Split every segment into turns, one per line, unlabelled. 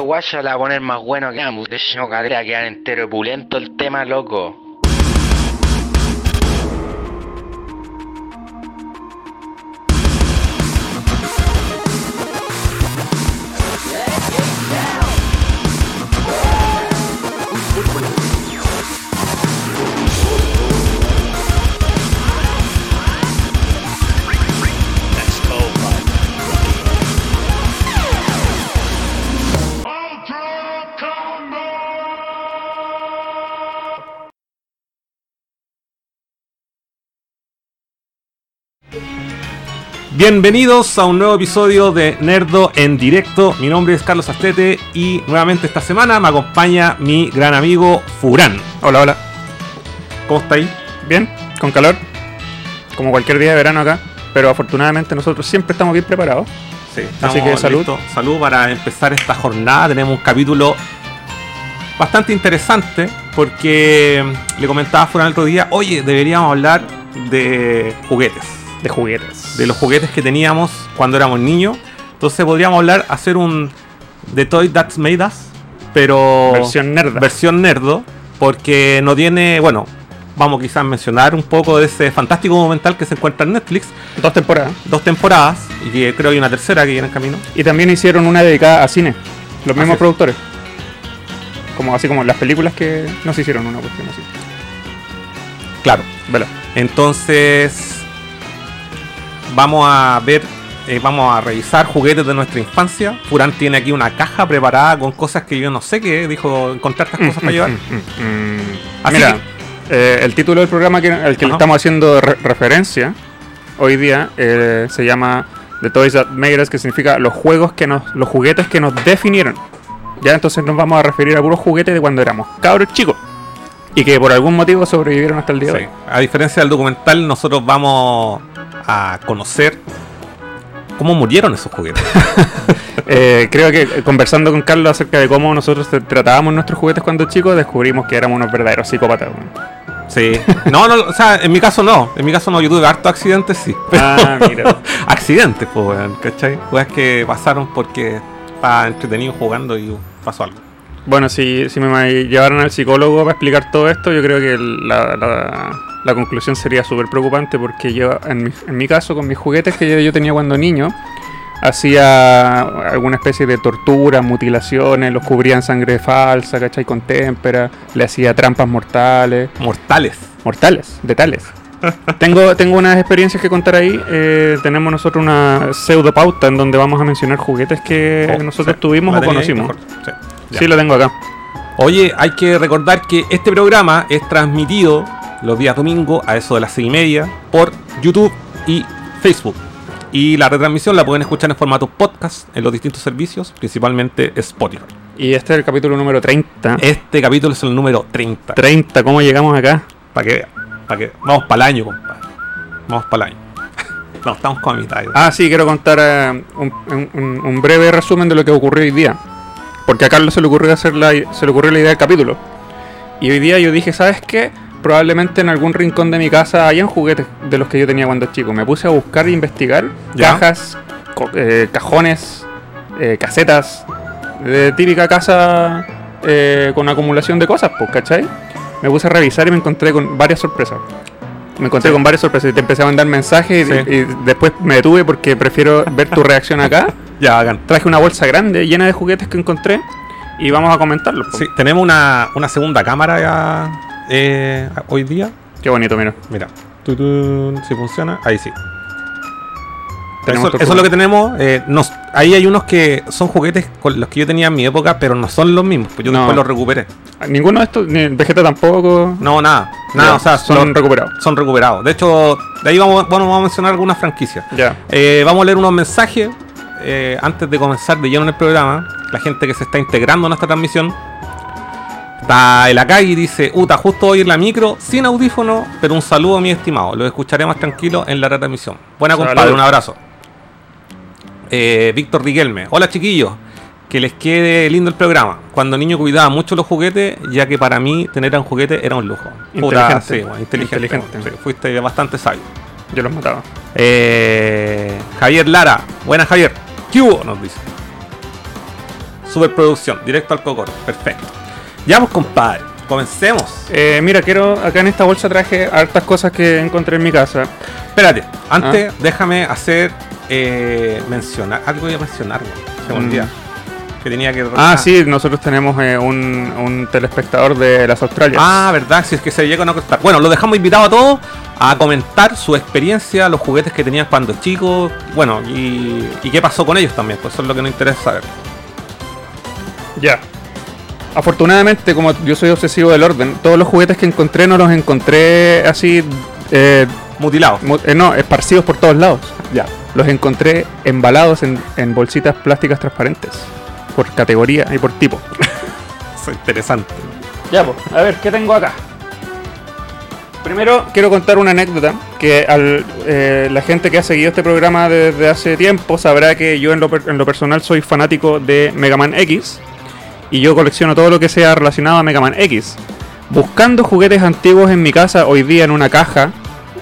guacha la va a poner más bueno que ambos. De hecho, cadera quedar entero opulento el tema, loco.
Bienvenidos a un nuevo episodio de Nerdo en directo. Mi nombre es Carlos Astete y nuevamente esta semana me acompaña mi gran amigo Furán.
Hola, hola.
¿Cómo está ahí?
Bien, con calor. Como cualquier día de verano acá. Pero afortunadamente nosotros siempre estamos bien preparados.
Sí, estamos
Así que salud.
listos. Salud para empezar esta jornada. Tenemos un capítulo bastante interesante porque le comentaba fuera el otro día, oye, deberíamos hablar de juguetes,
De juguetes.
de los juguetes que teníamos cuando éramos niños. Entonces podríamos hablar, hacer un The Toy That's Made Us, pero
Versión nerda.
versión nerdo, porque no tiene, bueno, vamos quizás a mencionar un poco de ese fantástico documental que se encuentra en Netflix,
Dos temporadas.
dos temporadas, y que creo que hay una tercera que viene en camino.
Y también hicieron una dedicada a cine. Los mismos
es.
productores. Como así como las películas que nos hicieron una cuestión así.
Claro.
Vela.
Entonces, vamos a ver, eh, vamos a revisar juguetes de nuestra infancia. Furán tiene aquí una caja preparada con cosas que yo no sé qué, dijo, encontrar estas cosas para llevar.
Mm, mm, mm.
Así
Mira, eh, el título del programa que, al que le
Ajá.
estamos haciendo re- referencia hoy día eh, se llama The Toys That Made Us, que significa los juegos que nos, los juguetes que nos definieron. Ya entonces nos vamos a referir a puros juguetes de cuando éramos cabros chicos y que por algún motivo sobrevivieron hasta el día de
Sí.
hoy.
A diferencia del documental, nosotros vamos a conocer cómo murieron esos juguetes.
Eh, creo que eh, conversando con Carlos acerca de cómo nosotros te- tratábamos nuestros juguetes cuando chicos, descubrimos que éramos unos verdaderos psicópatas. weón.
Sí. No, no, o sea, en mi caso no. En mi caso no, yo tuve harto accidentes, sí.
Ah, mira.
accidentes, pues, weón, ¿cachai? Weas que pasaron porque estaba entretenido jugando y pasó algo.
Bueno, si, si me ma- llevaran al psicólogo para explicar todo esto, yo creo que el- la, la- la conclusión sería súper preocupante porque yo, en mi, en mi caso, con mis juguetes que yo, yo tenía cuando niño, hacía alguna especie de tortura, mutilaciones, los cubría en sangre falsa, ¿cachai? Con témpera, le hacía trampas mortales,
Mortales.
mortales, de tales. tengo, tengo unas experiencias que contar ahí. eh, tenemos nosotros una pseudo pauta en donde vamos a mencionar juguetes que
Oh,
Eh, nosotros
sí.
tuvimos
La
o
tenía ahí,
conocimos.
mejor. Sí. Ya.
Sí, lo tengo acá.
Oye, hay que recordar que este programa es transmitido los días domingo a eso de las 6 y media por YouTube y Facebook. Y la retransmisión la pueden escuchar en formato podcast en los distintos servicios, principalmente Spotify.
Y este es el capítulo número 30.
Este capítulo es el número 30.
30, ¿cómo llegamos acá?
Para que vean. pa' que- Vamos para el año, compadre. Vamos para el año. no, estamos con la mitad.
Ah, sí, quiero contar eh, un, un- un breve resumen de lo que ocurrió hoy día. Porque a Carlos se le ocurrió, hacer la, se le ocurrió la idea del capítulo. Y hoy día yo dije, ¿sabes qué? Probablemente en algún rincón de mi casa hayan juguetes de los que yo tenía cuando chico. Me puse a buscar e investigar
Ya.
cajas, co- eh, cajones, eh, casetas, de típica casa eh, con acumulación de cosas, pues, ¿cachai? Me puse a revisar y me encontré con varias sorpresas. Me encontré
Sí.
con varias sorpresas y te empecé a mandar mensajes y-
Sí.
y, después me detuve porque prefiero ver tu reacción acá.
Ya, bacán.
Traje una bolsa grande llena de juguetes que encontré y vamos a comentarlos. po.
Sí, tenemos una, una segunda cámara ya, eh, hoy día.
Qué bonito, mira.
Mira, tutun, si funciona, ahí sí.
Tenemos
Eso,
otro
eso es lo
juguete.
que tenemos. eh, nos- ahí hay unos que son juguetes con los que yo tenía en mi época, pero no son los mismos. Pues yo
No.
después los recuperé.
Ah, Ninguno de estos, ni Vegeta tampoco.
No, nada. Nada,
Ya,
o sea,
son
son,
recuperados.
son recuperados. De hecho, de ahí vamos, bueno, vamos a mencionar algunas franquicias.
Ya.
Eh, vamos a leer unos mensajes eh, antes de comenzar de lleno en el programa. La gente que se está integrando a nuestra transmisión. Está el Akagi dice, Uta, justo hoy en la micro, sin audífono, pero un saludo mi estimado. Los escucharé más tranquilo en la retransmisión. Buena
Salud.
compadre, un abrazo. Eh, Víctor Riquelme, hola chiquillos, que les quede lindo el programa. Cuando niño cuidaba mucho los juguetes, ya que para mí tener un juguete era un lujo.
Inteligente.
sí, bueno, inteligente.
Inteligente.
bueno, sí, fuiste bastante sabio.
Yo los mataba.
Eh, Javier Lara. Buenas, Javier. ¿Qué hubo? Nos dice. Superproducción, directo al cocoro. Perfecto. Ya pues, compadre. Comencemos.
Eh, mira, quiero. Acá en esta bolsa traje hartas cosas que encontré en mi casa.
Espérate, antes déjame hacer eh, mencionar algo voy a mencionar, weón. se me
Mm.
olvida. Que tenía que
Ah, sí, nosotros tenemos eh, un, un telespectador de las Australias.
Ah, verdad, si es que se llega a no cortar. Bueno, lo dejamos invitado a todos a comentar su experiencia, los juguetes que tenían cuando chicos, bueno, y, y qué pasó con ellos también, pues eso es lo que nos interesa saber.
Ya. Afortunadamente, como yo soy obsesivo del orden, todos los juguetes que encontré no los encontré así. eh,
Mutilados.
mu- eh, no, esparcidos por todos lados.
Ya.
Los encontré embalados en, en bolsitas plásticas transparentes. Por categoría y por tipo.
Eso es interesante.
Ya, pues, a ver, ¿qué tengo acá? Primero quiero contar una anécdota que al, eh, la gente que ha seguido este programa desde hace tiempo sabrá que yo en lo, per- en lo personal soy fanático de Mega Man X y yo colecciono todo lo que sea relacionado a Mega Man X. Buscando juguetes antiguos en mi casa hoy día en una caja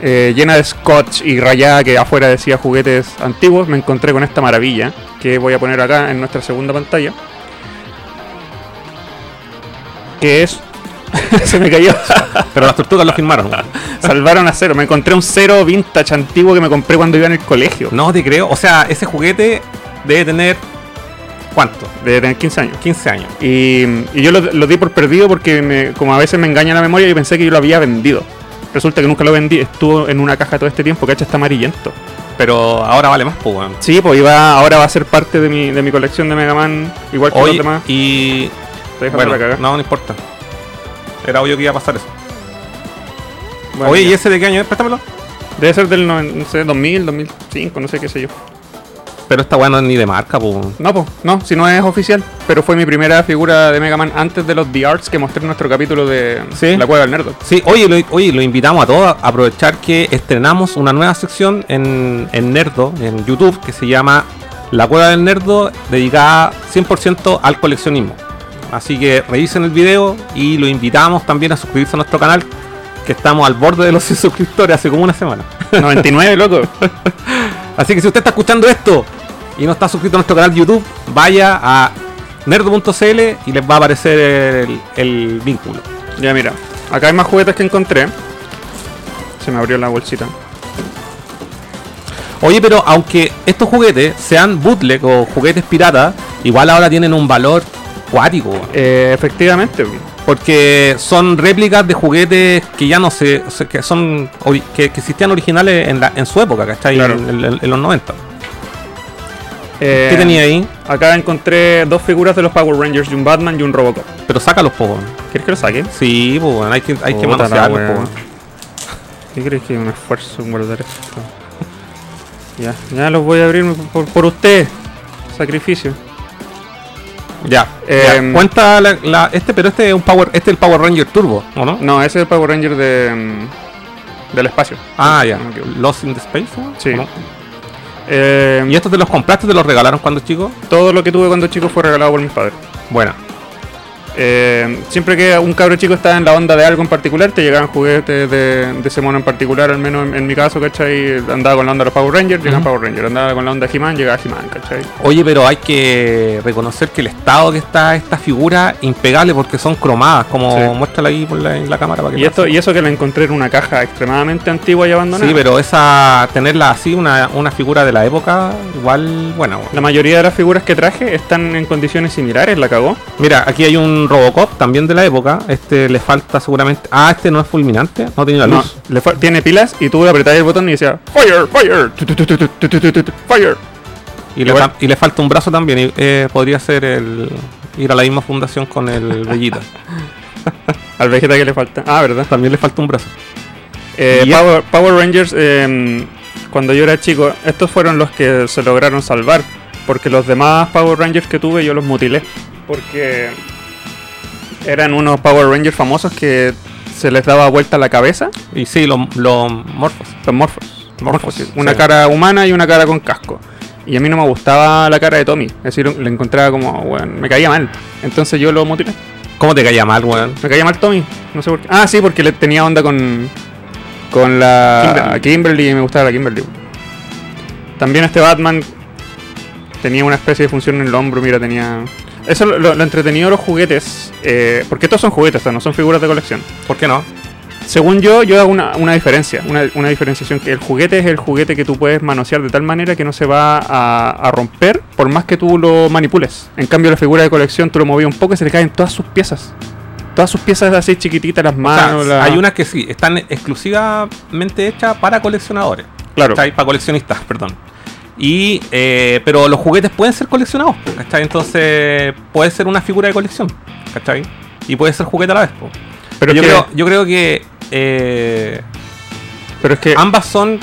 eh, llena de scotch y rayada que afuera decía juguetes antiguos, me encontré con esta maravilla que voy a poner acá en nuestra segunda pantalla. Que es... Se me cayó.
Pero las tortugas lo firmaron. weón.
Salvaron a cero. Me encontré un cero vintage antiguo que me compré cuando iba en el colegio.
No te creo. O sea, ese juguete debe tener. ¿Cuánto?
De tener 15 años.
15 años.
Y, y yo lo, lo di por perdido porque me- como a veces me engaña la memoria y pensé que yo lo había vendido. Resulta que nunca lo vendí. Estuvo en una caja todo este tiempo. Cacha, está amarillento.
Pero ahora vale más, pues, weón.
Sí, pues iba, ahora va a ser parte de mi, de mi colección de Mega Man. Igual que los
Hoy
demás.
y.
Te dejo
Bueno,
la cagada.
no, no importa. Era obvio que iba a pasar eso.
Bueno,
Oye,
ya.
¿y ese de qué año es? Préstamelo.
Debe ser del noven- no sé, 2000, 2005, no sé qué sé yo.
Pero esta weá no es ni de marca, pues.
No, pues, no, si no es oficial. Pero fue mi primera figura de Mega Man antes de los The Arts que mostré en nuestro capítulo de
Sí.
La Cueva del Nerdo.
Sí, oye, lo, oye, lo invitamos a todos a aprovechar que estrenamos una nueva sección en, en Nerdo, en YouTube, que se llama La Cueva del Nerdo, dedicada 100% al coleccionismo. Así que revisen el video y lo invitamos también a suscribirse a nuestro canal, que estamos al borde de los 100 suscriptores hace como una semana.
99, loco.
Así que si usted está escuchando esto y no está suscrito a nuestro canal de YouTube, vaya a nerdo.cl y les va a aparecer el, el vínculo.
Ya, mira. Acá hay más juguetes que encontré. Se me abrió la bolsita.
Oye, pero aunque estos juguetes sean bootleg o juguetes piratas, igual ahora tienen un valor cuático. weón.
Eh, efectivamente.
Porque son réplicas de juguetes que ya no se. se- que son ori- que, que existían originales en, la, en su época, ¿cachai?
Claro.
En, en- en los 90.
Eh,
¿Qué tenía ahí?
Acá encontré dos figuras de los Power Rangers, y un Batman y un Robocop.
Pero sácalos, po. weón.
¿Quieres que lo saque?
Sí, po, weón, hay que, hay que
Puta la
manosearlos, po,
weá.
weón.
¿Qué crees que es un esfuerzo en guardar esto? Ya, ya los voy a abrir por, por usted. Sacrificio.
Ya,
Eh,
ya, Cuenta la, la- este, pero este es un Power. Este es el Power Ranger Turbo, ¿o no?
No, ese es el Power Ranger de, mm, del espacio.
Ah, ya.
No me equivoco.
Lost in the Space, ¿no?
Sí.
¿O no?
Eh,
¿Y estos te los compraste? ¿Te los regalaron cuando chicos?
todo lo que tuve cuando chico fue regalado por mis padres.
Bueno.
Eh, siempre que un cabro chico estaba en la onda de algo en particular, te llegaban juguetes de, de ese mono en particular, al menos en, en mi caso, ¿cachai? Andaba con la onda de los Power Rangers, llegaban
Ujú.
Power Rangers. Andaba con la onda de He-Man, llegaba He-Man, ¿cachai?
Oye, pero hay que reconocer que el estado que está esta figura impecable porque son cromadas, como
Sí.
muéstrala ahí por la- en la cámara para que
Y,
la
esto,
sepa.
y eso que la encontré en una caja extremadamente antigua y abandonada.
Sí, pero esa tenerla así, una, una figura de la época, igual, bueno. bueno.
La mayoría de las figuras que traje están en condiciones similares, la cagó.
Mira, aquí hay un Robocop también de la época. Este le falta seguramente. Ah, este no es fulminante, no tenía la
No,
luz.
le fa- tiene pilas y tú le apretás el botón y decía Fire, fire, tu, tu, tu, tu, tu, tu, tu, tu, tu, fire.
Y le,
Igual.
fa- y le falta un brazo también. y, eh, podría ser el ir a la misma fundación con el Bellita.
Al Vegeta que le falta. Ah, verdad.
también le falta un brazo.
Eh,
Y-
Power, Power Rangers, eh, cuando yo era chico, estos fueron los que se lograron salvar. Porque los demás Power Rangers que tuve yo los mutilé. Porque eran unos Power Rangers famosos que se les daba vuelta la cabeza.
Y sí, los los morfos.
Los morfos.
Morfos, sí.
Una
Sí.
cara humana y una cara con casco. Y a mí no me gustaba la cara de Tommy. Es decir, le encontraba como, bueno, me caía mal. Entonces yo lo mutilé.
¿Cómo te caía mal, weón?
Me caía mal Tommy. No sé por qué. Ah, sí, porque le tenía onda con. Con la. Kimberly. y me gustaba la Kimberly. También este Batman tenía una especie de función en el hombro, mira, tenía. Eso es lo, lo- lo entretenido de los juguetes, eh, porque estos son juguetes, estos no son figuras de colección.
¿Por qué no?
Según yo, yo hago una, una diferencia, una, una diferenciación, que el juguete es el juguete que tú puedes manosear de tal manera que no se va a, a romper por más que tú lo manipules. En cambio, la figura de colección tú lo movías un poco y se le caen todas sus piezas. Todas sus piezas así chiquititas, las
O sea,
manos. la-
Hay unas que sí, están exclusivamente hechas para coleccionadores.
Claro.
¿cachai? Para coleccionistas, perdón. Y, eh, pero los juguetes pueden ser coleccionados, po, ¿cachai? Entonces puede ser una figura de colección, ¿cachai? Y puede ser juguete a la vez, po.
Pero,
yo,
es que-
creo, yo creo que eh,
pero es que
ambas son...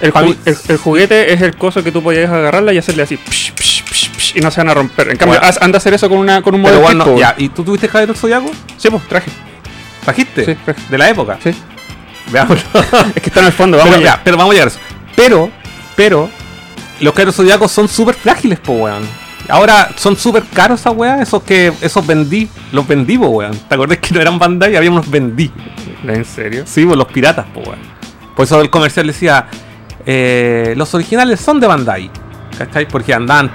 el,
pa'
ju-
mí-
el- el juguete es el coso que tú podías agarrarla y hacerle así. psh, psh, psh, psh, y no se van a romper. En cambio,
Bueno.
haz- anda a hacer eso con, una, con un
Pero
modelo.
bueno, ya, ¿y tú tuviste Javier Zodiaco?
Sí, pues, traje.
¿Trajiste?
Sí, traje.
De la época.
Sí.
Veámoslo.
Es que está en el fondo, vamos
pero,
allá.
ya, pero vamos a llegar a eso. Pero, pero, los Kairos Zodiacos son súper frágiles, po, weón. Ahora son súper caros esa weá, esos que esos vendí, los vendí, po, weón. ¿Te acordás que no eran Bandai? Había unos vendí.
¿En serio?
Sí, po, los piratas, po, weón. Por eso el comercial decía, eh, los originales son de Bandai. ¿Cachai? Porque andaban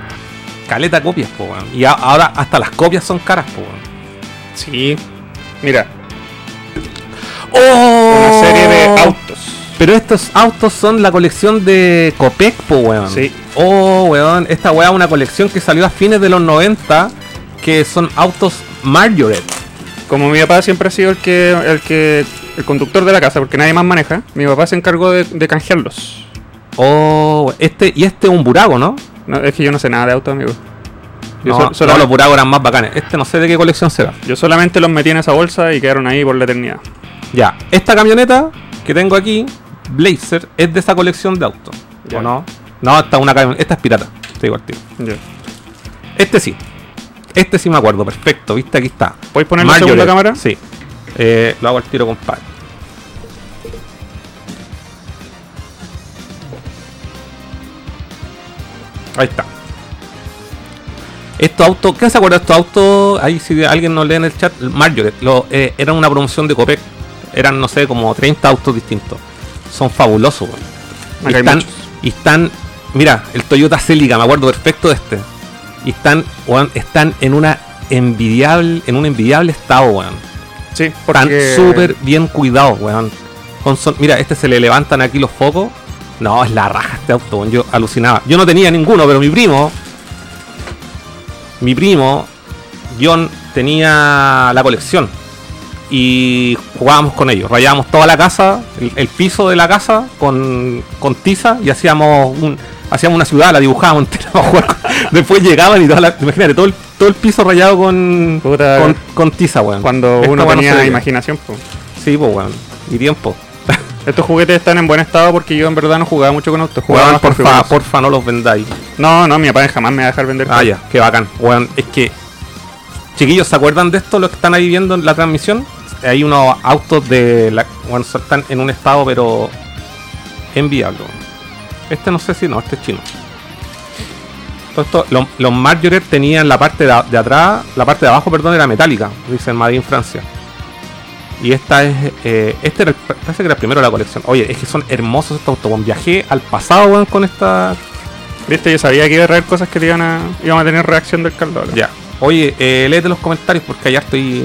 caleta copias, po, weón. Y a- ahora hasta las copias son caras, po, weón.
Sí. Mira,
¡Oh!
una serie de autos.
Pero estos autos son la colección de Copec, po, weón.
Sí.
Oh, weón. Esta weá es una colección que salió a fines de los 90, que son autos Margaret.
Como mi papá siempre ha sido el que el que el conductor de la casa, porque nadie más maneja, mi papá se encargó de, de canjearlos.
Oh, este, y este es un burago, ¿no?
No, es que yo no sé nada de autos, amigo. Yo,
no,
sol-
no,
sola-
los buragos eran más bacanes. Este no sé de qué colección será.
yo solamente los metí en esa bolsa y quedaron ahí por la eternidad.
Ya, esta camioneta que tengo aquí, Blazer, es de esa colección de autos.
Ya.
¿O no? No, esta, es una camion- esta es pirata. Te digo al tiro.
Yo.
Este sí. Este sí me acuerdo, perfecto, viste, aquí está.
¿Puedes poner la segunda cámara?
Sí. Eh, lo hago al tiro, compadre. Ahí está. Estos autos, ¿qué se acuerda de estos autos? Ahí si alguien nos lee en el chat, Margaret, lo, eh, era una promoción de Copec. Eran, no sé, como 30 autos distintos. Son fabulosos, weón. Y
Acá hay
están,
muchos.
y están, mira, el Toyota Celica, me acuerdo perfecto de este. Y están, weón, están en una envidiable, en un envidiable estado, weón.
Sí,
Están
porque
súper bien cuidados, weón. Con son- mira, este se le levantan aquí los focos. No, es la raja este auto, weón. Yo alucinaba. Yo no tenía ninguno, pero mi primo. Mi primo, John, tenía la colección. Y jugábamos con ellos. Rayábamos toda la casa, el, el piso de la casa, con, con tiza y hacíamos un. Hacíamos una ciudad, la dibujábamos entera para jugar con- Después llegaban y toda la, imagínate, todo el, todo el piso rayado con,
Puta.
con, con tiza, weón.
cuando
Esta
uno
weá no se
tenía
veía.
imaginación, po.
Sí, pues, weón. Y tiempo.
Estos juguetes están en buen estado porque yo en verdad no jugaba mucho con autos, jugaba
Weón,
más con
porfa,
figuras.
porfa, no los vendáis.
No, no, mi papá jamás me va a dejar vender.
Ah, ya, qué bacán. Weón, es que. Chiquillos, ¿se acuerdan de esto? Los que están ahí viendo en la transmisión. Hay unos autos de. La... Bueno, so- están en un estado, pero. Enviable. weón. Este no sé si no, este es chino. Todo esto- lo- los Marjorie tenían la parte de, a- de atrás, la parte de abajo, perdón, era metálica, dicen Madrid, Francia. Y esta es. eh, este era el, parece que era el primero de la colección. Oye, es que son hermosos estos autos. weón. Viajé al pasado, weón, con esta,
Viste, yo sabía que iba a traer cosas que te iban a, iban a tener reacción del caldo. ahora.
Ya. Oye, eh, léete los comentarios porque allá estoy.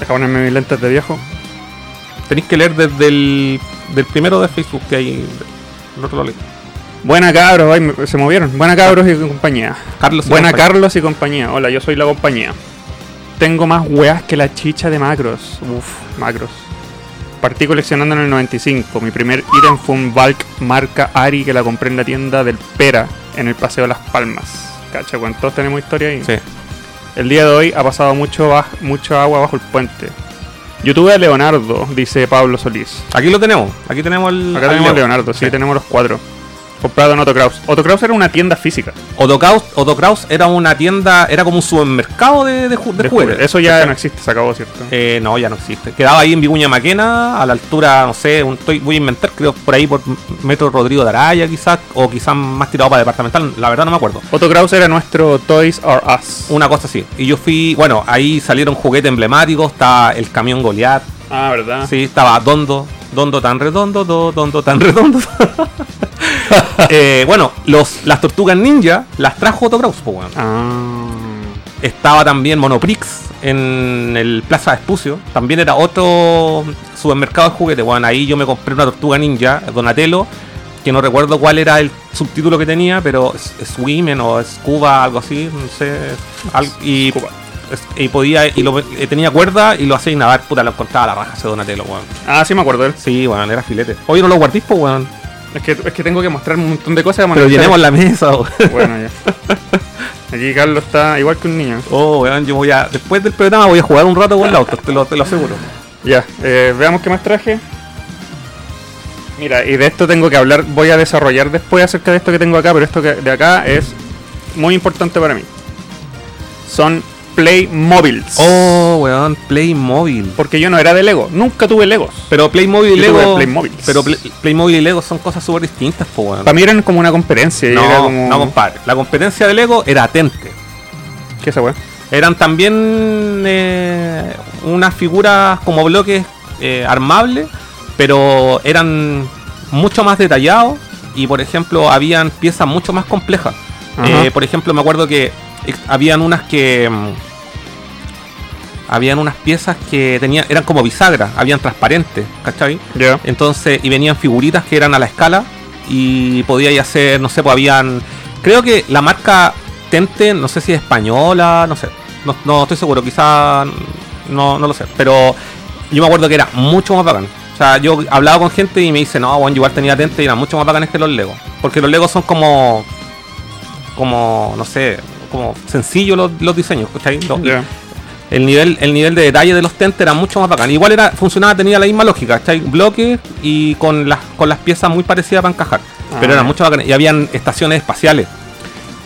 Deja ponerme mis lentes de viejo.
Tenéis que leer desde el del primero de Facebook que hay. el otro lo leí.
Buena cabros, ay, me- se movieron. Buena cabros y compañía.
Carlos. y
Buena
compañía.
Carlos y compañía. Hola, yo soy la compañía. Tengo más weas que la chicha de macros. Uf, macros. Partí coleccionando en el 95. Mi primer ítem fue un Valk marca Ari que la compré en la tienda del Pera en el Paseo Las Palmas. Cacha, bueno, todos tenemos historia ahí.
Sí.
El día de hoy ha pasado mucho, baj- mucho agua bajo el puente. YouTube de Leonardo, dice Pablo Solís.
Aquí lo tenemos. Aquí tenemos el.
Acá
al
tenemos a
Leo.
Leonardo, sí,
Sí.
tenemos los cuatro. Comprado en Autocraus. Autocraus era una tienda física.
Otocaus- Otocaus era una tienda. Era como un supermercado de, de, ju- de
de
juguetes.
juguetes. Eso ya
¿Cachai?
no existe, se acabó, ¿cierto?
Eh, no, ya no existe. Quedaba ahí en Vicuña Maquena, a la altura, no sé, un- estoy, voy a inventar, creo, por ahí por Metro Rodrigo de Araya, quizás, o quizás más tirado para departamental, la verdad no me acuerdo.
Autocraus era nuestro Toys R Us.
Una cosa así. Y yo fui, bueno, ahí salieron juguetes emblemáticos, estaba el camión Goliath,
Ah, ¿verdad?
sí, estaba Dondo, Dondo tan redondo, do- Dondo tan redondo. Eh, bueno, los, las tortugas ninja las trajo Autocraus, pues, weón.
Ah.
Estaba también Monoprix en el Plaza Espucio. También era otro supermercado de juguetes. Bueno, ahí yo me compré una tortuga ninja, Donatello, que no recuerdo cuál era el subtítulo que tenía, pero es- es Women o Scuba, algo así, no sé. al- y,
Scuba.
es- y podía, y lo- eh, tenía cuerda y lo hacía nadar, puta, lo encontraba a la raja ese Donatello, weón.
Ah, sí, me acuerdo. de él.
Sí, weón, era filete. Oye, no lo guardís, pues, weón.
Es que, es que tengo que mostrar un montón de cosas.
Pero
bueno,
llenemos la mesa, weón.
Bueno, ya. Aquí Carlos está igual que un niño.
Oh, weón, yo voy a. Después del programa voy a jugar un rato con el auto, te lo, te lo aseguro.
Ya, eh, veamos qué más traje. Mira, y de esto tengo que hablar, voy a desarrollar después acerca de esto que tengo acá, pero esto que de acá es muy importante para mí. Son Playmobiles.
Oh, weón, Playmobil.
Porque yo no era de Lego, nunca tuve Legos.
Pero Playmobil y
Yo tuve
Lego.
Playmobil.
Pero Play- Playmobil y Lego son cosas súper distintas, po, weón.
Para mí eran como una conferencia. y
no,
era como...
no, compadre. La competencia de Lego era atente.
¿Qué esa weá?
Eran también eh, unas figuras como bloques eh, armables, pero eran mucho más detallados y, por ejemplo, habían piezas mucho más complejas.
Ajá.
Eh, por ejemplo, me acuerdo que ex- habían unas que... mm, habían unas piezas que tenían, eran como bisagras, habían transparentes, ¿cachai?
Ya.
Entonces, y venían figuritas que eran a la escala y podíais hacer, no sé, pues habían. Creo que la marca Tenten, no sé si es española, no sé. No, no estoy seguro, quizá no, no lo sé. Pero yo me acuerdo que era mucho más bacán. O sea, yo hablaba con gente y me dice, no, bueno, yo igual tenía Tenten y eran mucho más bacanes que los Legos. Porque los Legos son como. como, no sé, como sencillos los, los diseños, ¿cachai? Los-
Ya.
el nivel, el nivel de detalle de los tentes era mucho más bacán. Igual era, funcionaba, tenía la misma lógica, ¿cachai? Bloques y con las, con las piezas muy parecidas para encajar.
Ah.
Pero era mucho bacán. Y habían estaciones espaciales.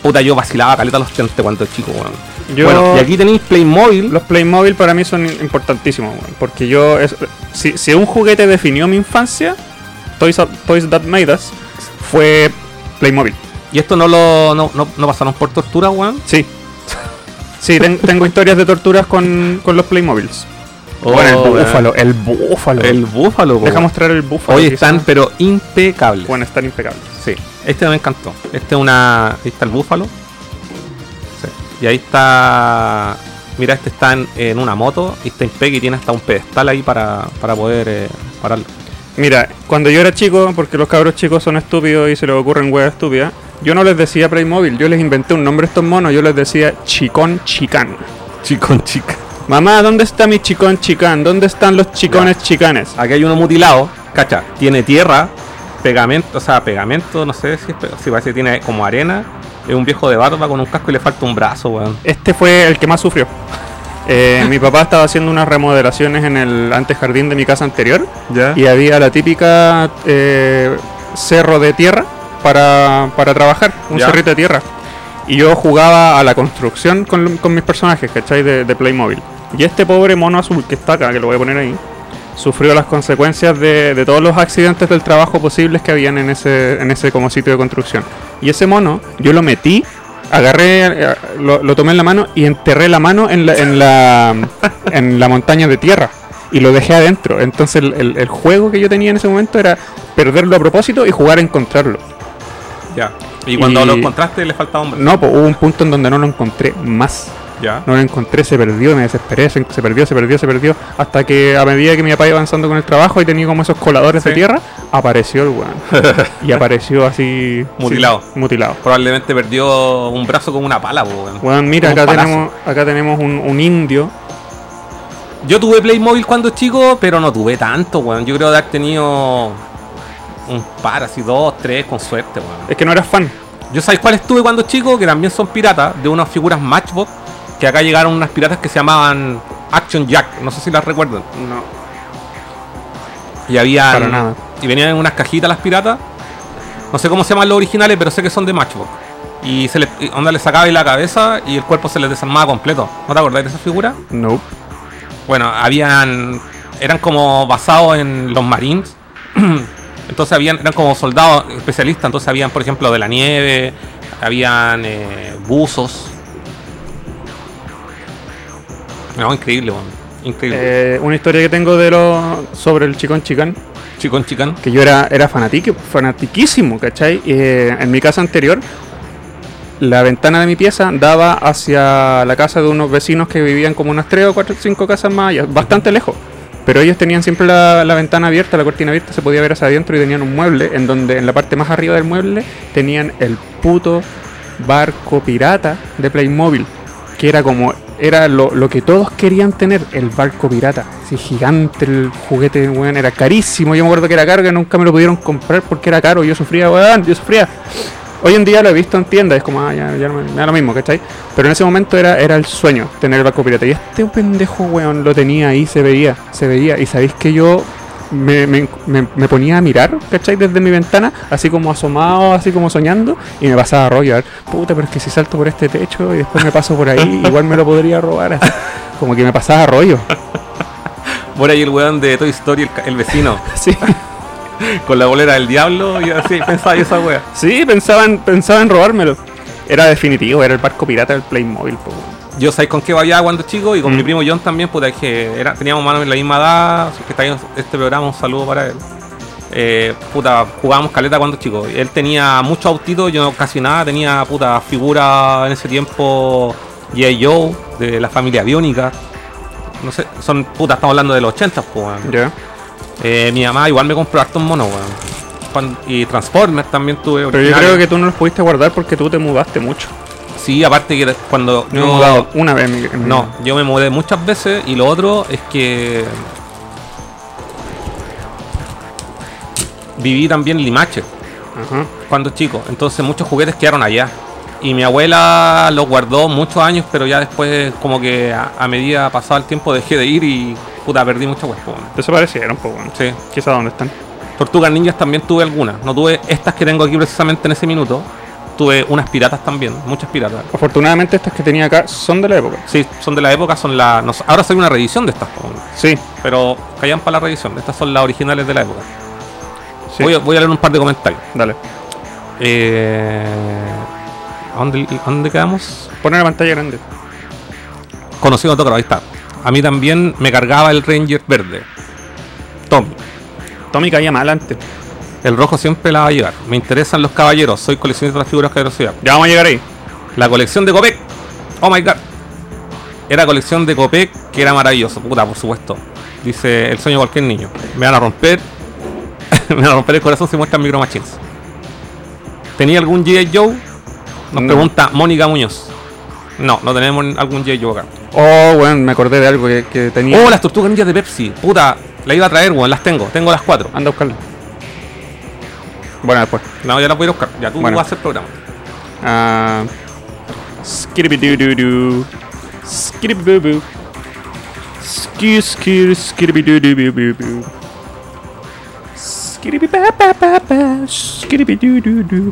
Puta, yo vacilaba caleta los tentes cuando chico, weón.
Yo-
Bueno, y aquí tenéis Playmobil.
Los Playmobil para mí son importantísimos, weón, porque yo... es- si, si un juguete definió mi infancia, Toys, Toys That Made Us, fue Playmobil.
Y esto no lo no, no, no pasaron por tortura, weón.
Sí. Sí, ten- tengo historias de torturas con, con los Playmobiles.
Oh,
bueno, el
weón.
búfalo, el búfalo.
El búfalo, weón.
Deja mostrar el búfalo.
Hoy
quizá.
están, pero impecables.
Bueno, están impecables.
Sí, este me encantó. Este es una. Ahí está el búfalo. Sí. Y ahí está. Mira, este está en, en una moto y está en peg y tiene hasta un pedestal ahí para, para poder eh, pararlo.
Mira, cuando yo era chico, porque los cabros chicos son estúpidos y se les ocurren weas estúpidas, yo no les decía Playmobil, yo les inventé un nombre a estos monos, yo les decía Chicón Chicán.
Chicón, chica.
Mamá, ¿dónde está mi chicón chicán? ¿Dónde están los chicones chicanes?
Aquí hay uno mutilado, cacha. Tiene tierra, pegamento, o sea, pegamento, no sé si, es pe- si parece que tiene como arena. Es un viejo de barba con un casco y le falta un brazo, weón.
Este fue el que más sufrió. Eh, mi papá estaba haciendo unas remodelaciones en el antejardín de mi casa anterior
¿Ya?
y había la típica eh, cerro de tierra para, para trabajar, un
Ya.
cerrito de tierra. Y yo jugaba a la construcción con, con mis personajes, ¿cachai? De, de Playmobil. Y este pobre mono azul que está acá, que lo voy a poner ahí, sufrió las consecuencias de, de todos los accidentes del trabajo posibles que habían en ese, en ese como sitio de construcción. Y ese mono, yo lo metí, agarré, eh, lo, lo tomé en la mano y enterré la mano en la, en la, en la montaña de tierra. Y lo dejé adentro. Entonces el, el- el juego que yo tenía en ese momento era perderlo a propósito y jugar a encontrarlo.
Ya. Y cuando
Y-
lo encontraste le faltaba un brazo.
No, pues hubo un punto en donde no lo encontré más.
Ya.
No lo encontré, se perdió, me desesperé, se, se perdió, se perdió, se perdió. Hasta que a medida que mi papá iba avanzando con el trabajo y tenía como esos coladores de
Sí.
tierra, apareció el weón. y apareció así.
Mutilado.
sí, mutilado.
Probablemente perdió un brazo con una pala, weón.
Weón, mira,
Como
acá
un palazo.
tenemos, acá tenemos un, un indio.
Yo tuve Playmobil cuando chico, pero no tuve tanto, weón. Yo creo de haber tenido un par, así dos, tres, con suerte, weón.
Es que no eras fan.
Yo sabéis cuáles tuve cuando chico, que también son piratas, de unas figuras Matchbox, que acá llegaron unas piratas que se llamaban Action Jack, no sé si las recuerdan.
No.
Y había...
Para nada.
Y venían en unas cajitas las piratas. No sé cómo se llaman los originales, pero sé que son de Matchbox. Y se les, y onda le sacaba la cabeza y el cuerpo se les desarmaba completo. ¿No te acordáis de esa figura?
No.
bueno, habían. eran como basados en los marines. Entonces habían, eran como soldados especialistas. Entonces habían, por ejemplo, de la nieve, habían eh, buzos. No, increíble, weón. Increíble.
Eh, una historia que tengo de lo, sobre el chicón chicán.
Chicón, chicán.
que yo era, era fanatique- fanatiquísimo, ¿cachai? Eh, en mi casa anterior la ventana de mi pieza daba hacia la casa de unos vecinos que vivían como unas 3 o 4 o 5 casas más allá, bastante lejos. Pero ellos tenían siempre la, la ventana abierta, la cortina abierta, se podía ver hacia adentro y tenían un mueble en donde en la parte más arriba del mueble tenían el puto barco pirata de Playmobil, que era como era lo, lo que todos querían tener, el barco pirata. Así gigante el juguete, weón, era carísimo. Yo me acuerdo que era caro, que nunca me lo pudieron comprar porque era caro. Yo sufría, weón, yo sufría. Hoy en día lo he visto en tiendas, es como, ah, ya, ya no me, me da lo mismo, ¿cachai? Pero en ese momento era, era el sueño, tener el barco pirata. Y este pendejo, weón, lo tenía ahí, se veía, se veía. Y sabéis que yo me, me- me- me ponía a mirar, ¿cachai? Desde mi ventana, así como asomado, así como soñando, y me pasaba a rollo, a ver, puta, pero es que si salto por este techo y después me paso por ahí, igual me lo podría robar. así. Como que me pasaba a rollo.
Por ahí el weón de Toy Story, el, ca- el vecino,
Sí.
con la bolera del diablo, y así pensaba yo esa wea.
Sí, pensaban, pensaban robármelo. Era definitivo, era el barco pirata del Playmobil, po, weón.
Yo sabéis con qué vaya cuando chico y con
Mm.
mi primo John también, puta, que era, teníamos más o menos la misma edad, que está ahí en este programa, un saludo para él. Eh, puta, jugábamos caleta cuando chico. Él tenía muchos autitos, yo casi nada, tenía puta figura en ese tiempo G.I. Joe, de la familia biónica. No sé, son puta, estamos hablando de los 80, pues. weón.
Ya.
Eh, mi mamá igual me compró hartos monos, weón. Cuan- Y Transformers también tuve.
Pero yo
originales.
creo que tú no los pudiste guardar porque tú te mudaste mucho.
Sí, aparte que de- cuando.
Yo me he
yo-
mudado una vez. en mi- en mi-
No, yo me mudé muchas veces y lo otro es que. Viví también en Limache
Ajá.
cuando chico, entonces muchos juguetes quedaron allá. Y mi abuela los guardó muchos años, pero ya después, como que a, a medida pasado el tiempo, dejé de ir y puta, perdí muchas cosas.
Desaparecieron, pues bueno.
Sí.
Quizá dónde están.
Tortugas ninjas también tuve algunas. No tuve estas que tengo aquí precisamente en ese minuto. Tuve unas piratas también, muchas piratas.
Afortunadamente estas que tenía acá son de la época.
Sí, son de la época, son las. no sé, ahora sale una revisión de estas, po,
Sí,
pero callan para la revisión. Estas son las originales de la época.
sí.
Voy, a, voy a leer un par de comentarios.
Dale.
Eh, ¿a dónde, a dónde quedamos?
Poner la pantalla grande.
Conocido Tocro, ahí está. A mí también me cargaba el Ranger verde. Tommy.
Tommy caía mal antes.
El rojo siempre la va a llegar. Me interesan los caballeros. Soy coleccionista de las figuras caballerosidad.
Ya vamos a llegar ahí.
La colección de Copec. Oh my god. Era colección de Copec que era maravilloso. Puta, por supuesto. Dice el sueño de cualquier niño. Me van a romper. me van a romper el corazón si muestran micro machines. ¿Tenía algún G.I. Joe? Nos
No.
pregunta Mónica Muñoz. No, no tenemos algún G.I. Joe acá.
Oh, bueno, me acordé de algo que, que tenía.
Oh, las tortugas ninjas de Pepsi. Puta, la iba a traer, weón. Las tengo. Tengo las cuatro.
Anda a buscarlo. Bueno, después.
No, ya las voy a ir a buscar. Ya tú
Bueno.
vas a hacer programa.
Ah. Skiribidoo. Skiribidoo. Skir, skir, skiribidoo. Skiribidoo. Skiribidoo. Skiribidoo. Skiribidoo.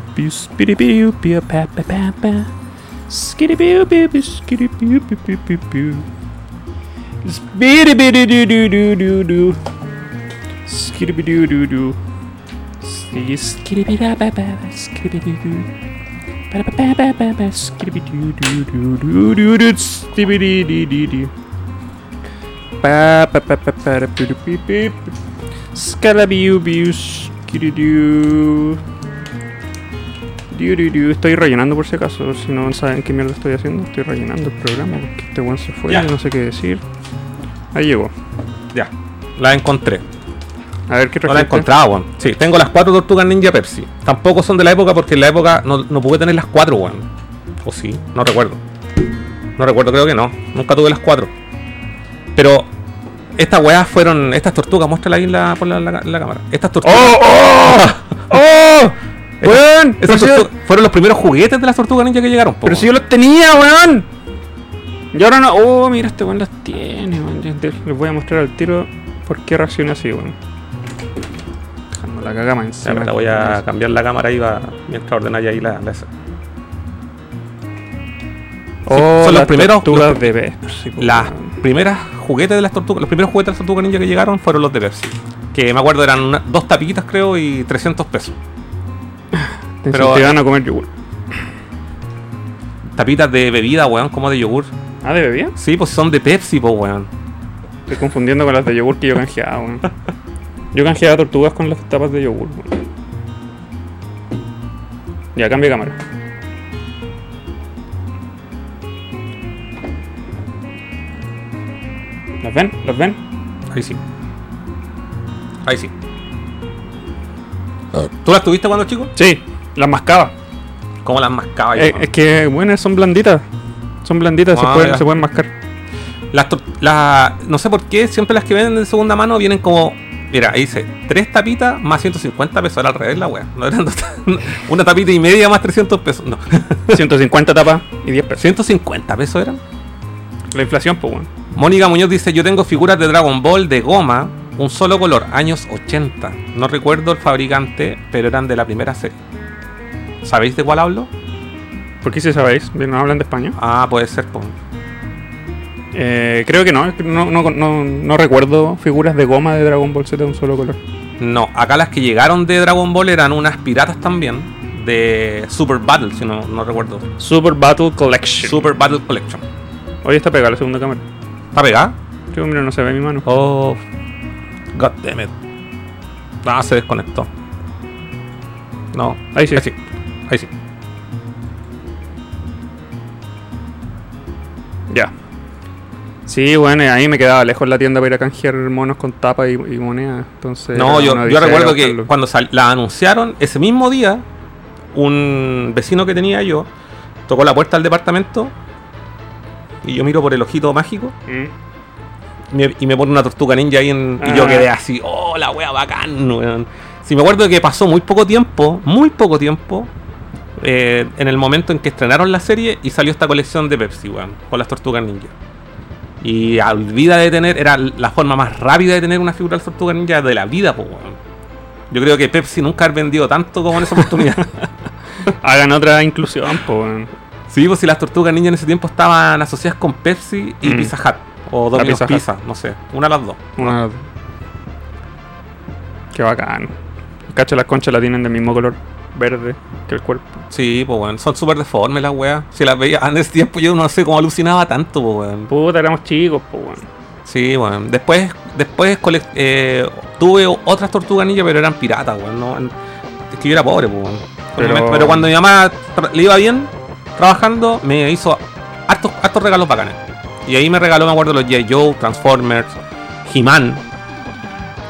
Skiribidoo. Skiribidoo. Skiribidoo. Skiribidoo. Skiribidoo. Scalabiu, bius, kiridiu. Diuridiu. Estoy rellenando por si acaso, si no saben qué mierda estoy haciendo, estoy rellenando el programa porque este weón se fue,
Ya.
no sé qué decir. Ahí llegó.
Ya. Las encontré.
A ver qué
No la
trajiste?
encontraba, weón. Sí, tengo las cuatro tortugas ninja Pepsi. Tampoco son de la época porque en la época no, no pude tener las cuatro, weón. O sí, no recuerdo. No recuerdo, creo que no. Nunca tuve las cuatro. Pero estas weas fueron. Estas tortugas, muéstrala ahí en la, por la, la- la cámara. Estas tortugas.
¡Oh! ¡Oh! ¡Oh! ¡Weón!
Esas
pero si-
tortu- fueron los primeros juguetes de las tortugas ninja que llegaron, po,
Pero
weón.
si yo los tenía, weón. Y ahora no. Oh, mira, este weón los tiene, weón. Ya te- Les voy a mostrar al tiro por qué reaccioné así, weón. Dejando la cagama
Ya,
encima.
me la voy a cambiar la cámara ahí va, mientras ordenáis ahí la. la esa.
Oh,
son los
las
primeros-
tortugas
los-
de Pepsi, po,
Las
weón.
primeras juguetes de las tortugas, los primeros juguetes de las tortugas ninja que llegaron fueron los de Pepsi. Que me acuerdo eran una- dos tapitas creo y 300 pesos.
Te
pero-
incentivan a comer yogur.
Tapitas de bebida, weón, como de yogur.
Ah, ¿de bebida?
Sí, pues son de Pepsi, pues weón.
Estoy confundiendo con las de yogur que yo canjeaba, weón. Yo canjeaba tortugas con las tapas de yogur, weón. Ya, cambio de cámara. ¿Los ven? ¿Los ven?
Ahí sí. Ahí sí.
Ah.
¿Tú las tuviste cuando chico?
Sí, las mascaba.
¿Cómo las mascaba? yo,
Eh,
man?
es que, bueno, son blanditas. Son blanditas,
Ah,
se, pueden,
ya.
se pueden mascar.
Las, tor- la- no sé por qué, siempre las que venden de segunda mano vienen como. Mira, ahí dice, tres tapitas más 150 pesos. Era al revés la wea. No eran dos ta- una tapita y media más 300 pesos. No,
150 tapas y 10 pesos.
150 pesos eran.
La inflación, pues, bueno.
Mónica Muñoz dice, yo tengo figuras de Dragon Ball de goma, un solo color, años 80. No recuerdo el fabricante, pero eran de la primera serie. ¿Sabéis de cuál hablo?
¿Por qué si sabéis? ¿No hablan de España?
Ah, puede ser. po.
Eh, creo que no, es que no, no, no, no recuerdo figuras de goma de Dragon Ball Z de un solo color.
No, acá las que llegaron de Dragon Ball eran unas piratas también, de Super Battle, si no, no recuerdo.
Super Battle Collection.
Super Battle Collection.
Hoy está pegada la segunda cámara.
¿Está pegada?
Yo, mira, no se ve mi mano.
Oh, god damn it. Ah, se desconectó. No,
Ahí sí.
Ahí sí. Ahí sí.
Ya. Sí, bueno, y ahí me quedaba lejos la tienda para ir a canjear monos con tapa y, y moneda. Entonces,
No,
era
yo,
una
yo
odisea
recuerdo
ir a
que
buscarlo.
cuando sal- la anunciaron, ese mismo día, un vecino que tenía yo tocó la puerta del departamento y yo miro por el ojito mágico
Mm.
y me, y me pone una tortuga ninja ahí en- y yo
Ah.
quedé así, oh, la wea bacán, weón. Si me acuerdo que pasó muy poco tiempo, muy poco tiempo, eh, en el momento en que estrenaron la serie y salió esta colección de Pepsi, weón, con las tortugas ninja. Y olvida de tener, era la forma más rápida de tener una figura de tortuga ninja de la vida, po, weón. Yo creo que Pepsi nunca ha vendido tanto como en esa oportunidad.
Hagan otra inclusión, pues, bueno.
sí, pues si las tortugas ninja en ese tiempo estaban asociadas con Pepsi y
Mm.
Pizza Hut. O
La
Domino's
Pizza
Pizza,
Hut.
no sé. Una de las dos.
Una- Qué bacán. Cacho, las conchas la tienen del mismo color verde que el cuerpo.
Sí, pues weón, son súper deformes las weas. Si las veía en ese tiempo yo no sé cómo alucinaba tanto, pues weón.
Puta, éramos chicos, pues, bueno.
Sí, weón. Después, después colec- eh, tuve o- otras tortugas ninja, pero eran piratas, weón. No, en- es que yo era pobre, pues weón. Por el
Pero-
momento, pero cuando mi mamá tra- le iba bien, trabajando, me hizo hartos, hartos regalos bacanes. Y ahí me regaló, me acuerdo, los G.I. Joe, Transformers, He-Man.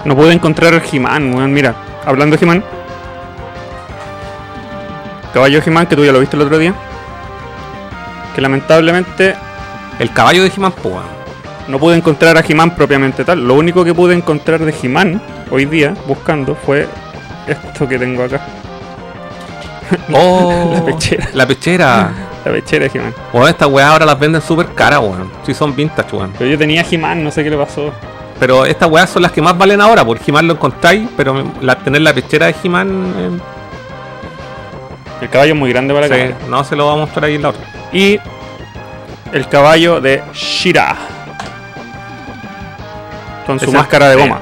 No pude encontrar el He-Man, weón. Mira, hablando de He-Man. Caballo He-Man, que tú ya lo viste el otro día. Que lamentablemente
El caballo de He-Man, pues weón.
no pude encontrar a He-Man propiamente tal. Lo único que pude encontrar de He-Man hoy día, buscando, fue esto que tengo acá.
Oh,
La pechera.
La pechera.
La pechera de He-Man.
Weón, estas weas ahora las venden súper caras, weón. Si son vintage, weón.
Pero yo tenía He-Man, no sé qué le pasó.
Pero estas weas son las que más valen ahora, porque He-Man lo encontráis, pero la, tener la pechera de He-Man eh,
El caballo es muy grande para la
se-
cámara.
no se lo va a mostrar ahí en la otra.
Y el caballo de Shira. Con su
Ese-
máscara de
sí.
goma.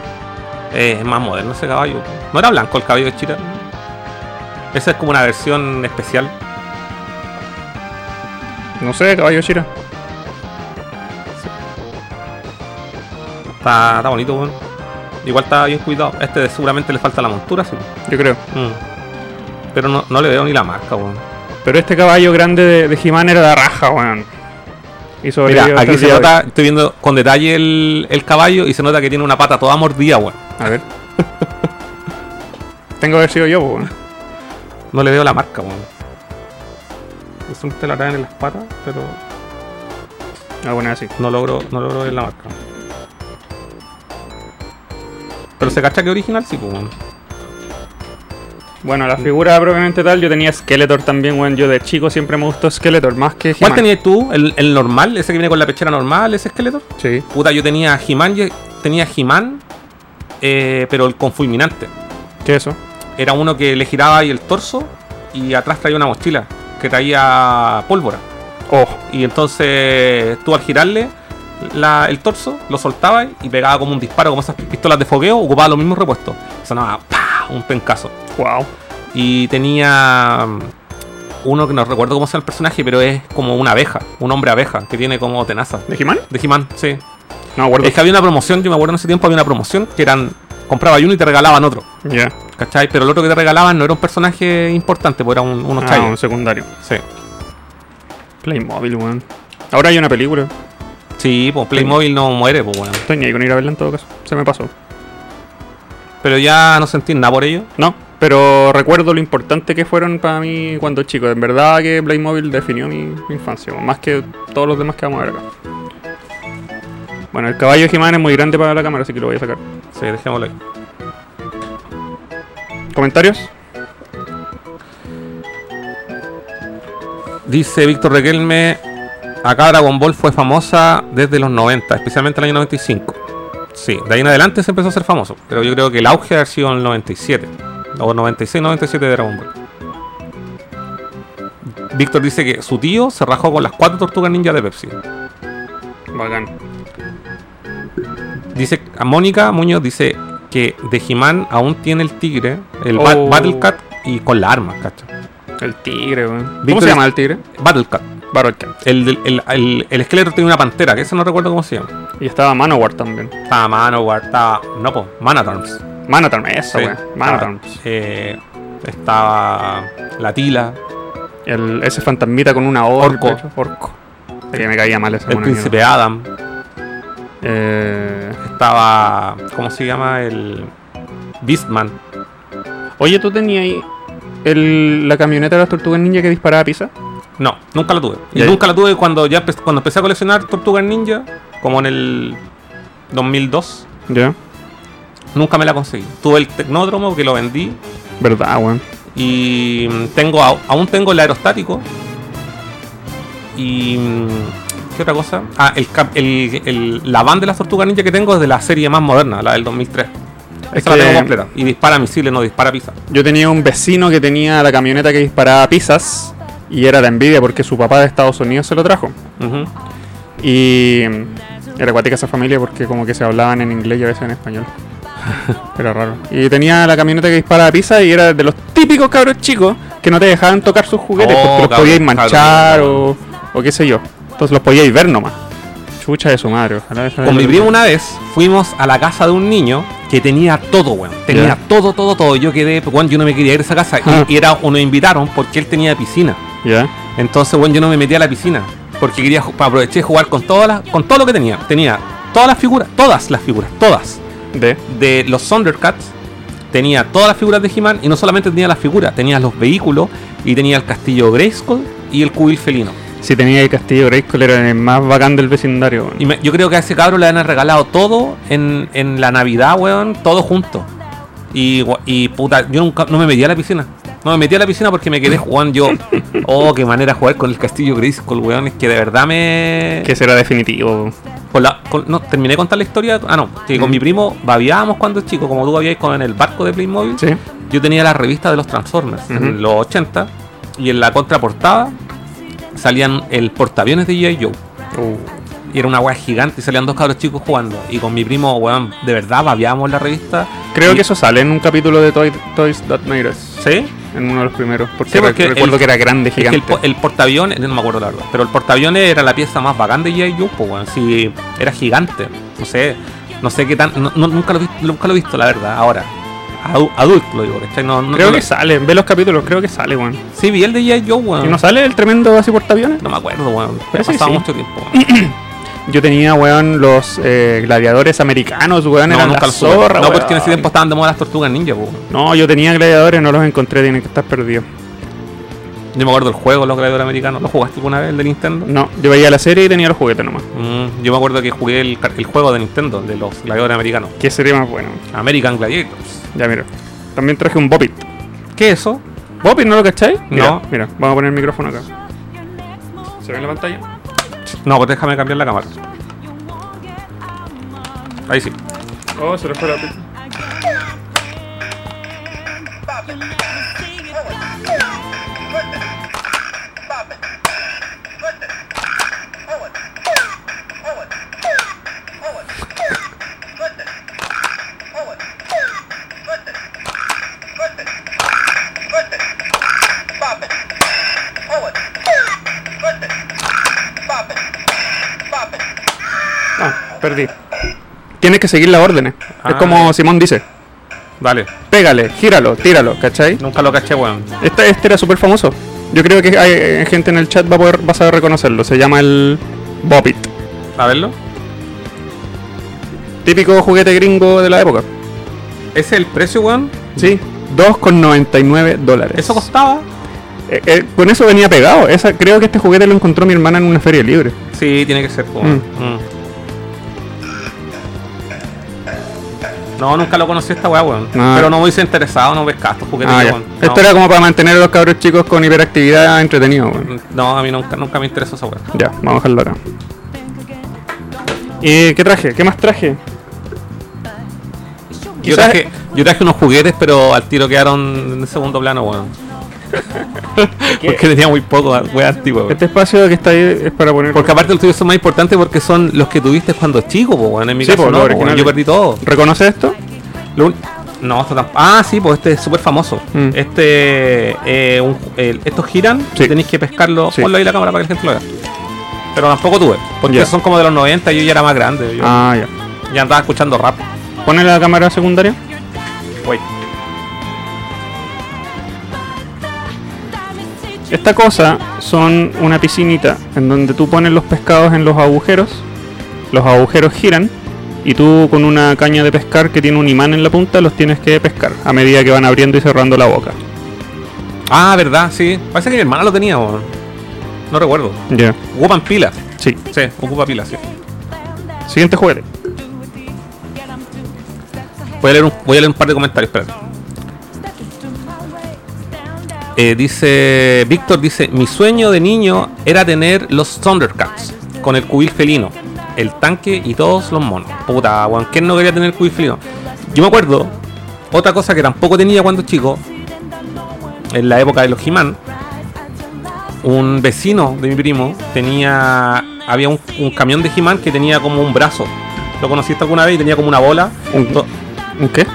Eh, es más moderno ese caballo. No era blanco el caballo de Chira. Esa es como una versión especial.
No sé, caballo de Shira.
Está, está bonito, weón. Igual está bien cuidado. Este seguramente le falta la montura, sí.
Yo creo.
Mm. Pero no, no le veo ni la marca, weón.
Pero este caballo grande de, de He-Man era de raja, weón. Y sobrevivió
Mira,
hasta
aquí
el
se
día de
nota, estoy viendo con detalle el, el caballo y se nota que tiene una pata toda mordida, weón.
hoy. A ver. Tengo que haber sido yo, pues, weón.
No le veo la marca, weón. Es un telaraña en las patas, pero
Ah, bueno, así.
no logro, no logro ver la marca. Pero se cacha que original sí, pues, weón.
Bueno,
Mm.
la figura propiamente tal, yo tenía Skeletor también, weón. Yo de chico siempre me gustó Skeletor, más que
¿Cuál
He-Man.
tenías tú? ¿El, el normal? ¿Ese que viene con la pechera normal? ¿Ese esqueleto?
Sí.
Puta, yo tenía He-Man, y- tenía He-Man, eh, pero el con fulminante.
¿Qué es eso?
Era uno que le giraba ahí el torso y atrás traía una mochila que traía pólvora.
Oh,
Y entonces tú al girarle la- el torso, lo soltabas y pegaba como un disparo, como esas pistolas de fogueo, ocupaba los mismos repuestos. Sonaba ¡pah! un pencazo.
wow.
Y tenía mm, uno que no recuerdo cómo se llama el personaje, pero es como una abeja, un hombre abeja que tiene como tenazas.
¿De He-Man?
De He-Man, sí.
No, guardo.
Es que había una promoción, yo me acuerdo en ese tiempo había una promoción que eran. Compraba uno y te regalaban otro,
Ya.
¿cachai? Pero el otro que te regalaban no era un personaje importante, pues eran un- unos
Ah, un
chayos.
secundario.
Sí.
Playmobil, weón. Ahora hay una película.
Sí, pues Playmobil no muere, pues bueno.
Soñé con ir a verla en todo caso. Se me pasó.
Pero ya no sentís nada por ello.
No, pero recuerdo lo importante que fueron para mí cuando chico. En verdad que Playmobil definió mi, mi infancia, pues, más que todos los demás que vamos a ver acá. Bueno, el caballo de He-Man es muy grande para la cámara, así que lo voy a sacar.
Sí, dejémoslo ahí.
¿Comentarios?
Dice Víctor Requelme, acá Dragon Ball fue famosa desde los 90, especialmente el año 95. Sí, de ahí en adelante se empezó a ser famoso, pero yo creo que el auge ha sido en el 97, o 96, 97 de Dragon Ball. Víctor dice que su tío se rajó con las cuatro tortugas ninja de Pepsi.
Bacán.
Dice a Mónica Muñoz dice que de He-Man aún tiene el tigre, el Ba-
Oh.
Battle Cat y con la arma, ¿cachai?
El tigre, weón. ¿Cómo
Víctor
se
es-
llama el tigre?
Battle Cat.
Barroca.
El, del- el- el- el esqueleto tiene una pantera, que eso no recuerdo cómo se llama.
Y estaba Manowar también.
Estaba Manowar, estaba. No, po, Manatarms.
Manatarm, esa,
Sí,
weón. Manatarm.
estaba, eh, estaba la tila,
El- Ese fantasmita con una O. en el
Orco.
pecho. Orco. De que me caía mal esa
el
mona
príncipe
mierda.
Adam,
Eh,
estaba. ¿Cómo se llama? El. Beastman.
Oye, ¿tú tenías ahí el- la camioneta de las tortugas ninja que disparaba pizza?
No, nunca la tuve. Y
Ya.
nunca la tuve cuando ya empe- cuando empecé a coleccionar Tortugas Ninja, como en el 2002.
Ya.
Nunca me la conseguí. Tuve el Tecnódromo que lo vendí
Verdad, weón.
Y mm, tengo au- aún tengo el aerostático. Y. mm, ¿Qué otra cosa? Ah, el, cap- el, el- la van de las tortugas ninja que tengo es de la serie más moderna, la del 2003.
Es
Esa la
que-
tengo completa. Y dispara misiles, no dispara pizza.
Yo tenía un vecino que tenía la camioneta que disparaba pizzas y era la envidia porque su papá de Estados Unidos se lo trajo.
Ujú.
Ah, Y mm, era cuática esa familia porque como que se hablaban en inglés y a veces en español. Era raro. Y tenía la camioneta que disparaba pizza y era de los típicos cabros chicos que no te dejaban tocar sus juguetes
Oh,
porque los
cabros,
podíais manchar
cabros.
o, o qué sé yo. Entonces los podíais ver nomás. Chucha de su madre. ojalá esa-
Con mi primo una vez fuimos a la casa de un niño que tenía todo, weón. Tenía
Ya.
todo, todo, todo. Yo quedé, weón, yo no me quería ir a esa casa.
Ah.
Y era, o nos invitaron porque él tenía piscina.
Ya.
Entonces, bueno, yo no me metí a la piscina porque quería ju- aproveché de jugar con todas las, con todo lo que tenía. Tenía todas las figuras, todas las figuras, todas
De.
de los Thundercats. Tenía todas las figuras de He-Man y no solamente tenía las figuras, tenía los vehículos y tenía el castillo Grayskull y el cubil felino.
Si tenía el castillo Grayskull era el más bacán del vecindario. weón.
Y me- yo creo que a ese cabro le han regalado todo en, en la Navidad, weón, todo junto. Y, gua- y puta, yo nunca no me metí a la piscina. No me metí a la piscina porque me quedé jugando yo. Oh, qué manera de jugar con el castillo Grayskull, weón. Es que de verdad me.
Que será definitivo.
Con la- con- no, terminé de contar la historia. Ah, no, que con
Mm.
mi primo babiábamos cuando chico, como tú babiáis con el barco de Playmobil.
Sí.
Yo tenía la revista de los Transformers
Ujú.
en los 80 y en la contraportada salían el portaaviones de G.I. Joe.
Uh.
Y era una weá gigante y salían dos cabros chicos jugando. Y con mi primo, weón, de verdad babiábamos la revista.
Creo
Y-
que eso sale en un capítulo de Toy- Toys That Made Us.
¿Sí?
En uno de los primeros. Porque,
Sí, porque
re-
el-
recuerdo que era grande,
Es que
gigante.
el, po- el portaaviones, no me acuerdo la verdad, pero el portaaviones era la pieza más bacán de G.I. Joe, pues, weón. Sí, era gigante. No sé, no sé qué tan. no- no- nunca, lo, vi- nunca lo he visto, la verdad, ahora. Adu- adulto, lo digo, ¿cachai? No, no-
creo
no
que
lo-
sale. Ve los capítulos, creo que sale, weón.
Sí, vi el de G.I. Joe, weón.
¿Y no sale el tremendo así portaaviones?
No me acuerdo, weón. Pero
Parece que
pasaba
sí.
mucho tiempo, weón.
Yo tenía, weón, los eh, gladiadores americanos, weón.
No,
eran
nunca
la
lo supe.
zorra,
No, pues,
weón.
porque en ese tiempo estaban de moda las tortugas ninja, weón.
No, yo tenía gladiadores, no los encontré, tienen que estar perdidos.
Yo me acuerdo del juego, los gladiadores americanos. ¿Lo jugaste alguna vez, el de Nintendo?
No, yo veía la serie y tenía los juguetes nomás.
Mm, yo me acuerdo que jugué el, car- el juego de Nintendo, de los gladiadores americanos.
¿Qué sería más bueno?
American Gladiators.
Ya, mira. También traje un Bopit.
¿Qué es eso?
¿Bopit no lo cacháis? Mira,
No.
Mira, vamos a poner el micrófono acá. ¿Se ve en la pantalla?
No, pues déjame cambiar la cámara. Ahí sí.
Oh, se le fue la pizza. Ah, perdí. Tienes que seguir las órdenes. es
Ah.
como Simón dice:
Dale.
pégale, gíralo, tíralo, ¿cachai?
Nunca lo caché, weón.
Este, este era súper famoso. Yo creo que hay eh, gente en el chat va a, poder, va a saber reconocerlo. Se llama el Bopit.
A verlo.
típico juguete gringo de la época.
¿Ese es el precio, weón?
Sí, 2,99 dólares.
¿Eso costaba?
Eh, eh, con eso venía pegado. Esa, creo que este juguete lo encontró mi hermana en una feria libre.
Sí, tiene que ser, weón. Mm. No, nunca lo conocí esta weá, weón.
Ah.
Pero no me hice interesado, no pescaba estos juguetes,
Ah, ya.
weón. No.
Esto era como para mantener a los cabros chicos con hiperactividad entretenidos. weón.
No, a mí nunca, nunca me interesó esa weá.
Ya, vamos a dejarlo acá. ¿Y qué traje? ¿Qué más traje?
Yo
Quizás-
traje, yo traje unos juguetes, pero al tiro quedaron en segundo plano, weón. porque tenía muy poco, weá, antiguo, weón.
Este espacio que está ahí es para poner.
Porque aparte los tuyos son más importantes porque son los que tuviste cuando chico, po, weón. En mi
Sí,
caso
po,
no,
los
po, weón.
originales.
yo perdí todo.
¿Reconoce esto?
Lo un- No, esto tampoco. Ah, sí, pues este es súper famoso.
Mm.
Este. eh, un- el- Estos giran,
Sí.
tenéis que pescarlo.
Sí.
Ponlo ahí en la cámara para que la gente lo vea. Pero tampoco tuve, porque
Ya.
son como de los 90 y yo ya era más grande. Yo
Ah, ya.
ya andaba escuchando rap.
Pone la cámara secundaria.
Güey.
Esta cosa son una piscinita en donde tú pones los pescados en los agujeros, los agujeros giran y tú con una caña de pescar que tiene un imán en la punta los tienes que pescar a medida que van abriendo y cerrando la boca.
Ah, verdad, sí. Parece que mi hermana lo tenía, weón. No recuerdo.
Ya,
Ocupan pilas.
sí.
Sí, ocupa pilas, sí.
Siguiente juguete.
Voy a leer un, voy a leer un par de comentarios, espérate. Eh, dice Víctor dice mi sueño de niño era tener los Thundercats con el cubil felino, el tanque y todos los monos. Puta, weón, ¿quién no quería tener el cubil felino? Yo me acuerdo otra cosa que tampoco tenía cuando chico, en la época de los He-Man, un vecino de mi primo tenía había un, un camión de He-Man que tenía como un brazo. Lo conociste alguna vez y tenía como una bola.
¿Un-
to-
¿Un qué?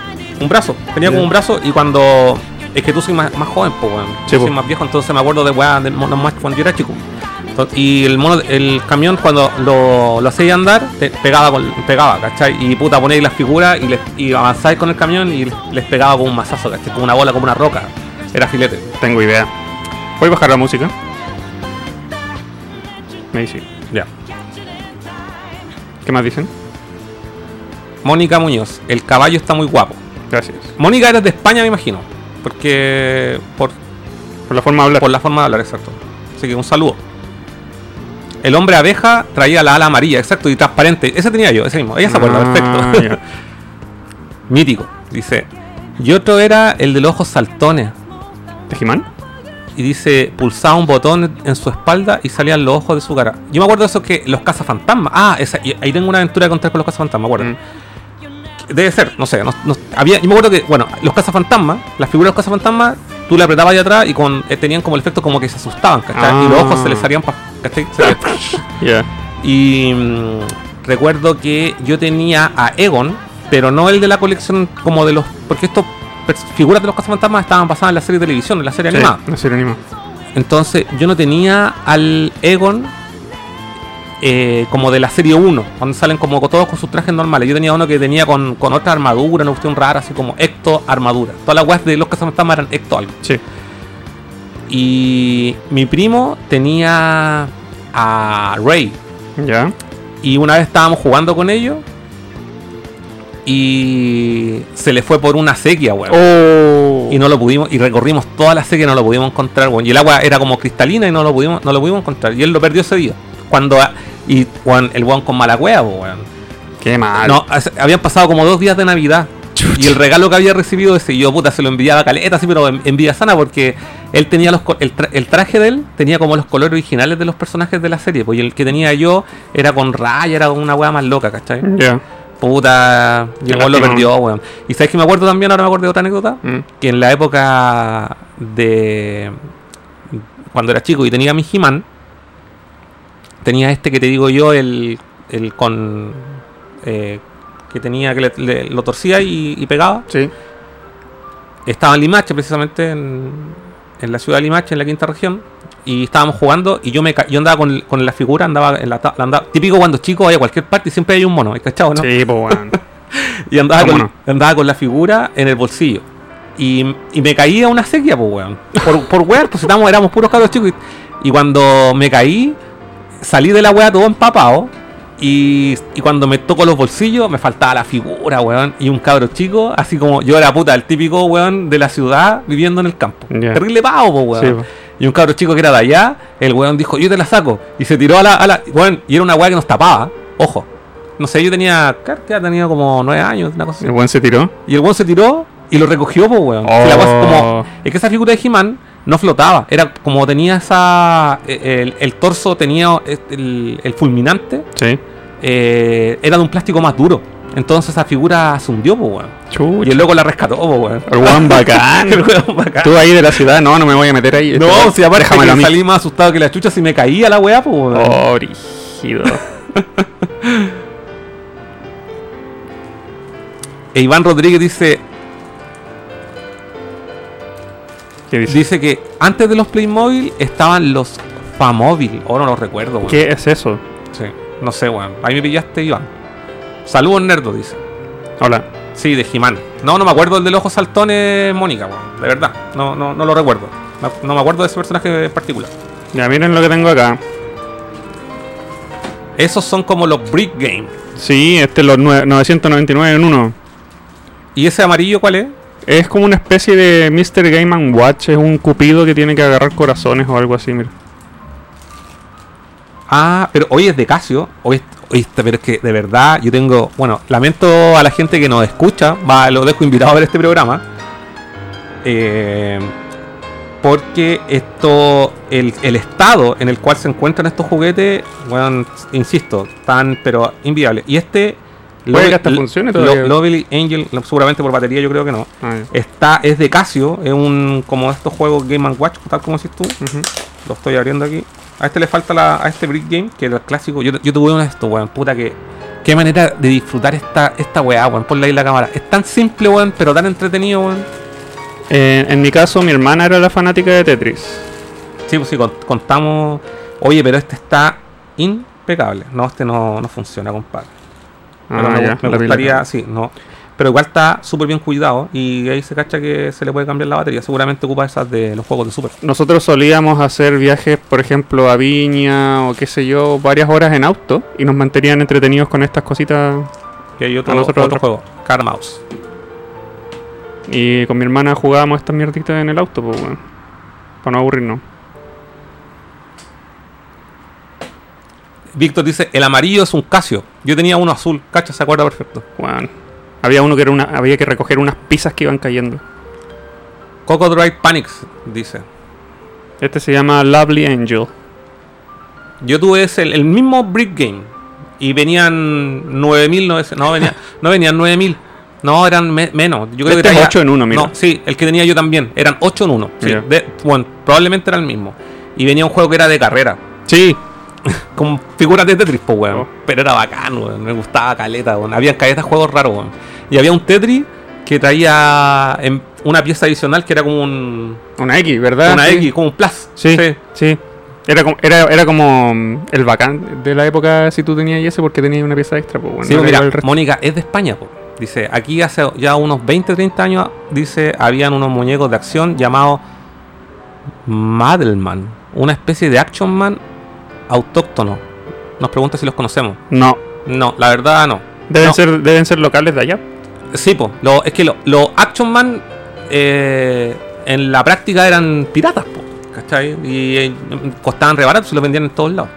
un brazo, tenía como un brazo y cuando. Es que tú soy más, más joven, pues, weón.
Sí,
Yo soy
po.
más viejo, entonces me acuerdo de weá, de monos más cuando yo era chico. Entonces, y el mono, el camión cuando lo, lo hacía andar, te pegaba, con, pegaba, ¿cachai? Y puta, ponéis las figuras y, les, y avanzáis con el camión y les pegaba con un mazazo, ¿cachai? Como una bola, como una roca. Era filete.
Tengo idea. Voy a bajar la música. Ahí sí.
Ya.
¿Qué más dicen?
Mónica Muñoz, el caballo está muy guapo.
Gracias.
Mónica era de España, me imagino. Porque. Por,
Por la forma de hablar.
Por la forma de hablar, exacto. Así que un saludo. El hombre abeja traía la ala amarilla, exacto, y transparente. Ese tenía yo, ese mismo. Ella se acuerda,
Ah,
perfecto.
ya.
Mítico, dice. Y otro era el de los ojos saltones.
¿De He-Man?
Y dice, pulsaba un botón en su espalda y salían los ojos de su cara. Yo me acuerdo de eso que los cazafantasmas. Ah, esa- y ahí tengo una aventura que contar con los cazafantasmas, me acuerdo.
Mm.
Debe ser, no sé. no- no- había, yo me acuerdo que, bueno, los cazafantasmas, las figuras de los cazafantasmas, tú le apretabas ahí atrás y con, eh, tenían como el efecto como que se asustaban, ¿cachai? Y los ojos se les
Ah.
salían para. ¿cachai? Se-
Ya.
y mm, recuerdo que yo tenía a Egon, pero no el de la colección como de los. Porque estos pers- figuras de los cazafantasmas estaban basadas en la serie de televisión, en la serie
Sí,
animada.
la serie animada.
Entonces yo no tenía al Egon eh, como de la serie 1, cuando salen como todos con sus trajes normales. Yo tenía uno que tenía con, con otra armadura, una cuestión rara, así como Ecto armadura. Todas las weas de los cazafantasmas eran Ecto algo.
Sí.
Y mi primo tenía a Rey.
Ya.
Y una vez estábamos jugando con ellos. Y se le fue por una sequía, weón.
Oh.
Y no lo pudimos, y recorrimos toda la sequía y no lo pudimos encontrar, weón. Y el agua era como cristalina y no lo pudimos, no lo pudimos encontrar. Y él lo perdió ese día. Cuando a- y weón, el weón con mala cueva, po, weón.
Qué mal.
No, as- habían pasado como dos días de Navidad. Y el regalo que había recibido ese, y yo puta, se lo enviaba a Caleta, sí, pero en, envidia sana, porque él tenía los co- el, tra- el traje de él tenía como los colores originales de los personajes de la serie, pues y el que tenía yo era con raya, era una weá más loca, ¿cachai?
Ya.
Puta, y
Mm. Qué
el weón lo
lástima.
perdió, weón. Y sabes que me acuerdo también, ahora me acuerdo de otra anécdota,
Mm.
que en la época de cuando era chico y tenía mi He-Man, tenía este que te digo yo, el, el con eh, que tenía que le- le- lo torcía y, y pegaba.
Sí.
Estaba en Limache, precisamente en, en la ciudad de Limache, en la quinta región. Y estábamos jugando y yo me ca- yo andaba con, con la figura, andaba en la, ta- la andaba- típico cuando chico hay a cualquier parte y siempre hay un mono, ¿cachado? No?
Sí, pues bueno.
Y andaba
Ah, ¿Cómo
con, andaba con la figura en el bolsillo. Y, y me caía una sequía, pues, weón. Por, por weón, pues estábamos, éramos puros cabros chicos. Y, y cuando me caí, salí de la weá todo empapado. Y, y cuando me toco los bolsillos, me faltaba la figura, weón. Y un cabro chico, así como yo era puta, el típico weón de la ciudad viviendo en el campo.
Ya.
Terrible pavo, po, weón.
Sí, pues. po.
Y un cabro chico que era de allá, el weón dijo, yo te la saco. Y se tiró a la. A la weón, y era una weá que nos tapaba. Ojo. No sé, yo tenía. ¿Qué edad tenía? Como nueve años, una cosa así.
El buen se tiró.
Y el weón se tiró y lo recogió, pues, weón. Si la weá es como-
Oh.
es que esa figura de He-Man no flotaba. Era como tenía esa. e, El, el torso tenía el, el fulminante.
Sí.
eh, era de un plástico más duro. Entonces esa figura se hundió, pues, weón. Y
Chucha.
el loco la rescató, pues, weón.
El buen bacán.
El weón bacán.
Tú ahí de la ciudad, no, no me voy a meter ahí. Este,
No, si aparte que
déjamelo a mí.
salí más asustado que la chucha si me caía la weá, pues, weón.
Oh, brígido.
E Iván Rodríguez dice,
¿Qué dice?
dice que antes de los Playmobil estaban los Famóvil. Ahora no los recuerdo, weón.
¿Qué es eso?
Sí, no sé, weón. Ahí me pillaste, Iván. Saludos, nerdo, dice.
Hola.
Sí, de Jimán. No, no me acuerdo el del ojo saltón es Mónica, weón. De verdad. No, no, no lo recuerdo. No- No me acuerdo de ese personaje en particular.
Ya miren lo que tengo acá.
Esos son como los Brick Game.
Sí, este es los nue- 999 en uno.
¿Y ese amarillo cuál es?
Es como una especie de Mr. Game and Watch. Es un cupido que tiene que agarrar corazones o algo así, mira.
Ah, pero hoy es de Casio. Hoy, es- hoy está- pero es que de verdad yo tengo. Bueno, lamento a la gente que nos escucha. Va, lo dejo invitado a ver este programa. Eh, porque esto. El, el estado en el cual se encuentran estos juguetes. Bueno, insisto, tan pero inviable. Y este.
Puede que
Lovely-
hasta funcione
Lo-
todavía.
Lovely Angel, no, seguramente por batería, yo creo que no.
Ah, ya.
Está, es de Casio, es un como estos juegos Game and Watch, tal como decís tú.
Ujú.
Lo estoy abriendo aquí. A este le falta la, a este Brick Game, que era el clásico. Yo, yo tuve uno de estos, weón. Puta que. Qué manera de disfrutar esta, esta weá, weón. Ponle ahí la cámara. Es tan simple, weón, pero tan entretenido, weón.
Eh, en mi caso, mi hermana era la fanática de Tetris.
Sí, pues sí, cont- contamos. Oye, pero este está impecable. No, este no, no funciona, compadre. Pero
Ah,
me,
ya,
gu- me
la pila
gustaría,
acá.
sí, no. Pero igual está súper bien cuidado y ahí se cacha que se le puede cambiar la batería. Seguramente ocupa esas de los juegos de Super.
Nosotros solíamos hacer viajes, por ejemplo, a Viña o qué sé yo, varias horas en auto y nos mantenían entretenidos con estas cositas.
Y hay otro,
A
otro,
nosotros otro.
juego, Car Mouse.
Y con mi hermana jugábamos estas mierditas en el auto, pues, weón. Para no aburrirnos.
Víctor dice, el amarillo es un Casio. Yo tenía uno azul, cacha, se acuerda perfecto.
Weón. Había uno que era una, había que recoger unas pizzas que iban cayendo.
Coco Drive Panics, dice.
Este se llama Lovely Angel.
Yo tuve ese, el, el mismo Brick Game. Y venían 9.000, no, venía, no venían 9.000. No, eran me- menos. Yo creo
Este
que
es
traía-
ocho en uno, mira.
No, sí, el que tenía yo también. Eran 8 en 1. Sí,
Mira.
de- bueno, probablemente era el mismo. Y venía un juego que era de carrera.
Sí,
con figuras de Tetris, pues, weón.
Oh.
Pero era bacán, weón. Me gustaba caleta, weón. Había caletas juegos raros, weón. Y había un Tetris que traía en- una pieza adicional que era como un,
una X, ¿verdad?
una
Ah, Sí.
X, como un plus.
Sí, sí. Era, como, era, era como mm, el bacán de la época si tú tenías ese porque tenías una pieza extra, pues, weón.
Sí,
No era
mira,
igual el resto.
Mónica es de España, po. Dice, aquí hace ya unos 20, 30 años, dice, habían unos muñecos de acción llamados Madelman, una especie de Action Man autóctono. Nos pregunta si los conocemos.
No,
No, la verdad no.
deben,
No.
Ser, deben ser locales de allá.
Sí, po. Lo, es que los Action Man eh, en la práctica eran piratas, po, ¿cachai? Y eh, costaban re barato, se los vendían en todos lados.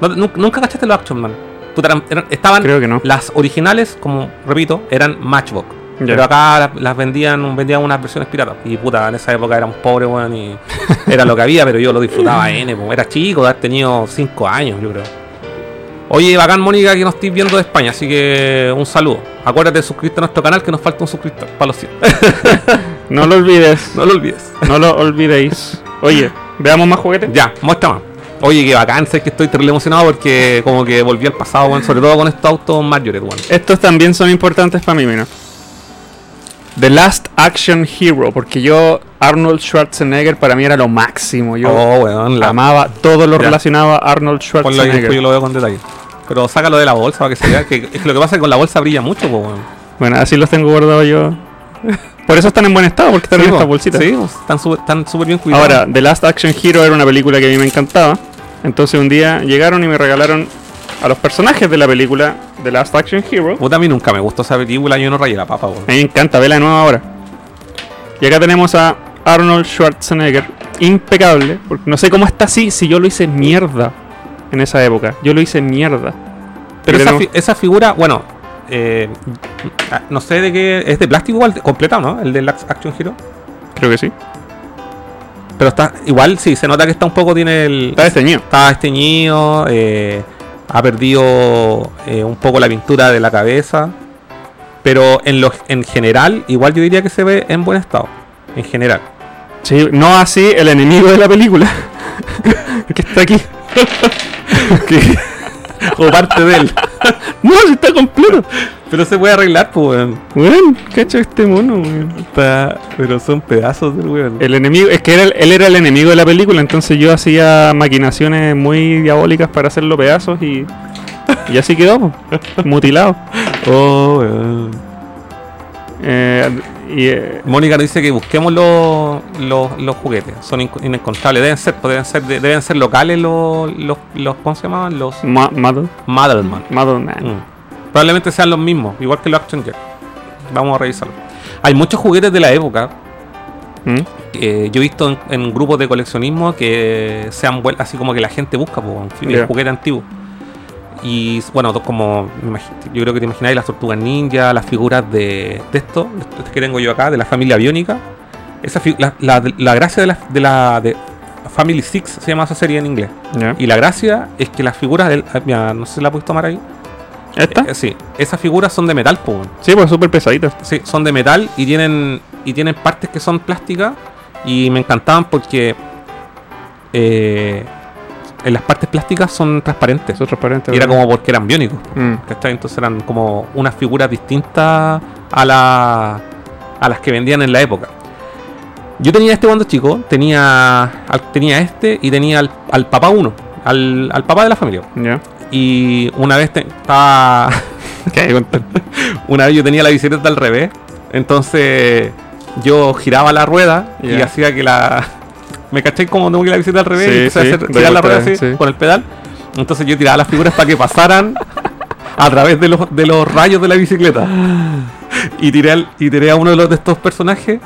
po. No- nu- ¿Nunca cachaste los Action Man? Puta, eran- eran- estaban
Creo que no.
las originales, como repito, eran Matchbox.
Ya.
Pero acá las, las vendían vendían unas versiones piratas. Y puta, en esa época éramos pobres, weón, y era lo que había, pero yo lo disfrutaba N, po. era chico, de haber tenido 5 años, yo creo. Oye, bacán Mónica que nos estés viendo de España, así que un saludo. Acuérdate de suscribirte a nuestro canal que nos falta un suscriptor para los 100.
No lo olvides.
no lo olvides.
no lo olvidéis. Oye, veamos más juguetes.
Ya, muestra más. Oye, qué bacán, sé que estoy terrible emocionado porque como que volví al pasado, weón, sobre todo con estos autos mayores, weón.
Estos también son importantes para mí, mira. The Last Action Hero, porque yo, Arnold Schwarzenegger, para mí era lo máximo. Yo
Oh, weón, la
amaba todo lo
Ya.
relacionado a Arnold
Ponlo ahí, después yo
Schwarzenegger.
lo veo con detalle. Pero sácalo de la bolsa para que se vea que, es que lo que pasa es que con la bolsa brilla mucho, po, weón.
Bueno, así los tengo guardados yo. Por eso están en buen estado, porque están
Sí,
en
po.
estas bolsitas.
Sí, po, están súper están súper bien cuidados.
Ahora, The Last Action Hero era una película que a mí me encantaba. Entonces un día llegaron y me regalaron a los personajes de la película The Last Action Hero.
Puta, a mí nunca me gustó esa película, yo no rayé la papa, weón.
A mí me encanta, vela de nuevo ahora. Y acá tenemos a Arnold Schwarzenegger, impecable, porque no sé cómo está así si yo lo hice mierda en esa época. Yo lo hice mierda.
Pero
Y
esa,
tenemos-
fi- esa figura, bueno, eh, ah, no sé de qué. Es de plástico igual, completado, ¿no? El del Ax- Action Hero.
creo que sí.
Pero está igual, sí, se nota que está un poco, tiene el.
Está este, desteñido.
está esteñido, eh, ha perdido eh, un poco la pintura de la cabeza. Pero en, lo, en general, igual yo diría que se ve en buen estado. En general.
Sí, no así el enemigo de la película. que está aquí.
O parte de él.
No, si está completo.
Pero se puede arreglar, pues, weón.
Weón, cacha este mono, weón.
Está- Pero son pedazos del weón.
El enemigo, es que era el- él era el enemigo de la película, entonces yo hacía maquinaciones muy diabólicas para hacerlo pedazos y. Y así quedó, po, mutilado.
Oh, weón.
Eh, y, eh,
Mónica nos dice que busquemos los, los, los juguetes, son inc- inencontrables, deben ser, pues, deben ser, de- deben ser locales los, los, los ¿cómo se llamaban? Los
Ma- Mad-
Madelman.
Madman.
Mm. Probablemente sean los mismos, igual que los Action Jack. Vamos a revisarlo. Hay muchos juguetes de la época.
¿Mm?
que eh, yo he visto en, en grupos de coleccionismo que se han vuelto así como que la gente busca po, en fin,
Ya.
el juguete antiguo. Y bueno, to- como me imagi- yo creo que te imagináis las tortugas ninja, las figuras de, de esto, de esto que tengo yo acá, de la familia biónica. Esa fi- la, la- la gracia de la, de la de Family Six se llama esa serie en inglés.
Ya.
Y la gracia es que las figuras del. ah, mira, no sé si la puedes tomar ahí.
¿Esta?
Eh, sí, esas figuras son de metal, po, weón.
Sí, pues súper pesadita.
Sí, son de metal y tienen y tienen partes que son plásticas y me encantaban porque eh, en las partes plásticas son transparentes.
Eso es transparente.
Y era
¿verdad?
como porque eran biónicos.
Mm.
¿cachai? Entonces eran como unas figuras distintas a, la, a las que vendían en la época. Yo tenía este cuando chico, tenía, al- tenía este y tenía al, al papá uno, al, al papá de la familia.
Mm, Ya.
Y una vez te- estaba. una vez yo tenía la bicicleta al revés. Entonces yo giraba la rueda y
Ya.
hacía que la. Me caché como tengo que la bicicleta al revés
Sí,
y empecé a
sí,
hacer-
doy
girar la rueda
vuelta,
así
sí.
con el pedal. Entonces yo tiraba las figuras para que pasaran a través de los, de los rayos de la bicicleta. Y tiré, al- y tiré a uno de, los, de estos personajes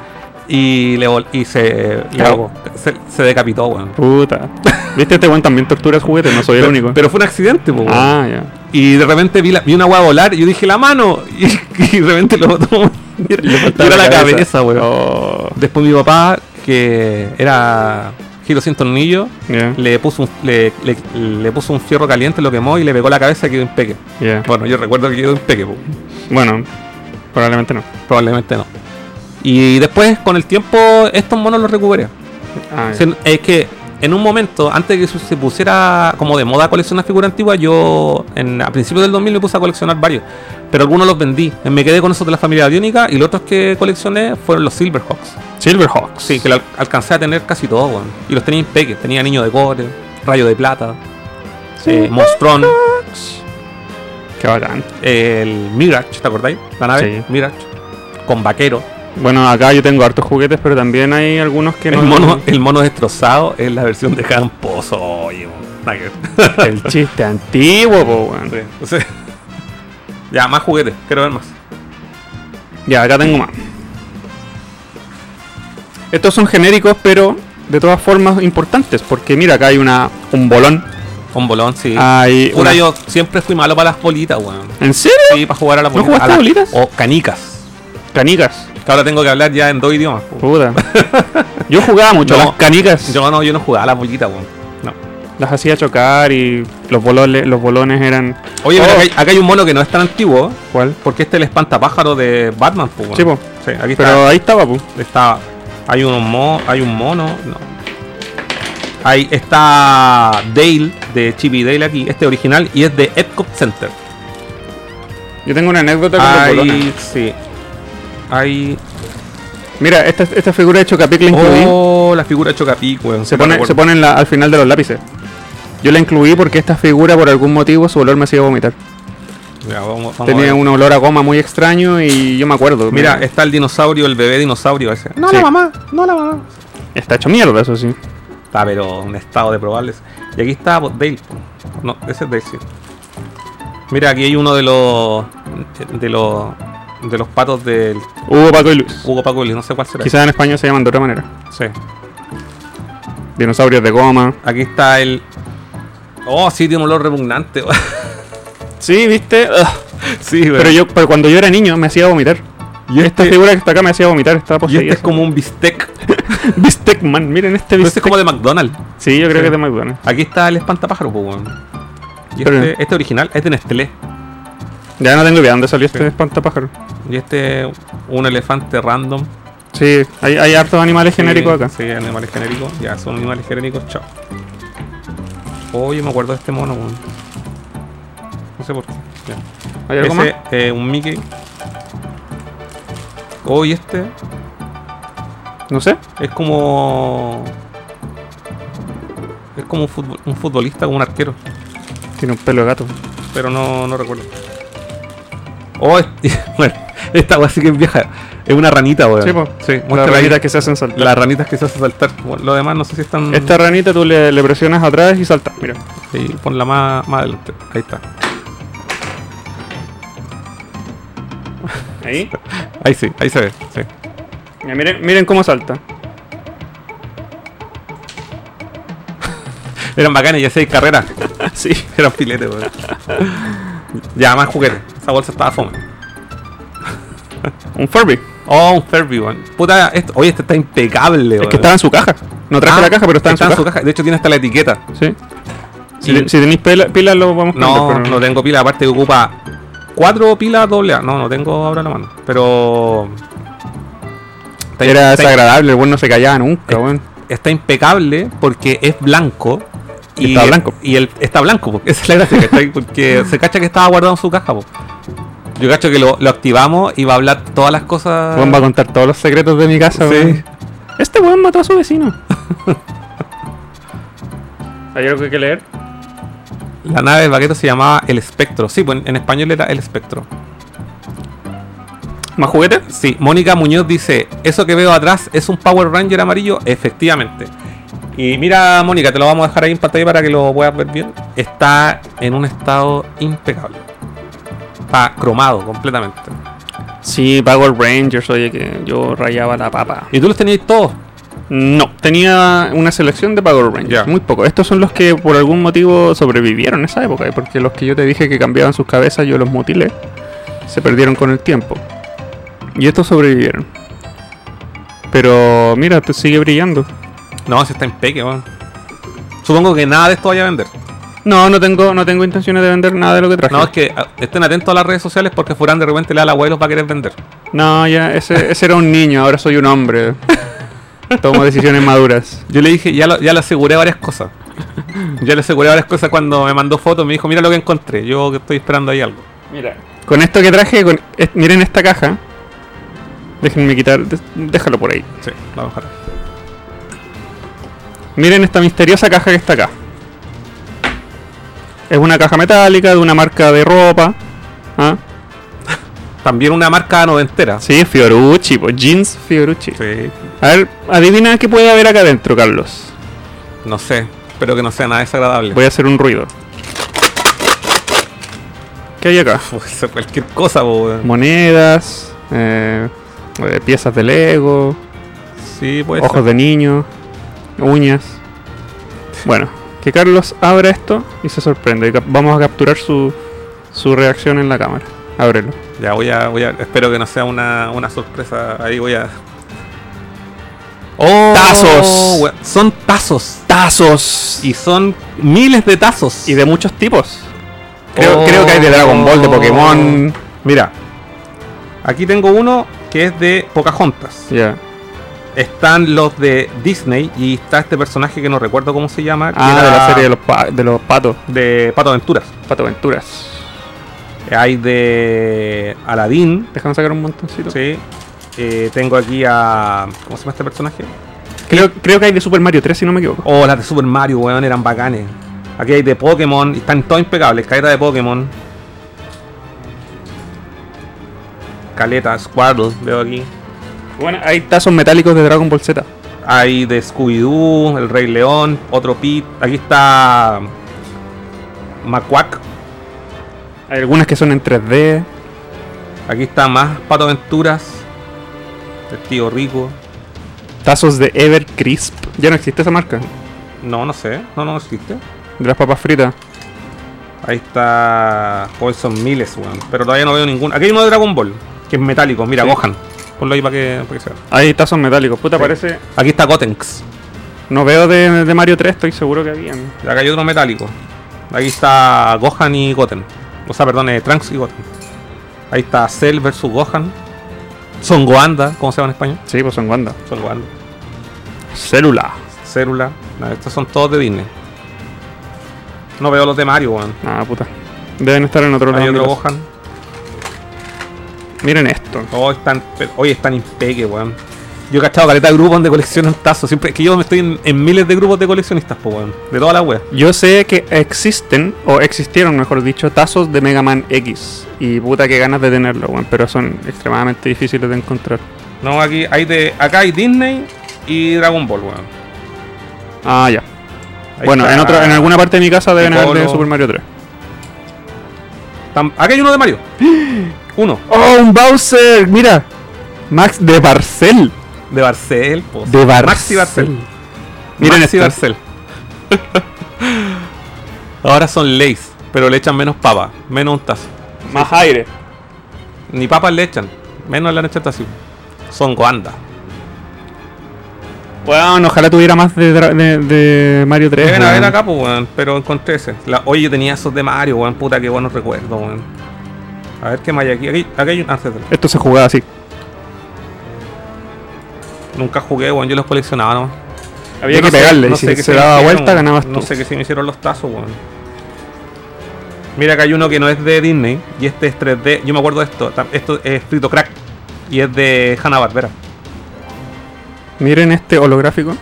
y, le, vol- y se, le-
Claro.
se, se decapitó, weón.
Puta. ¿Viste? Este weón también tortura juguetes, no soy el
Pero,
único.
pero fue un accidente, po, weón.
ah, ya.
Y de repente vi, la- vi una hueá volar y yo dije, la mano. Y, y de repente lo tomó. Y era, y era la cabeza, weón.
Oh,
Después mi papá, que era giro sin tornillo,
Ya,
le puso, un, le, le- le puso un fierro caliente, lo quemó y le pegó la cabeza y quedó en peque.
ya.
Bueno, yo recuerdo que quedó en peque, po.
Bueno, probablemente no.
probablemente no. Y después, con el tiempo, estos monos los recuperé.
Ah, ya.
Se- Es que en un momento, antes de que se- se pusiera como de moda coleccionar figuras antiguas, yo en, a principios del 2000 me puse a coleccionar varios. Pero algunos los vendí. Me quedé con esos de la familia biónica y los otros que coleccioné fueron los Silverhawks.
Silverhawks.
Sí, que lo al- alcancé a tener casi todos, weón. Y los tenía impeque. Tenía niño de cobre, rayo de plata, eh, Monstrón,
Qué bacán.
el Mirage, ¿te acordáis? La nave,
Sí.
Mirage. Con vaquero.
Bueno, acá yo tengo hartos juguetes, pero también hay algunos que
El
no.
mono, el mono destrozado es la versión de Han Pozo, oye, weón. Nada que ver.
El chiste antiguo, po, weón.
Sí, o sea, ya, más juguetes, quiero ver más.
Ya, acá tengo más. Estos son genéricos, pero de todas formas importantes, porque mira, acá hay una un bolón.
Con bolón, sí.
Hay
Puta,
Ah, una-
yo siempre fui malo para las bolitas, weón.
¿En serio?
Sí, para jugar a las
¿No jugaste
a las-
bolitas?
O canicas.
Canicas.
Que ahora tengo que hablar ya en dos idiomas. po.
Puta. Yo jugaba mucho a
No,
las canicas.
Yo no, yo no jugaba a las bolitas, weón. No.
Las hacía chocar y los bolones, los bolones eran.
Oye, pero
Oh,
acá hay, acá hay un mono que no es tan antiguo,
¿Cuál?
porque este es el espantapájaro de Batman, po, weón.
Sí, po.
Sí, aquí
Pero ahí estaba, pu.
está. está- hay, unos mo- hay un mono. No. Ahí está Dale, de Chip y Dale aquí, este original, y es de Epcot Center.
Yo tengo una anécdota con los bolones.
Hay, sí. Hay.
Mira, esta, esta figura de Chocapic la incluí.
Oh, la figura Chocapic, weón.
eh. Se pone, se pone en la- al final de los lápices. Yo la incluí porque esta figura, por algún motivo, su olor me hacía vomitar.
Ya, vamos- vamos
Tenía
a ver.
un olor a goma muy extraño y yo me acuerdo.
eh. Mira, está el dinosaurio, el bebé dinosaurio ese. No,
Sí.
la mamá, no la mamá.
está hecho mierda, eso sí.
pues, Está, pero en estado de probables. Y aquí está Dale. po. No, ese es Dale, sí. Mira, aquí hay uno de los. de los. de los patos del
Hugo, Paco y Luis.
Hugo Paco Luis, no sé cuál será.
Quizás en España se llaman de otra manera.
Sí.
Dinosaurios de goma.
Aquí está el. Oh, sí, tiene un olor repugnante.
Sí, viste.
sí, güey.
Pero yo, pero cuando yo era niño me hacía vomitar.
Y
Esta
este-
figura que está acá me hacía vomitar, estaba
y
poseída.
este es como un bistec.
Bistec Man, miren este
Pero este
bistec.
es como de McDonald's.
Sí, yo creo
Sí.
que es de McDonald's.
Aquí está el espantapájaro, pues, weón. Y
Pero-
este, este original es de Nestlé.
Ya no tengo idea dónde salió
Sí.
este espantapájaro.
Y este es un elefante random.
Sí, hay, hay hartos animales genéricos
Sí,
acá.
Sí, animales genéricos. Ya, son animales genéricos, chao. Oh, yo me acuerdo de este mono, weón. No sé por qué. Ya.
¿Hay algo
Ese,
más?
eh, un Mickey. Oh, y este
No sé.
es como. Es como un, futbol- un futbolista, como un arquero,
Tiene un pelo de gato.
pero no, no recuerdo. Oh, es- bueno, esta weá sí que es vieja. Es una ranita, weón.
Sí, po.
muestra
Las
ahí.
ranitas que se hacen saltar.
Las ranitas que se hacen saltar. Bueno, Lo demás no sé si están.
Esta ranita tú le, le presionas atrás y saltas, mira.
Sí, ponla más, más adelante. Ahí está.
Ahí.
Ahí sí, ahí se ve. Sí.
Mira, miren, miren cómo salta.
Eran bacanes, ya seis carreras.
sí.
Eran filetes, weón. ya, más juguetes. Esa bolsa estaba fome.
Un Furby.
Oh, un Furby, weón. Puta, esto, oye, este está impecable,
Es que estaba en su caja. No
Ah,
traje la caja, pero está en su caja.
De hecho, tiene hasta la etiqueta.
Sí. Si,
Y-
si tenéis pila- pilas, lo vamos a
No, no tengo pila, aparte que ocupa cuatro pilas doble A. No, no tengo ahora la mano. Pero. Está,
Era
está-
desagradable, el buen no se callaba nunca, weón.
está impecable porque es blanco.
Y está blanco.
Y el, está blanco, porque esa es la gracia, ¿cachai? Porque se cacha que estaba guardado en su caja, po. Yo cacho que lo, lo activamos y va a hablar todas las cosas.
Juan va a contar todos los secretos de mi casa,
Sí.
weón. Este weón mató a su vecino. ¿Hay algo que hay que leer?
La nave de Bagueto se llamaba El Espectro. Sí, pues en- en español era El Espectro.
¿Más juguetes?
Sí, Mónica Muñoz dice, eso que veo atrás es un Power Ranger amarillo, efectivamente. Y mira, Mónica, te lo vamos a dejar ahí en pantalla para que lo puedas ver bien. Está en un estado impecable. Está cromado completamente.
Sí, Power Rangers, oye, que yo rayaba la papa.
Y tú los tenías todos.
No, tenía una selección de Power
Ya.
Rangers, muy poco. Estos son los que por algún motivo sobrevivieron esa época, ¿eh? porque los que yo te dije que cambiaban sus cabezas, yo los mutilé, se perdieron con el tiempo. Y estos sobrevivieron. Pero mira, te sigue brillando.
No, si está en peque, weón. Supongo que nada de esto vaya a vender.
No, no tengo, no tengo intenciones de vender nada de lo que traje.
No, es que ah, estén atentos a las redes sociales porque Furán de repente le da la web y los va a querer vender.
No, ya, ese, ese era un niño, ahora soy un hombre. Tomo decisiones maduras.
Yo le dije, ya, lo- ya le aseguré varias cosas. Ya le aseguré varias cosas cuando me mandó fotos. Me dijo, mira lo que encontré. Yo que estoy esperando ahí algo.
Mira. Con esto que traje, con, es- miren esta caja. Déjenme quitar, de- déjalo por ahí.
Sí, la vamos a dejar.
Miren esta misteriosa caja que está acá. Es una caja metálica de una marca de ropa. ¿Ah?
También una marca noventera.
Sí, Fiorucci, pues, jeans Fiorucci.
Sí.
A ver, adivina qué puede haber acá adentro, Carlos.
No sé. Espero que no sea nada desagradable.
Voy a hacer un ruido. ¿Qué hay acá?
Puede ser cualquier cosa, po, weón.
Monedas, eh, eh, piezas de Lego,
Sí, puede
ojos de niño, uñas. Bueno, que Carlos abra esto y se sorprende. Y cap- Vamos a capturar su, su reacción en la cámara. Ábrelo.
ser. Ya voy a, voy a. Espero que no sea una, una sorpresa. Ahí voy a. ¡Oh!
¡Tazos!
weón. Son tazos.
¡Tazos! Y,
Y son miles de tazos.
y de muchos tipos. Oh. Creo,
Oh.
creo que hay de Dragon Ball, de Pokémon.
Mira. Aquí tengo uno que es de Pocahontas.
Ya.
Están los de Disney y está este personaje que no recuerdo cómo se llama. que
Ah,
era
de la serie de los, pa- de los patos.
de Pato Aventuras.
Pato Aventuras.
Hay de Aladdin.
Déjame sacar un montoncito.
Sí. Eh, tengo aquí a. ¿Cómo se llama este personaje?
Creo, creo que hay de Super Mario 3, si no me equivoco.
Oh, las de Super Mario, weón, eran bacanes. Aquí hay de Pokémon, y están todos impecables. Caleta de Pokémon. Caleta, Squirtle, veo aquí.
Bueno, hay tazos metálicos de Dragon Ball Z.
Hay de Scooby-Doo, El Rey León, otro Pit. Aquí está. Macuac.
Hay algunas que son en 3D.
Aquí está más Pato Aventuras. El tío rico.
Tazos de Evercrisp. Ya no existe esa marca.
No, no sé. No, no existe.
De las papas fritas.
Ahí está. Hoy son miles, weón. Pero todavía no veo ningún. Aquí hay uno de Dragon Ball, que es metálico. Mira,
Sí.
Gohan. Ponlo ahí para que, para que se vea.
Hay tazos metálicos. Puta,
Sí.
parece.
Aquí está Gotenks.
No veo de, de Mario 3, estoy seguro que habían.
Y Acá hay otro metálico. Aquí está Gohan y Goten. O sea, perdón, eh, Trunks y Goten. Ahí está Cell versus Gohan. Son Goanda, ¿cómo se llama en español?
Sí, pues son Wanda.
Son Goanda.
Célula.
Célula. No, estos son todos de Disney. No veo los de Mario, weón.
Ah, puta. Deben estar en otro
Hay
lado.
otro
amigos.
Gohan.
Miren esto.
Hoy están, pero hoy están impeque, weón. Yo he cachado caleta de grupos donde coleccionan tazos. Siempre es que yo me estoy en, en miles de grupos de coleccionistas, po, weón. De todas las weas.
Yo sé que existen, o existieron, mejor dicho, tazos de Mega Man X. Y puta, que ganas de tenerlo, weón. Pero son extremadamente difíciles de encontrar.
No, aquí hay de. Acá hay Disney y Dragon Ball, weón.
Ah, ya.
Ahí
bueno,
está-
en, otro, en alguna parte de mi casa deben haber de
Piccolo.
Super Mario 3.
tam- acá hay uno de Mario. Uno.
¡Oh, un Bowser! Mira. Max de Barcel.
De Barcel, po.
De Barcel.
Maxi Barcel.
Miren
Maxi
esto.
Barcel. Ahora son Lays, pero le echan menos papa, menos un tazo.
Más aire.
Ni papas le echan, menos la han echado así. Son Goanda.
Bueno, ojalá tuviera más de, dra- de- de Mario 3.
Deben
weón.
haber acá, pues, weón, pero encontré ese. La, oye, yo tenía esos de Mario, weón, puta, qué buenos recuerdos, weón. A ver qué más hay aquí. Aquí, aquí hay un. ah, cétera.
Esto se jugaba así.
Nunca jugué, weón, yo los coleccionaba, ¿no?
Había
Yo
que
no sé-
pegarle.
no
si
sé qué
se daba
me hicieron,
vuelta,
weón.
ganabas tú.
No sé qué se me hicieron los tazos, weón. Mira que hay uno que no es de Disney y este es 3D. Yo me acuerdo de esto. tam- Esto es escrito crack y es de Hanna Barbera.
Miren este holográfico.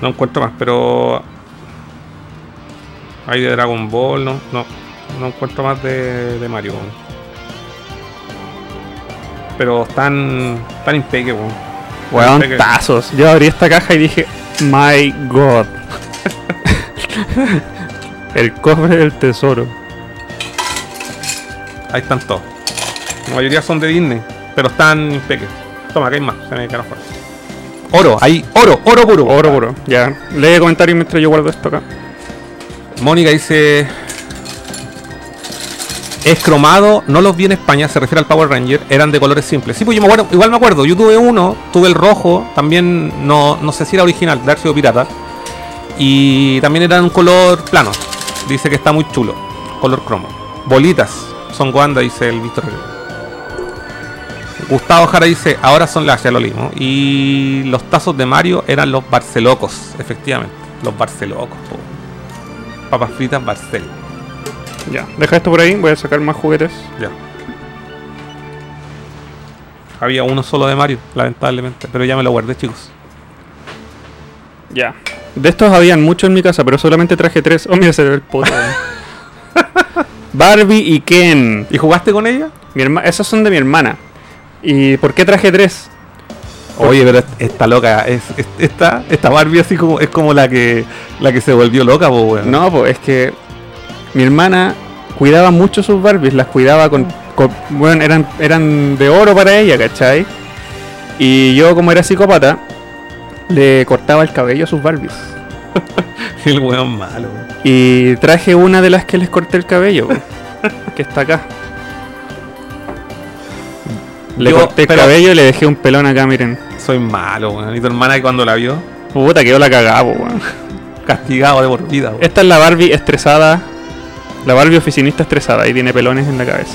No encuentro más, pero. Hay de Dragon Ball, no, no. No encuentro más de, de Mario, weón. Pero están. están impeque, weón. Están
Weón,
impeque.
tazos. Yo abrí esta caja y dije, My God. El cofre del tesoro.
Ahí están todos. La mayoría son de Disney, pero están impeque. Toma, que hay más, se me quedaron fuera. Oro, ahí, oro, oro puro.
Oro puro. Ya. Lee comentarios mientras yo guardo esto acá.
Mónica dice. Es cromado, no los vi en España, se refiere al Power Ranger, eran de colores simples. Sí, pues yo me acuerdo, igual me acuerdo, yo tuve uno, tuve el rojo, también no, no sé si era original, de haber sido pirata. Y también era un color plano. Dice que está muy chulo. Color cromo. Bolitas. Son Goanda, dice el Víctor. Herrera. Gustavo Jara dice, ahora son las, ya lo leímos. Y los tazos de Mario eran los Barcelocos, efectivamente. Los Barcelocos. po. Papas fritas Barcel.
Ya. Deja esto por ahí. Voy a sacar más juguetes.
Ya. Había uno solo de Mario, lamentablemente. Pero ya me lo guardé, chicos.
Ya. De estos habían muchos en mi casa, pero solamente traje tres. Oh, mira, se ve el poto. Barbie y Ken.
¿Y jugaste con ella?
Mi herma- esos son de mi hermana. ¿Y por qué traje tres?
Oye, pero esta loca, es, es- esta, esta Barbie así como es como la que la que se volvió loca, po, weón.
No, pues es que mi hermana cuidaba mucho sus Barbies, las cuidaba con... con- bueno, eran, eran de oro para ella, ¿cachai? Y yo como era psicópata, le cortaba el cabello a sus Barbies.
El weón malo, weón.
Y traje una de las que les corté el cabello, que está acá. Le
Yo-
corté el
pero-
cabello y le dejé un pelón acá, miren.
Soy malo, weón. Y tu hermana cuando la vio,
Puta, quedó la cagada, po, weón.
castigado de por vida, weón.
Esta es la Barbie estresada. La Barbie oficinista estresada y tiene pelones en la cabeza.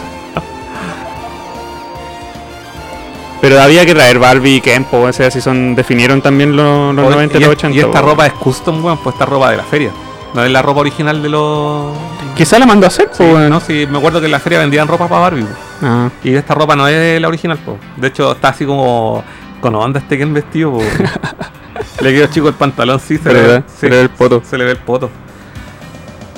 Pero había que traer Barbie y Ken, po, o sea, si son, definieron también lo- los
Oye,
90 y los 80.
y esta
po.
ropa es custom, weón, pues esta ropa de la feria. No es la ropa original de los.
Quizá la mandó a hacer, po,
Sí,
weón.
no, pues, sí, me acuerdo que en la feria vendían ropa para Barbie. weón.
Ah.
Y esta ropa no es la original, po. De hecho, está así como. Con onda este que el vestido, po. le quedó chico el pantalón, sí, se,
Pero,
le,
¿verdad?
sí,
Se le ve el poto.
se le ve el poto.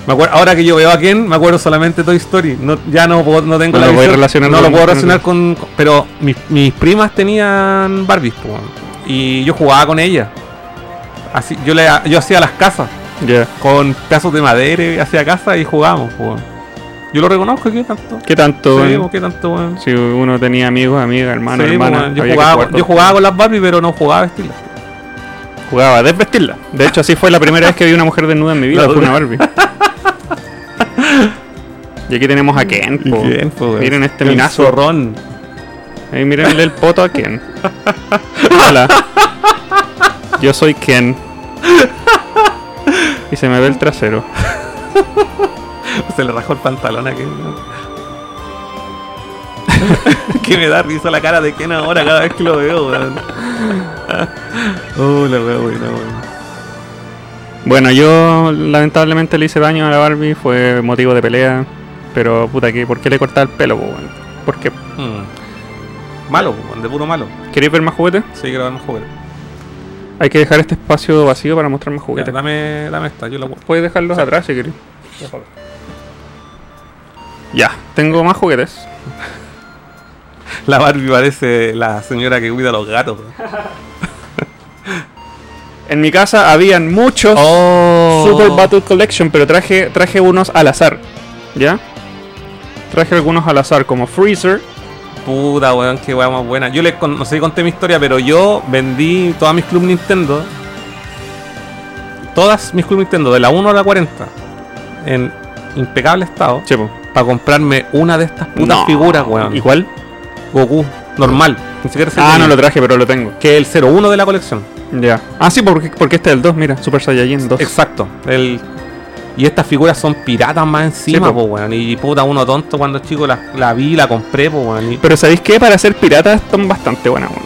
Me acuer- ahora que yo veo a Ken, me acuerdo solamente Toy Story. No, ya no, puedo, no tengo la
No lo
visión,
puedes relacionar
No
con-
lo puedo relacionar con. con- pero mis, mis primas tenían Barbies, po, weón. Y yo jugaba con ella. Así, yo le yo hacía las casas.
Ya.
Con pedazos de madera y hacía casas y jugábamos, po, weón. Yo lo reconozco, ¿qué tanto?
¿Qué tanto?
Sí,
eh?
po, ¿qué tanto, weón?
Si uno tenía amigos, amigas, hermanos,
Sí, po,
hermanas.
weón. yo,
había que
jugaba,
jugar
yo jugaba con las Barbie, pero no jugaba vestidas.
Jugaba a desvestirla. De hecho, así fue la primera vez que vi una mujer desnuda en mi vida.
La
fue
dura.
una Barbie. y aquí tenemos a Ken. po.
Bien, po, weón.
Miren este
El
minazo.
zorrón.
Ahí mírenle el poto a Ken. Hola. Yo soy Ken. Y se me ve el trasero.
Se le rajó el pantalón a Ken. que me da risa la cara de Ken ahora cada vez que lo veo, weón. oh, la wea buena, weón.
Bueno, yo lamentablemente le hice daño a la Barbie. Fue motivo de pelea. Pero puta, que ¿por qué le cortaba el pelo, po, weón? ¿Por qué?
Hmm. Malo, weón, de puro malo.
¿Queréis ver más juguetes?
Sí, que lo van a jugar.
Hay que dejar este espacio vacío para mostrar más
Ya,
juguetes.
Dame, dame esta, yo la guardo.
Puedes dejarlos atrás si querés. Ya, tengo más juguetes.
La Barbie parece la señora que cuida a los gatos. weón.
En mi casa habían muchos
Oh.
Super Battle Collection, pero traje, traje unos al azar. ¿Ya? Traje algunos al azar, como Freezer.
Puta, weón, qué weón más buena. Yo les con- no sé si conté mi historia, pero yo vendí todas mis Club Nintendo. Todas mis Club Nintendo, de la 1 a la 40. En impecable estado.
Chepo.
Para comprarme una de estas putas
No.
figuras, weón.
¿Y cuál?
Goku, normal. Ni siquiera se
Ah, no lo
trae.
traje, pero lo tengo.
Que es el 01 de la colección.
Ya. Ah, sí, porque, porque este es el 2, mira. Super Saiyajin 2.
Exacto. El... Y estas figuras son piratas más encima,
Sí, po.
po, weón. Y puta, uno tonto cuando chico la, la vi, la compré, po, weón. Y
Pero ¿sabéis qué? Para ser piratas son bastante buenas, weón.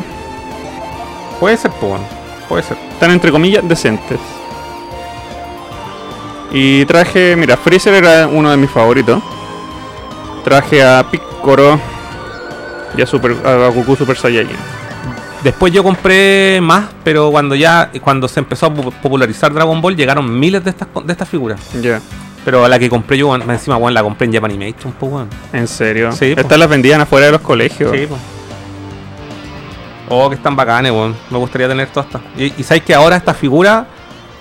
puede ser, po, weón. Puede ser.
están entre comillas decentes. Y traje, mira, Freezer era uno de mis favoritos. Traje a Piccolo y a, Super, a Goku Super Saiyajin.
Después yo compré más, pero cuando ya cuando se empezó a po- popularizar Dragon Ball llegaron miles de estas co- de estas figuras.
Ya,
Pero la que compré yo, weón, más encima, weón, la compré en Japanimation, po, weón.
en serio.
Sí, po.
Estas las vendían afuera de los colegios.
Sí, po. Oh, que están bacanes, weón. Me gustaría tener todas estas. Y, y sabes que ahora estas figuras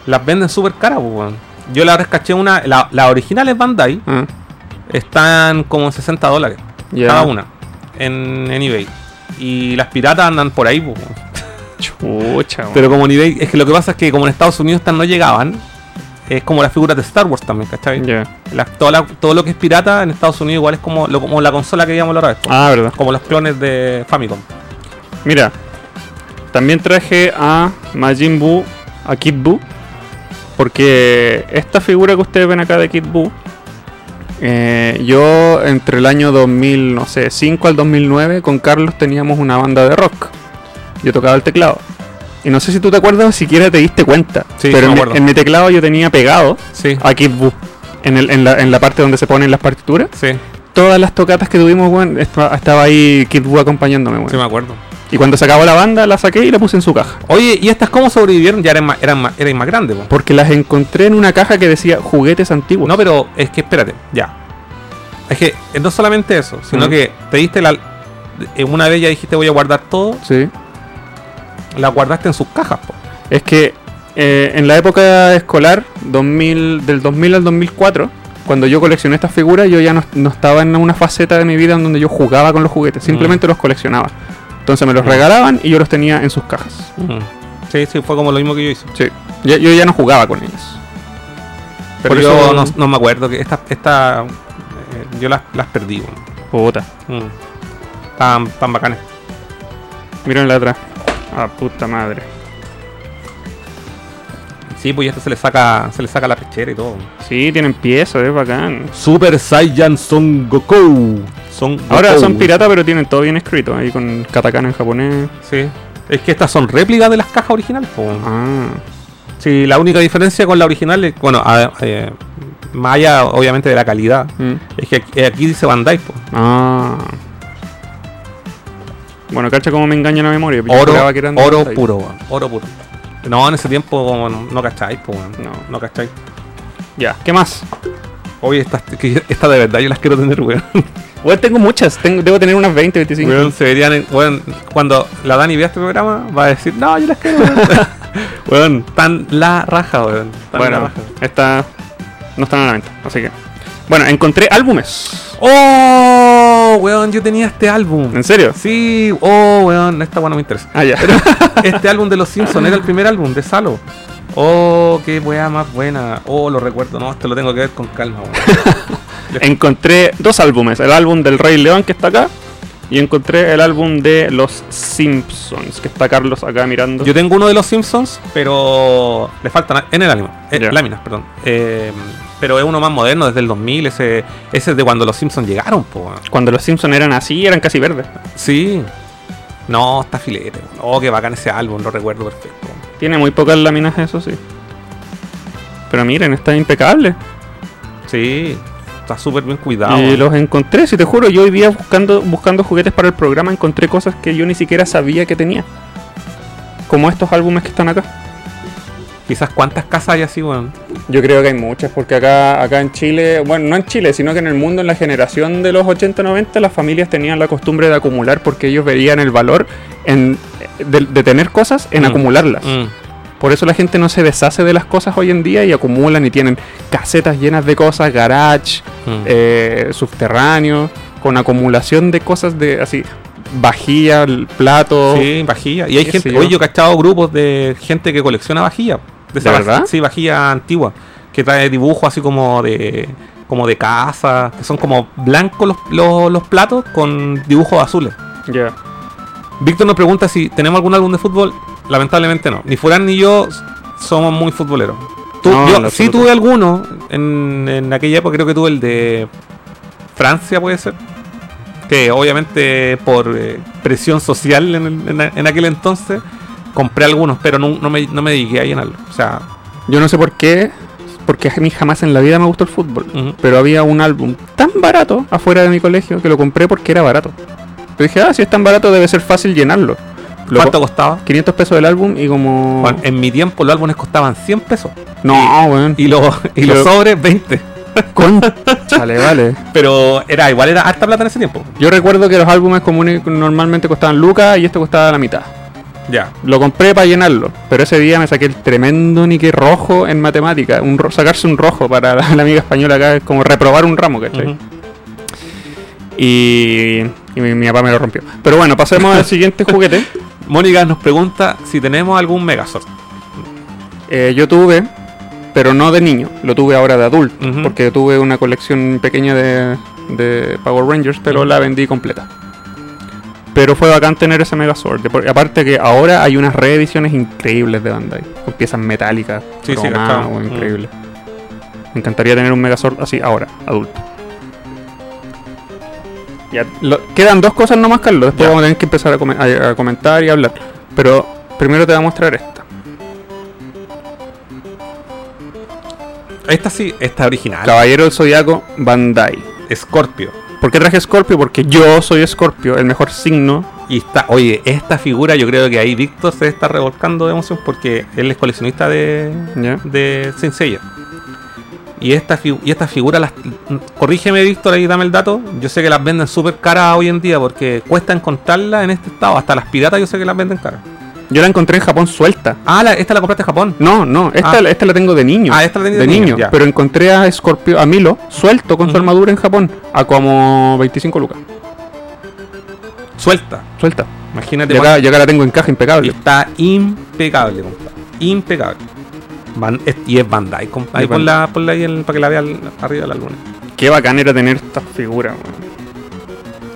las venden súper caras, po, weón. Yo la rescaché una, la- las originales Bandai
Ah,
están como en 60 dólares
ya.
cada una en, en eBay. Y las piratas andan por ahí, po, weón.
Chucha, weón.
Pero como en eBay, es que lo que pasa es que como en Estados Unidos estas no llegaban, es como las figuras de Star Wars también, ¿cachai?
Ya.
Las- toda la- todo lo que es pirata en Estados Unidos igual es como, lo- como la consola que veíamos la otra vez, po.
Ah, verdad.
como los clones de Famicom.
Mira, también traje a Majin Buu, a Kid Buu, porque esta figura que ustedes ven acá de Kid Buu, eh, yo entre el año 2000, no sé, 5 al 2009, con Carlos teníamos una banda de rock. Yo tocaba el teclado. Y no sé si tú te acuerdas o siquiera te diste cuenta,
Sí, me
pero en, mi-
acuerdo.
en mi teclado yo tenía pegado
Sí,
a Kid Buu. En, el- en la, en la parte donde se ponen las partituras,
sí,
todas las tocatas que tuvimos, weón, estaba, estaba ahí Kid Buu acompañándome, weón.
sí me acuerdo.
Y cuando se acabó la banda, la saqué y la puse en su caja.
Oye, ¿y estas cómo sobrevivieron? Ya eran más, eran más, eran más grandes, po.
Porque las encontré en una caja que decía juguetes antiguos.
No, pero es que espérate, ya. Es que eh, no solamente eso, sino
Ujú.
que te diste la... en Una vez ya dijiste voy a guardar todo,
Sí.
las guardaste en sus cajas, po.
Es que eh, en la época escolar, 2000, del 2000 al 2004, cuando yo coleccioné estas figuras, yo ya no, no estaba en una faceta de mi vida en donde yo jugaba con los juguetes, simplemente los coleccionaba. Entonces me los
Mm.
regalaban y yo los tenía en sus cajas.
Sí, sí, fue como lo mismo que yo hice.
Sí. Ya- yo ya no jugaba con ellos.
Pero
Por
yo
eso-
no, no me acuerdo que esta, esta eh, yo las, las perdí. weón.
Puta.
Mm. Tan, tan bacanes.
Miren la otra. Ah, puta madre.
Sí, pues y esto se le saca, se le saca la pechera y todo.
Sí, tienen piezas, es bacán.
Super Saiyan Son Goku. Son
Ahora son piratas, pero tienen todo bien escrito. Ahí con katakana en japonés.
Sí. Es que estas son réplicas de las cajas originales. po.
Ah,
Sí, la única diferencia con la original es, bueno, a- eh, más allá obviamente de la calidad,
mm,
es que aquí, aquí dice Bandai, po.
ah. Bueno, cacha cómo me engaña la memoria. Yo
Oro,
juraba que eran de
oro
Bandai.
puro, weón. oro puro. No, en ese tiempo como no, no cacháis, po, weón.
No.
no cacháis.
Ya, ¿qué más?
Oye, estas que yo- esta de verdad yo las quiero tener, weón.
Bueno, tengo muchas, tengo- debo tener unas 20, 25.
Weón, se verían en- weón, cuando la Dani vea este programa, va a decir, no, yo las quiero. weón". weón, tan la raja, weón. Tan la
bueno,
raja.
esta no está en la venta, así que. Bueno, encontré álbumes.
¡Oh! Weón, yo tenía este álbum.
¿En serio?
Sí, oh, weón, esta weón no me interesa.
Ah, ya.
Este álbum de los Simpsons era el primer álbum de Salo. Oh, qué weá más buena. Oh, lo recuerdo. No, esto lo tengo que ver con calma, weón.
encontré dos álbumes: el álbum del Rey León, que está acá, y encontré el álbum de Los Simpsons, que está Carlos acá mirando.
Yo tengo uno de los Simpsons, pero le faltan en el ánimo. eh,
Ya.
Láminas, perdón. Eh, pero es uno más moderno, desde el 2000. Ese, ese es de cuando los Simpsons llegaron, po. weón.
Cuando los Simpsons eran así, eran casi verdes.
Sí. No, está filete. weón. Oh, qué bacán ese álbum, lo recuerdo perfecto.
Tiene muy pocas láminas, eso sí. Pero miren, está impecable.
Sí, está súper bien cuidado.
y
weón.
los encontré, si te juro, yo hoy día buscando, buscando juguetes para el programa encontré cosas que yo ni siquiera sabía que tenía. Como estos álbumes que están acá.
Quizás cuántas casas hay así, weón.
Yo creo que hay muchas, porque acá, acá en Chile, bueno, no en Chile, sino que en el mundo, en la generación de los 80-90, las familias tenían la costumbre de acumular porque ellos veían el valor en, de, de tener cosas en
Mm.
acumularlas.
Mm.
Por eso la gente no se deshace de las cosas hoy en día y acumulan y tienen casetas llenas de cosas, garage,
Mm.
eh, subterráneo, con acumulación de cosas de así, vajilla, l- plato.
Sí, vajilla. Y hay
qué sé
gente,
yo.
oye, yo he cachado grupos de gente que colecciona vajilla. De, esa
¿De
vaji-
verdad?
Sí, vajilla antigua. Que trae dibujos así como de como de casa, que son como blancos los, los, los platos con dibujos azules.
Ya.
Víctor nos pregunta si tenemos algún álbum de fútbol. Lamentablemente no. Ni Furán ni yo s- somos muy futboleros. Tú-
No, en
yo
lo
sí
absoluto.
tuve alguno en, en aquella época, creo que tuve el de Francia, puede ser. Que obviamente por eh, presión social en, el- en a- en aquel entonces compré algunos, pero no, no me, no me dediqué a llenarlo. O sea,
Yo no sé por qué, porque a mí jamás en la vida me gustó el fútbol.
ujú.
Pero había un álbum tan barato afuera de mi colegio que lo compré porque era barato. Yo dije, ah, si es tan barato debe ser fácil llenarlo. Lo
¿cuánto
co-
costaba?
500 pesos del álbum y como...
Juan, en mi tiempo los álbumes costaban 100 pesos
no, weón.
y los, y los
Pero-
sobres 20.
Chale, vale.
Pero era igual, era harta plata en ese tiempo.
Yo recuerdo que los álbumes comunes normalmente costaban lucas y esto costaba la mitad.
Ya.
Lo compré para llenarlo, pero ese día me saqué el tremendo nique rojo en matemática. Un ro- sacarse un rojo para la, la amiga española acá es como reprobar un ramo, ¿cachai?
Ujú.
Y, y mi, mi papá me lo rompió. Pero bueno, pasemos al siguiente juguete.
Mónica nos pregunta si tenemos algún Megazord.
Eh, yo tuve, pero no de niño, lo tuve ahora de adulto,
Ujú.
porque tuve una colección pequeña de, de Power Rangers, pero
Ujú.
la vendí completa. Pero fue bacán tener ese Megazord. de por- Aparte que ahora hay unas reediciones increíbles de Bandai, con piezas metálicas,
Sí, sí,
cromadas,
cachado.
weón,
Mm.
increíble. Me encantaría tener un Megazord así ahora, adulto. Ya, lo- quedan dos cosas nomás, Carlos. Después
Ya.
vamos a tener que empezar a, come- a- a comentar y a hablar. Pero primero te voy a mostrar esta.
Esta sí, esta original.
Caballero del Zodiaco Bandai.
Scorpio.
¿Por qué traje Scorpio? Porque yo soy Scorpio, el mejor signo.
Y está, oye, esta figura yo creo que ahí Víctor se está revolcando de emoción porque él es coleccionista de,
Ya.
de Saint Seiya. Y esta, fi- y esta figura, las, corrígeme Víctor, ahí dame el dato. Yo sé que las venden súper caras hoy en día porque cuesta encontrarlas en este estado. Hasta las piratas yo sé que las venden caras.
Yo la encontré en Japón suelta.
Ah, la- esta la compraste en Japón.
No, no, esta,
Ah.
esta la tengo de niño.
Ah, esta la tenía
de
de niño,
niño.
ya.
pero encontré a Scorpio, a Milo, suelto con su
Ujú.
armadura en Japón, a como 25 lucas.
Suelta.
Suelta.
Imagínate.
Y acá, y acá la tengo en caja
Y
impecable.
está impecable, compadre. Impecable. Van- es- y es Bandai, compadre.
Es
Ahí ponla, ponla ahí en- para que la vea al- arriba de la luna.
Qué bacán era tener esta figura, weón.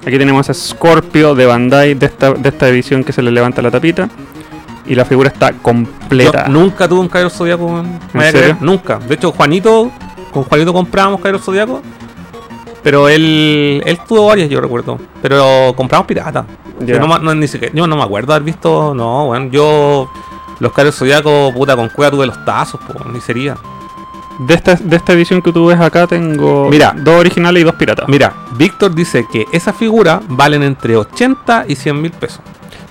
Aquí tenemos a Scorpio de Bandai de esta, de esta edición que se le levanta la tapita. Y la figura está completa.
Yo nunca tuve un Cairo Zodíaco, weón. ¿Me vaya a
serio?
creer? Nunca. De hecho, Juanito, con Juanito comprábamos Cairo Zodíaco. Pero él, él tuvo varias, yo recuerdo. Pero compramos pirata.
Ya.
Yo, no, ma- no- ni siquiera, yo no me acuerdo haber visto. No, weón. Yo. Los Cairo Zodíaco, puta, con cueva tuve los tazos, po, ni sería.
De esta, de esta edición que tú ves acá tengo
Mira.
dos originales y dos piratas.
Mira, Víctor dice que esas figuras valen entre 80 y 100 mil pesos.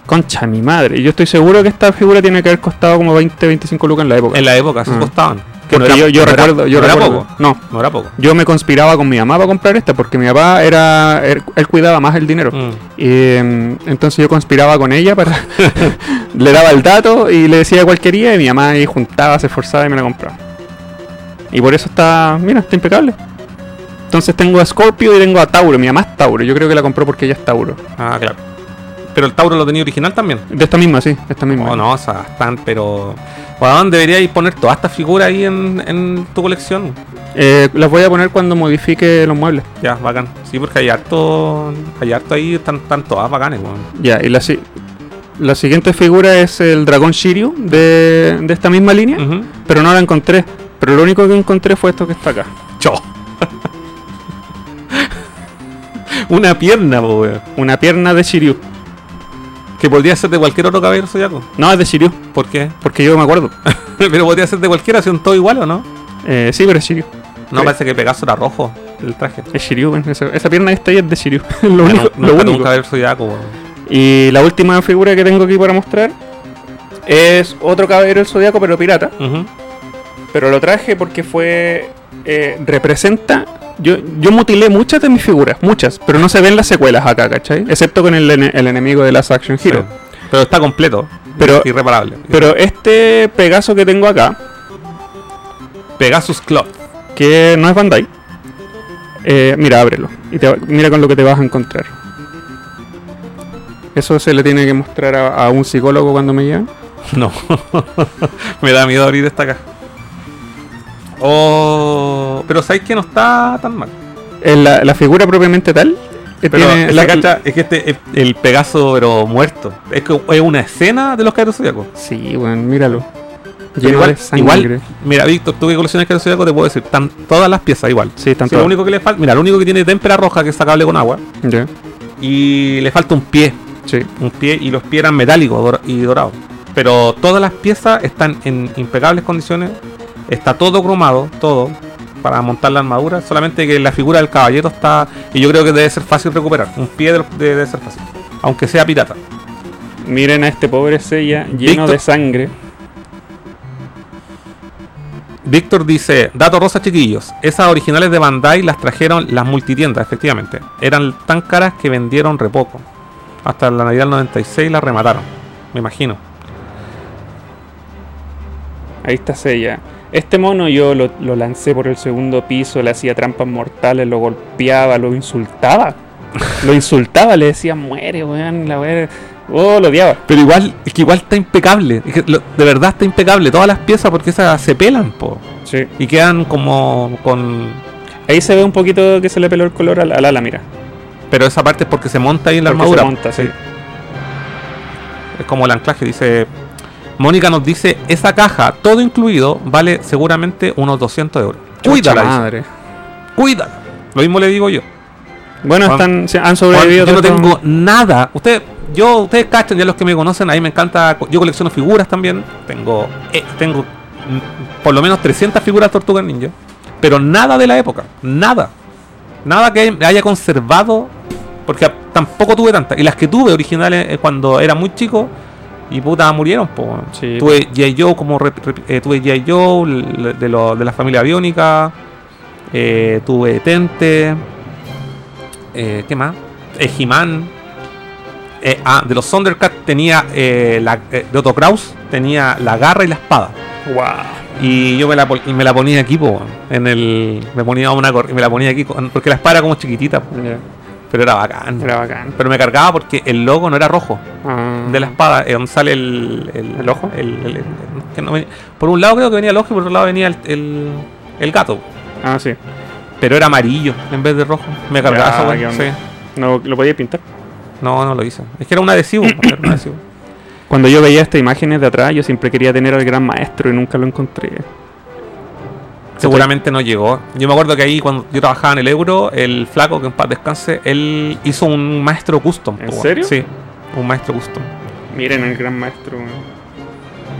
Concha mi madre. Yo estoy seguro que esta figura tiene que haber costado como 20, 25 lucas en la época.
En la época se
Mm.
costaban. Que no era-
Porque yo, yo
no era-
recuerdo. yo
no era
recuerdo-
poco.
No,
No era poco.
yo me conspiraba con mi mamá para comprar esta porque mi papá era. Él, él cuidaba más el dinero.
Mm.
Y, em, entonces yo conspiraba con ella para. le daba el dato y le decía cuál quería y mi mamá ahí juntaba, se esforzaba y me la compraba. Y por eso está. Mira, está impecable. Entonces tengo a Scorpio y tengo a Tauro. Mi mamá es Tauro. Yo creo que la compró porque ella es Tauro.
Ah, claro. Pero el Tauro lo tenía original también.
De esta misma, sí. De esta misma.
Oh, No, no, o sea, están, pero. Weón, deberíais poner todas estas figuras ahí en, en tu colección.
Eh, las voy a poner cuando modifique los muebles.
Ya, bacán. Sí, porque hay harto. Hay harto ahí, están, están todas bacanes, weón.
Ya, y la, si- la siguiente figura es el dragón Shiryu de, de esta misma línea,
Ujú.
pero no la encontré. Pero lo único que encontré fue esto que está acá.
Cho. Una pierna, po, weón.
Una pierna de Shiryu.
Que podría ser de cualquier otro caballero zodiaco.
No, es de Shiryu,
¿Por qué?
porque yo me acuerdo.
pero podría ser de cualquiera, son todo igual o no?
Eh, sí, pero es Shiryu.
No,
Sí.
parece que Pegaso era rojo el traje.
Es Shiryu, bueno, esa, esa pierna que está ahí es de Shiryu. lo único.
no, nunca
lo
tuve
único.
un caballero zodiaco, weón.
Y la última figura que tengo aquí para mostrar es otro caballero del zodiaco, pero pirata.
Ujú.
Pero lo traje porque fue. eh, representa. Yo, yo mutilé muchas de mis figuras, muchas, pero no se ven las secuelas acá, ¿cachai? Excepto con el, ene- el enemigo de Last Action Hero.
Sí. Pero está completo.
Pero-
irreparable.
Pero este Pegaso que tengo acá,
Pegasus Club.
que no es Bandai, eh, mira, ábrelo. Y te va- mira con lo que te vas a encontrar. Eso se le tiene que mostrar a, a un psicólogo cuando me llegan.
No. Me da miedo abrir esta caja. Oh, pero sabéis que no está tan mal.
Eh, la, la figura propiamente tal. eh,
Pero
tiene
esa
la-
cacha es que este es el Pegaso pero muerto. Es que es una escena de los Caballeros Zodíacos.
Sí, bueno, míralo.
Pero
Lleno
igual,
de sangre.
igual, mira, Víctor, tú que coleccionas Caballeros Zodíacos te puedo decir, están todas las piezas igual.
Sí, están
Sí, lo
todas.
único que le falta, mira, lo único que tiene es témpera roja que es sacable con agua
Ya,
y le falta un pie,
sí.
un pie y los pies eran metálicos dor- y dorados. Pero todas las piezas están en impecables condiciones. Está todo cromado, todo, para montar la armadura. Solamente que la figura del caballero está. Y yo creo que debe ser fácil recuperar. Un pie del- de- debe ser fácil. Aunque sea pirata.
Miren a este pobre Sella lleno
Víctor.
de sangre.
Víctor dice: Dato rosa, chiquillos. Esas originales de Bandai las trajeron las multitiendas, efectivamente. Eran tan caras que vendieron re poco. Hasta la Navidad del 96 las remataron. Me imagino.
Ahí está Sella. Este mono yo lo, lo lancé por el segundo piso, le hacía trampas mortales, lo golpeaba, lo insultaba. Lo insultaba, le decía, muere, weón, la weá". Oh, lo odiaba.
Pero igual, es que igual está impecable. Es que lo- de verdad está impecable. Todas las piezas porque esas se pelan, po.
Sí.
Y quedan como con...
Ahí se ve un poquito que se le peló el color al, al ala, mira.
Pero esa parte es porque se monta ahí en la
Porque
armadura.
se monta, sí.
Es como el anclaje, dice... Mónica nos dice, esa caja, todo incluido, vale seguramente unos 200 euros. Cuídala,
Chucha
dice, cuídala. Lo mismo le digo yo.
Bueno,
Juan-
están, se- han
Juan,
sobrevivido.
yo no
todos.
tengo nada. Ustedes, yo, ustedes cachan, ya los que me conocen, ahí me encanta. co- Yo colecciono figuras también. Tengo, eh, tengo mm, por lo menos 300 figuras Tortuga Ninja. Pero nada de la época. Nada. Nada que haya conservado. Porque a- tampoco tuve tantas. Y las que tuve originales eh, cuando era muy chico. Y puta, murieron, po.
Sí.
Tuve G.I. Joe como rep- rep- eh, tuve G.I. Joe l- de, lo- de la familia biónica. eh, tuve Tente. Eh, ¿Qué más? Eh, He-Man. Eh, ah, de los Thundercats tenía eh, la, eh, de Otto Kraus tenía la garra y la espada.
Guau.
Y yo me la, pon- y me la ponía aquí, po, weón. en el me ponía una cor- y me la ponía aquí con- porque la espada era como chiquitita, po.
Ya,
pero era bacán.
Era bacán.
Pero me cargaba porque el logo no era rojo
Ah.
de la espada, eh, donde sale el, el,
¿El ojo?
el- el- el- que no venía- por un lado creo que venía el ojo y por otro lado venía el, el, el gato.
Ah, sí.
Pero era amarillo en vez de rojo. Me cargaba
Ya,
esa
qué
weá,
onda.
sí.
No, lo podía pintar.
No, no lo hice. Es que era un adhesivo. era un adhesivo.
Cuando yo veía estas imágenes de atrás, yo siempre quería tener al gran maestro y nunca lo encontré.
Seguramente no llegó. Yo me acuerdo que ahí cuando yo trabajaba en el Euro, el flaco que en paz descanse, él hizo un maestro custom.
¿En
po, weón.
serio?
Sí, un maestro custom.
Miren al gran maestro.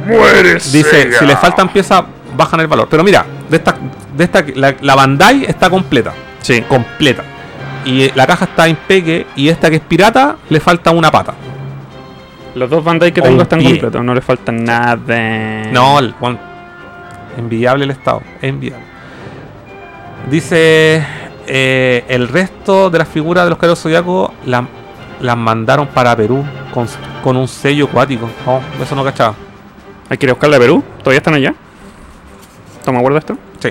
¡Mueres!
Dice, si le faltan piezas, bajan el valor. Pero mira, de esta, de esta la, la Bandai está completa.
Sí.
Completa. Y eh, la caja está impeque y esta que es pirata le falta una pata.
Los dos Bandai que
O un
tengo están
pie.
Mm. completos, no le faltan nada.
No, el- weón, Envidiable el Estado. Envidiable. Dice. eh, el resto de las figuras de los caros zodiacos las mandaron para Perú con, con un sello acuático. Oh, eso no cachaba.
Hay que ir a buscarla a Perú. ¿Todavía están allá? ¿Toma acuerdo de esto?
Sí.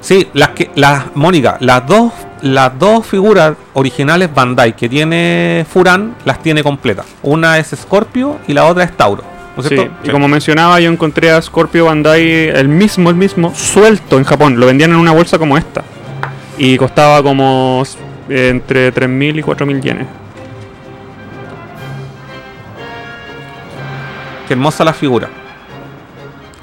Sí, las que, las, Mónica, las dos, las dos figuras originales Bandai que tiene Furan las tiene completas. Una es Scorpio y la otra es Tauro. ¿No es
Sí,
cierto?
y como mencionaba, yo encontré a Scorpio Bandai, el mismo, el mismo, suelto en Japón. Lo vendían en una bolsa como esta. Y costaba como eh, entre 3.000 y 4.000 yenes.
Qué hermosa la figura.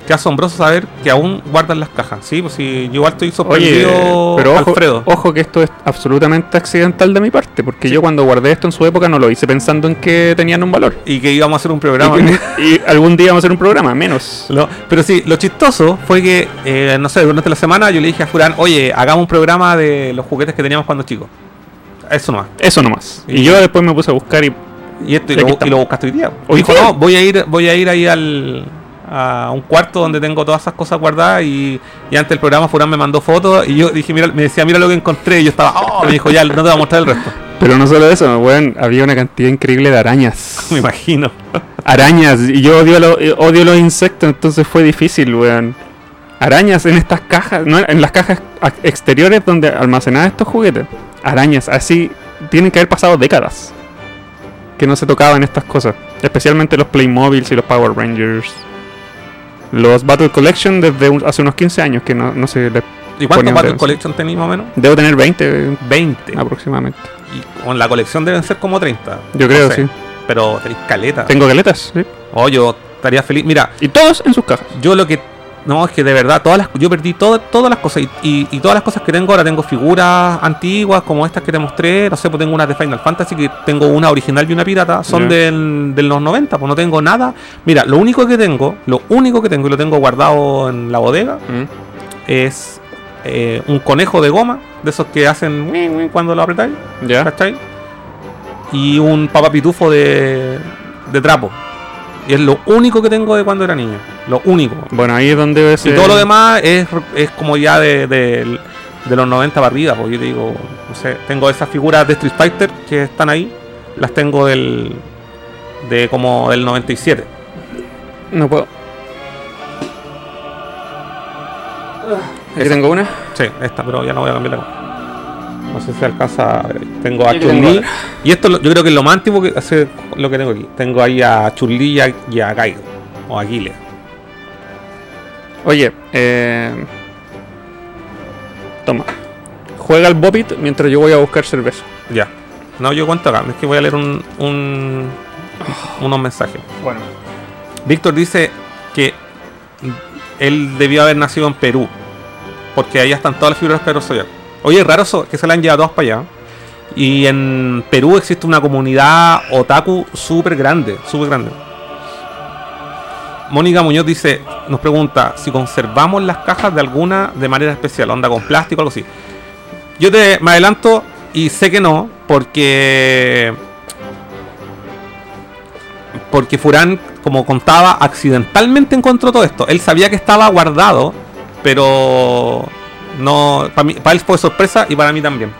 Qué asombroso saber que aún guardan las cajas. Sí, pues sí, yo igual estoy
Oye,
sorprendido,
pero ojo,
Alfredo.
ojo que esto es absolutamente accidental de mi parte, porque yo cuando guardé esto en su época no lo hice pensando en que tenían un valor.
Y que íbamos a hacer un
Y,
programa.
y algún día vamos a hacer un programa, menos.
Lo- pero sí, lo chistoso fue que, eh, no sé, durante la semana yo le dije a Furán, oye, hagamos un programa de los juguetes que teníamos cuando chicos. Eso nomás.
Eso nomás.
Y-
Y yo después me puse a buscar y
Y, esto, y,
Aquí
lo,
estamos.
y lo buscaste hoy día.
Hoy
Dijo,
día.
no, voy a ir, voy a ir ahí al, a un cuarto donde tengo todas esas cosas guardadas y, y antes del programa Furán me mandó fotos y yo dije, mira, me decía, mira lo que encontré y yo estaba, oh, me dijo, ya, no te voy a mostrar el resto.
Pero no solo eso, weón, había una cantidad increíble de arañas.
Me imagino.
arañas, y yo odio, lo- eh, odio los insectos, entonces fue difícil, weón. Arañas en estas cajas, no, en las cajas a- exteriores donde almacenaba estos juguetes. Arañas, así tienen que haber pasado décadas que no se tocaban estas cosas. Especialmente los Playmobiles y los Power Rangers. Los Battle Collection desde un- hace unos 15 años que no, no se les...
¿Y cuántos
Ponían
Battle
atención.
Collection tenéis más o menos?
Debo tener 20
20.
Ah. aproximadamente.
Y con la colección deben ser como 30.
Yo creo,
No sé,
sí.
Pero tenéis caleta.
Tengo galetas, sí.
Oh, yo estaría feliz. Mira,
Y todos en sus cajas.
yo lo que. No, es que de verdad, todas las, yo perdí todo- todas las cosas. Y, y- y todas las cosas que tengo ahora, tengo figuras antiguas como estas que te mostré. No sé, pues tengo unas de Final Fantasy, que tengo una original y una pirata. Son
Ya.
del, de los 90, pues no tengo nada. Mira, lo único que tengo, lo único que tengo y lo tengo guardado en la bodega, es eh, un conejo de goma, de esos que hacen uin, uin cuando lo apretáis.
Ya.
¿cachai? Y un papapitufo de, de trapo. Y es lo único que tengo de cuando era niño. Lo único.
Bueno, ahí es donde eh,
Y
se...
todo lo demás es, es como ya de, de- de los 90 para arriba. Porque yo te digo, no sé, tengo esas figuras de Street Fighter que están ahí. Las tengo del. de como del 97.
No puedo. Aquí
Esa.
tengo una.
Sí, esta, pero ya no voy a cambiar la cámara. No sé si alcanza. a ver, Tengo a
Yo tengo
Chun-Li.
otra.
Y esto lo- yo creo que es lo más antiguo que hace lo que tengo aquí. Tengo ahí a Chun-Li y a, y a Kaido. O a Guile.
Oye, eh... Toma. Juega al Bobit mientras yo voy a buscar cerveza.
Ya. No, yo cuento acá. Es que voy a leer un, un- unos mensajes.
Bueno.
Víctor dice que él debió haber nacido en Perú. Porque ahí están todas las figuras de Pedro Soller. Oye, es raro eso, que se la han llevado todas para allá. Y en Perú existe una comunidad otaku súper grande, súper grande. Mónica Muñoz dice, nos pregunta si conservamos las cajas de alguna de manera especial, onda con plástico o algo así. Yo te me adelanto y sé que no, porque porque Furán, como contaba, accidentalmente encontró todo esto. Él sabía que estaba guardado, pero no para, mí- para él fue sorpresa y para mí también.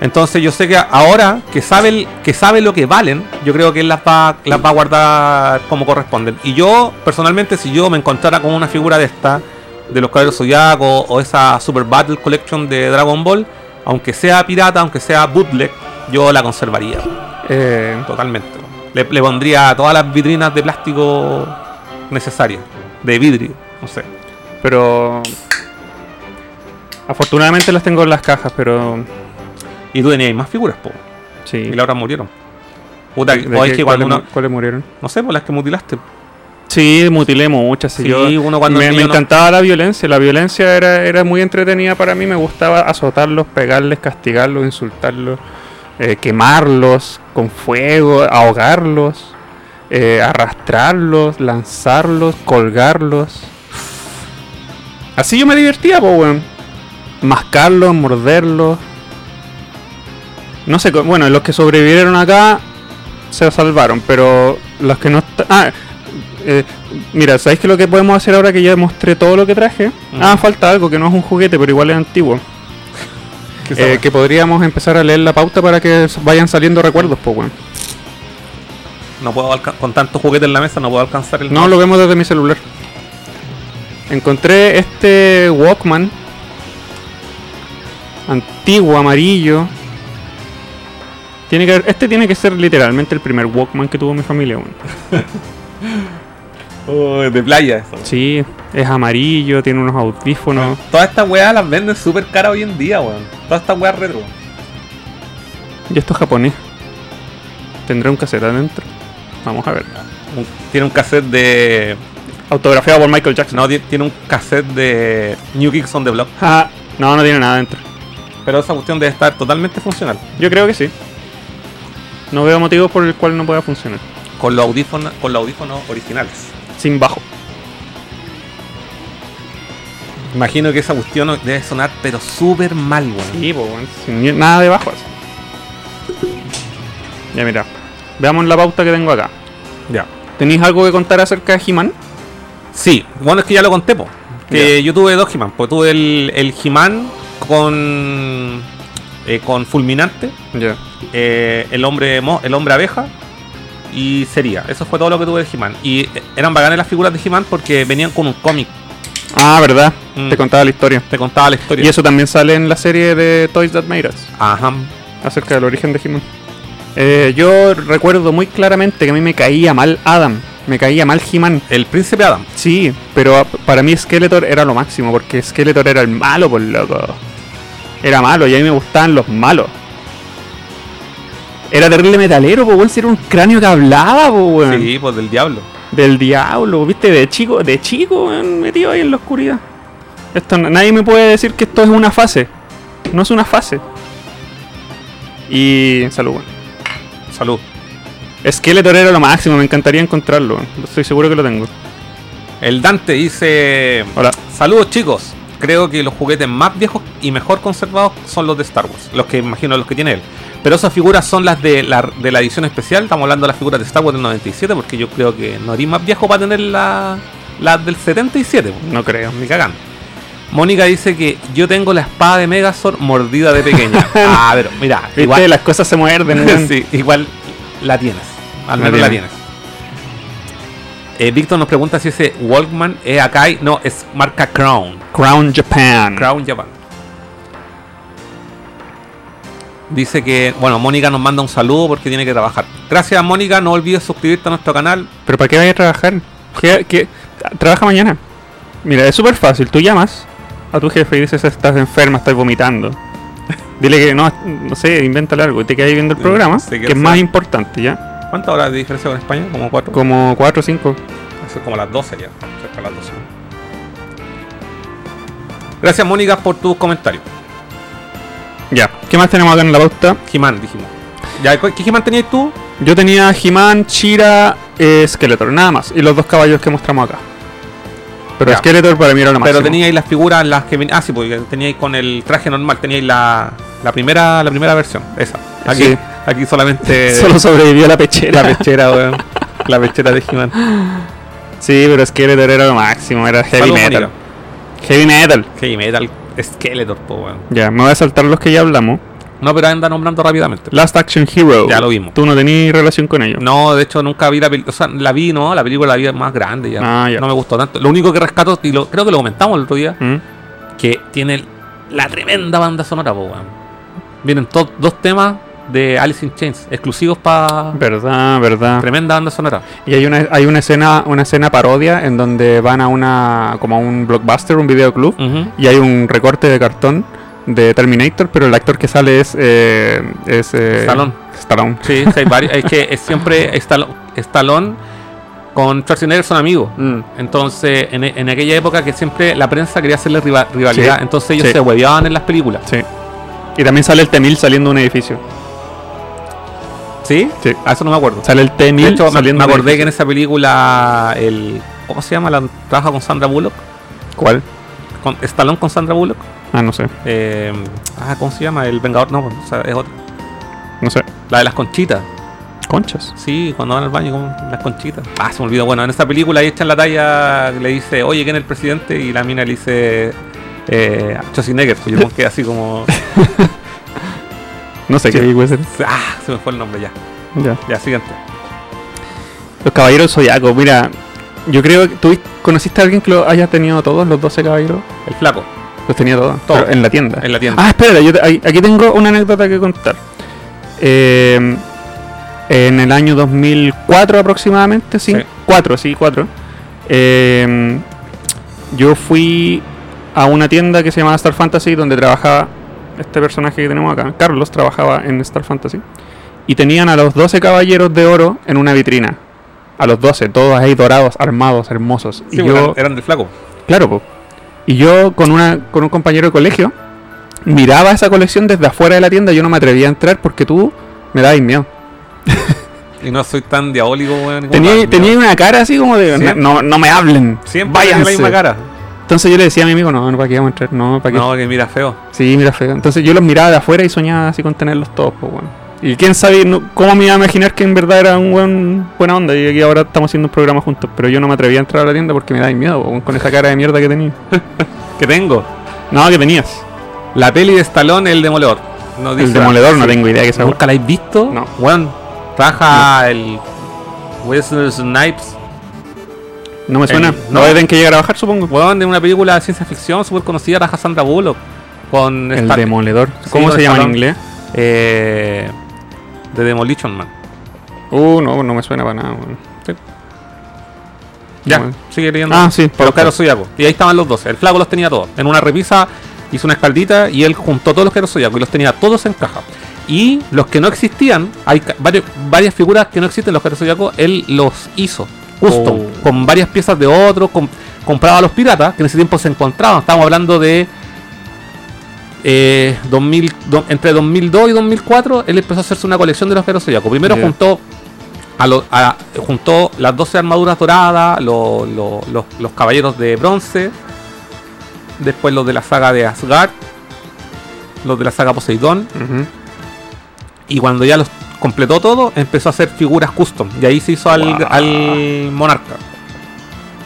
Entonces yo sé que ahora que sabe el- que sabe lo que valen, yo creo que él las va las va a guardar como corresponden. Y yo personalmente si yo me encontrara con una figura de esta de los Caballeros Zodiaco o esa Super Battle Collection de Dragon Ball, aunque sea pirata, aunque sea bootleg, yo la conservaría.
Eh...
Totalmente. Le, le pondría todas las vitrinas de plástico necesarias. De vidrio, no sé.
Pero... Afortunadamente las tengo en las cajas, pero...
Y tú tenías más figuras, po.
Sí.
Y las otras murieron. Puta,
¿De- de
o es
qué-
que cuando
cuáles
uno.
mu- ¿Cuáles murieron?
No sé, por las que mutilaste.
Sí, mutilé muchas. Sí,
Sí,
yo-
uno cuando es
me, me
niño no-
encantaba la violencia. La violencia era, era muy entretenida para mí. Me gustaba azotarlos, pegarles, castigarlos, insultarlos, eh, quemarlos con fuego, ahogarlos, eh, arrastrarlos, lanzarlos, colgarlos. Así yo me divertía, pues, weón. Mascarlos, morderlos. No sé, co- bueno, los que sobrevivieron acá se salvaron, pero los que no... est- Ah, Eh, mira, ¿sabéis que lo que podemos hacer ahora que ya mostré todo lo que traje? Ah, falta algo que no es un juguete, pero igual es antiguo.
¿Qué
Eh,
sabe?
que podríamos empezar a leer la pauta para que s- vayan saliendo recuerdos, pues, weón.
No puedo alca- con tantos juguetes en la mesa no puedo alcanzar el
No, lo vemos desde mi celular. Encontré este Walkman. Antiguo, amarillo. Tiene que, haber- este tiene que ser literalmente el primer Walkman que tuvo mi familia, weón.
Uy, de playa eso.
Sí, es amarillo, tiene unos audífonos.
Todas estas weas las venden súper caras hoy en día, weón. Todas estas weas retro.
Y esto es japonés. Tendrá un cassette adentro. Vamos a ver.
Un- tiene un cassette de.
Autografiado por Michael Jackson.
No, ti- tiene un cassette de New Kicks on the Block.
Ah, no, no tiene nada adentro.
Pero esa cuestión debe estar totalmente funcional.
Yo creo que sí. No veo motivo por el cual no pueda funcionar.
Con los audífonos, con los audífonos originales.
Sin bajo.
Imagino que esa cuestión debe sonar pero súper mal, weón.
Sí, po, weón, sin ni- nada de bajo. así. Ya mira. Veamos la pauta que tengo acá.
Ya.
¿Tenéis algo que contar acerca de He-Man?
Sí, bueno, es que ya lo conté, po. Que yo tuve dos He-Man, pues tuve el, el He-Man con. eh, con Fulminante,
Ya.
eh, el, hombre mo- el hombre abeja y sería. Eso fue todo lo que tuve de He-Man. Y eh, eran bacanas las figuras de He-Man porque venían con un cómic,
Ah, verdad.
Mm.
Te contaba la historia.
te contaba la historia.
Y eso también sale en la serie de Toys That Made Us.
Ajá.
acerca del origen de He-Man. Eh, yo recuerdo muy claramente que a mí me caía mal Adam, me caía mal He-Man.
El príncipe Adam.
Sí, pero a- para mí Skeletor era lo máximo, porque Skeletor era el malo, por loco. Era malo, y a mí me gustaban los malos. Era terrible metalero, po, weón, si era un cráneo que hablaba, po, weón.
Sí, pues del diablo.
Del diablo, viste, de chico, de chico, weón, metido ahí en la oscuridad. Esto, n- nadie me puede decir que esto es una fase. No es una fase. Y. Salud, weón.
Salud.
Skeletor era lo máximo, me encantaría encontrarlo. Estoy seguro que lo tengo.
El Dante dice.
Hola.
Saludos chicos. Creo que los juguetes más viejos y mejor conservados son los de Star Wars. Los que imagino los que tiene él. Pero esas figuras son las de la, de la edición especial. Estamos hablando de las figuras de Star Wars del 97. Porque yo creo que no eres más viejo para tener las la del 77.
No creo.
Ni cagando. Mónica dice que yo tengo la espada de Megazord mordida de pequeña. ah, pero mira,
Viste,
igual,
las cosas se muerden. weón.
sí, igual la tienes. Al
La
menos la
tiene.
tienes. Eh, Víctor nos pregunta si ese Walkman es Akai. No, es marca Crown.
Crown Japan.
Crown Japan. Dice que, bueno, Mónica nos manda un saludo porque tiene que trabajar. Gracias, Mónica. No olvides suscribirte a nuestro canal.
Pero ¿para qué vaya a trabajar? ¿Qué- qué- Trabaja mañana. Mira, es súper fácil. Tú llamas a tu jefe y dices, estás enferma, estás vomitando. Dile que no, no sé, invéntale algo y te quedas ahí viendo el
Sí,
programa,
sí,
que
que
es
sea.
más importante, ¿ya?
¿Cuántas horas de diferencia con España? Como cuatro.
Como 4 o 5.
Eso es como las 12 ya. Cerca de las 12. Gracias, Mónica, por tus comentarios.
Ya. ¿Qué más tenemos acá en la pauta?
Jimán, dijimos. ¿Ya, ¿Qué Jimán tenías tú?
Yo tenía He-Man, Chira, eh, Skeletor, nada más. Y los dos caballos que mostramos acá. Pero
Ya.
Skeletor para mí era lo máximo.
Pero teníais las figuras, las que ven- Ah, sí, porque teníais con el traje normal, teníais la, la primera la primera versión, esa. Aquí,
Sí.
aquí solamente
Solo sobrevivió la pechera.
la pechera, weón. La pechera de He-Man.
sí, pero Skeletor era lo máximo, era heavy
Salud,
metal.
Mónica.
Heavy metal.
Heavy metal, Skeletor, po, weón.
Ya, me voy a saltar los que ya hablamos.
No, pero anda nombrando rápidamente.
Last Action Hero.
Ya lo vimos.
Tú no tenías relación con ellos.
No, de hecho nunca vi la película, o sea, la vi, no, la película la vi más grande ya.
Ah, ya.
No me gustó tanto. Lo único que rescato, y lo, creo que lo comentamos el otro día,
¿Mm?
que tiene la tremenda banda sonora, po, weón. Vienen to- dos temas de Alice in Chains, exclusivos para
Verdad, verdad.
tremenda banda sonora.
Y hay una, hay una escena, una escena parodia en donde van a una como a un blockbuster, un videoclub,
Ujú.
y hay un recorte de cartón de Terminator, pero el actor que sale es eh, es eh,
Stallone.
Stallone.
Sí, sí, hay varios. es que es siempre Stallone, Stallone con Schwarzenegger son amigos. Entonces, en, e, en aquella época que siempre la prensa quería hacerle riva- rivalidad,
Sí,
entonces ellos
sí.
se hueveaban en las películas.
Sí. Y también sale el T-1000 saliendo de un edificio.
¿Sí?
Sí.
A eso no me acuerdo.
Sale el
De
T-1000
hecho, me,
saliendo
me
de un
acordé que en
edificio.
esa película, el ¿cómo se llama? La trabaja con Sandra Bullock,
¿Cuál?
con Stallone con Sandra Bullock.
Ah, no sé.
Eh, ah, ¿cómo se llama? El Vengador, no, o sea, es otra.
No sé.
La de las conchitas.
conchas.
Sí, cuando van al baño con las conchitas. Ah, se me olvidó. Bueno, en esta película ahí está en la talla, le dice, oye, ¿quién es el presidente? Y la mina le dice, eh, Schwarzenegger. Pues yo me quedé así como,
No sé
Sí.
qué digo ese.
ah, se me fue el nombre ya.
Ya.
Ya, siguiente.
Los caballeros del zodiaco, mira. Yo creo que tú conociste a alguien que lo haya tenido todos, los 12 caballeros.
El flaco,
Los tenía todos.
Todos.
pero En la tienda.
en la tienda.
Ah, espera, yo te- ahí- aquí tengo una anécdota que contar. Eh, en el año 2004 aproximadamente, sí,
Sí.
4, sí, 4. eh, yo fui a una tienda que se llamaba Star Fantasy donde trabajaba este personaje que tenemos acá, Carlos, trabajaba en Star Fantasy. Y tenían a los 12 caballeros de oro en una vitrina. A los 12, todos ahí dorados, armados, hermosos.
Sí,
y
pues,
yo,
eran, eran del flaco.
Claro, po. Y yo con, una, con un compañero de colegio miraba esa colección desde afuera de la tienda. Yo no me atrevía a entrar porque tú me dabas miedo.
Y no soy tan diabólico, weón. como
Tenía,
tan-
tenía una cara así como de.
Siempre.
No, no me hablen.
Siempre
váyanse".
tenía la misma cara.
Entonces yo le decía a mi amigo, no, no, ¿para qué vamos a entrar? No, ¿para qué?
No, que mira feo.
Sí, mira, feo. Entonces yo los miraba de afuera y soñaba así con tenerlos todos, pues, bueno. Y quién sabe no- cómo me iba a imaginar que en verdad era un buen buena onda. Y aquí ahora estamos haciendo un programa juntos. Pero yo no me atrevía a entrar a la tienda porque me daba miedo, po, weón, con esa cara de mierda que tenía.
¿Qué tengo?
No, que tenías.
La peli de Stallone, El Demoledor. No
El
dice-
demoledor, no
Sí.
tengo idea que sea.
¿Nunca la habéis visto?
No.
Weón, trabaja el Wesley Snipes.
No me suena.
El-
no
no.
deben que llegar a bajar, supongo.
Weón, de una película de ciencia ficción súper conocida, trabaja Sandra Bullock. Con
El
esta-
demoledor.
Sí,
¿Cómo
con
se
el
llama en
salón.
inglés?
eh, de Demolition Man.
Uh, no, no me suena para nada. weón.
Ya,
Bueno.
sigue leyendo.
Ah, sí,
Pero
por
claro, zodiaco. Y ahí estaban los 12. El flaco los tenía todos. En una revisa hizo una escaldita y él juntó todos los caros zodiaco y los tenía todos en caja. Y los que no existían, hay ca- varios- varias figuras que no existen en los caros zodiaco, él los hizo. Custom,
Oh.
con varias piezas de otros, com- compraba a los piratas, que en ese tiempo se encontraban. Estábamos hablando de. eh, 2000 do- entre 2002 y 2004, él empezó a hacerse una colección de los caros zodiaco. Primero
Ya.
juntó a lo- a- juntó las 12 armaduras doradas, lo- lo- los, los caballeros de bronce, después los de la saga de Asgard, los de la saga Poseidón,
Ujú.
y cuando ya los completó todo, empezó a hacer figuras custom, y ahí se hizo al,
Guau.
al monarca,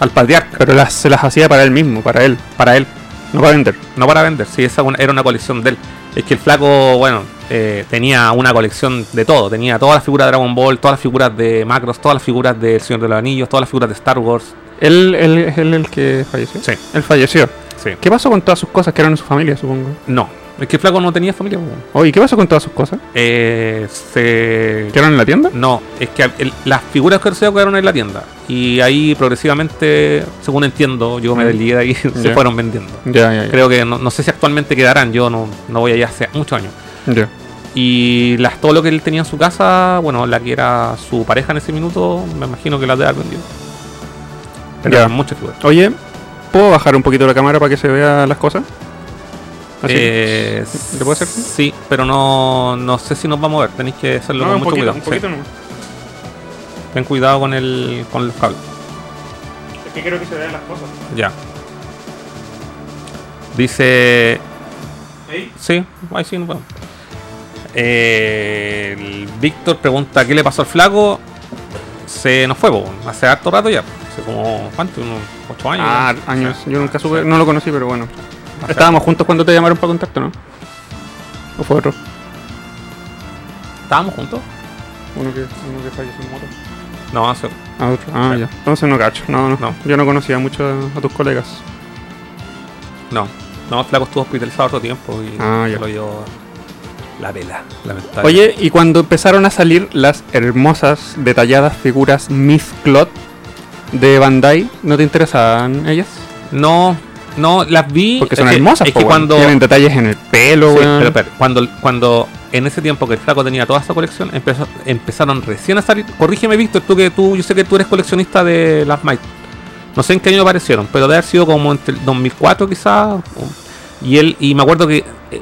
al patriarca,
Pero las, se las hacía para él mismo, para él,
para él,
no para vender.
no para vender, si esa una- era una colección de él. Es que el flaco, bueno, eh, tenía una colección de todo, tenía todas las figuras de Dragon Ball, todas las figuras de Macros, todas las figuras del Señor de los Anillos, todas las figuras de Star Wars.
Él él- es él el que falleció.
Sí,
Él falleció.
sí.
¿Qué pasó con todas sus cosas que eran de su familia, supongo?
No, es que el Flaco no tenía familia. po.
Oye, ¿qué pasó con todas sus cosas?
Eh, se...
¿Que eran en la tienda?
No, es que el- las figuras que se quedaron en la tienda. Y ahí progresivamente, según entiendo, yo me
Mm.
deligué de ahí, se
Ya.
fueron vendiendo.
Ya, ya, ya.
Creo que no, no sé si actualmente quedarán, yo no, no voy allá hace muchos años.
Ya.
Y las, todo lo que él tenía en su casa, bueno, la que era su pareja en ese minuto, me imagino que la debe haber vendido. Pero
Ya.
eran muchas figuras.
Oye, ¿puedo bajar un poquito la cámara para que se vean las cosas? Así.
Eh,
¿Ah, ¿Le puedo hacer?
Sí, pero no, no sé si nos vamos a ver. Tenéis que hacerlo
No,
con
un
mucho
poquito,
cuidado.
un
sí.
poquito nomás.
Ten cuidado con el con los cables.
Es que quiero que se vean las cosas.
Ya. Dice.
¿Ahí?
Sí, ahí sí, no puedo. Eh, el Víctor pregunta: ¿Qué le pasó al flaco? Se nos fue, po, hace harto rato ya. Hace como, ¿cuánto? ¿Unos 8 años?
Ah,
¿no?
años.
Sí.
Yo nunca supe, no lo conocí, pero bueno.
Hace-
Estábamos juntos cuando te llamaron para contacto, ¿no? ¿O fue otro?
¿Estábamos juntos?
Uno que, uno que falleció en moto.
No, hace.
Ah, otro. Ah, ya. Entonces no cacho. No, no,
No.
Yo no conocía mucho a, a tus colegas.
No. No, el flaco estuvo hospitalizado otro tiempo y
Ah, ya.
lo llevó la vela, lamentablemente.
Oye, y cuando empezaron a salir las hermosas, detalladas figuras Miss Clot de Bandai, ¿no te interesaban ellas?
No, no, las vi.
Porque
es
son
que-
hermosas,
Es
po,
que
weón.
cuando.
Tienen detalles en el pelo,
Sí,
weón.
pero espera, cuando, cuando en ese tiempo que el flaco tenía toda esa colección, empezó- empezaron recién a salir. Corrígeme, Víctor, tú que tú, yo sé que tú eres coleccionista de las Might. No sé en qué año aparecieron, pero debe haber sido como entre el 2004 quizás. Y él, y me acuerdo que eh,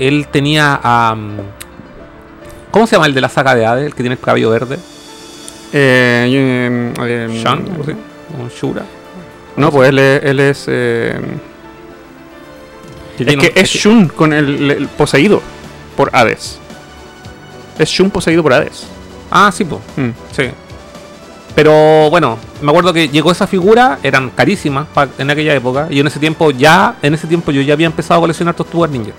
él tenía a. um, ¿Cómo se llama el de la saga de Hades, el que tiene el cabello verde?
Eh, y, eh, eh,
Sean, algo así, o Shura.
No, pues él, es- él es. eh,
Que
es
tiene
que
un-
es Shun con el, el poseído por Hades. Es Shun poseído por Hades.
Ah, sí, pues.
Mm.
Sí. Pero bueno, me acuerdo que llegó esa figura, eran carísimas pa- en aquella época. Y en ese tiempo ya, en ese tiempo yo ya había empezado a coleccionar tortugas ninja.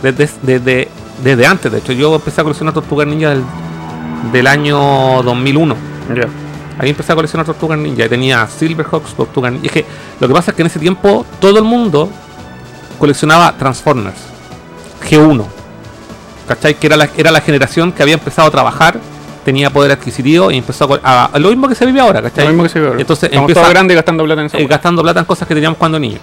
Desde, desde, desde antes, de hecho, yo empecé a coleccionar tortugas ninja del, del año 2001.
Ya.
Ahí empecé a coleccionar tortugas ninja. y Tenía Silverhawks, tortugas ninja. Y es que lo que pasa es que en ese tiempo todo el mundo coleccionaba Transformers G1. ¿Cachai? Que era la, era la generación que había empezado a trabajar, tenía poder adquisitivo y empezó a, co- a- a lo mismo que se vive ahora, ¿cachai?
Lo mismo que se ve ahora.
Entonces
Estamos
empieza-
todos grandes gastando plata en esa
Eh,
hueá.
gastando plata en cosas que teníamos cuando niños.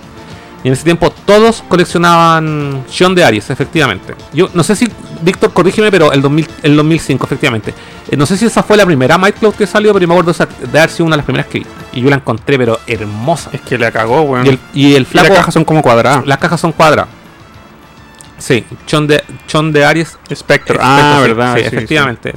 Y en ese tiempo todos coleccionaban Sean de Aries, efectivamente. Yo no sé si, Víctor, corrígeme, pero el, 2000, el 2005, efectivamente. Eh, no sé si esa fue la primera Cloud que salió, pero me acuerdo esa- de haber sido una de las primeras que vi. Y yo la encontré, pero hermosa.
Es que la cagó, weón.
Y el, y el
Y las
flaco,
cajas son como cuadradas.
las cajas son cuadras. Sí, Sean de, Sean de Aries
Spectre.
Exacto,
Ah,
sí,
verdad.
sí,
sí, sí.
efectivamente.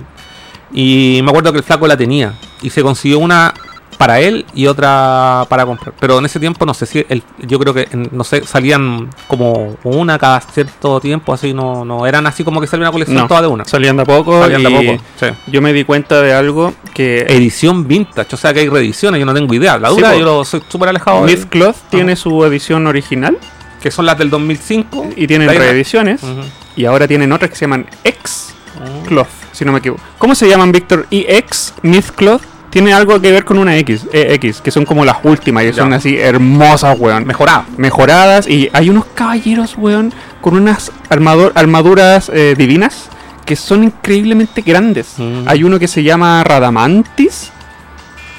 Y me acuerdo que el flaco la tenía. Y se consiguió una para él y otra para comprar. Pero en ese tiempo no sé si el- yo creo que en- no sé, salían como una cada cierto tiempo, así no, no eran así como que salía una colección
No.
toda de una.
Salían de a poco.
Salían de a
y
poco. sí.
Yo me di cuenta de algo que
Edición vintage, o sea que hay reediciones, yo no tengo idea. La
Sí,
dura
po.
yo lo, soy súper alejado. de-
Mythcloth tiene su edición original
que son las del 2005
y tienen
Hay una-
reediciones.
Ujú.
Y ahora tienen otras que se llaman X
Ujú.
Cloth, si no me equivoco. ¿Cómo se llaman, Víctor? EX, Mythcloth. Tiene algo que ver con una X, EX, que son como las últimas y son
Ya.
así hermosas, weón.
Mejorada.
mejoradas y hay unos caballeros, weón, con unas armado- armaduras eh, divinas que son increíblemente grandes.
Mm.
Hay uno que se llama Radamantis.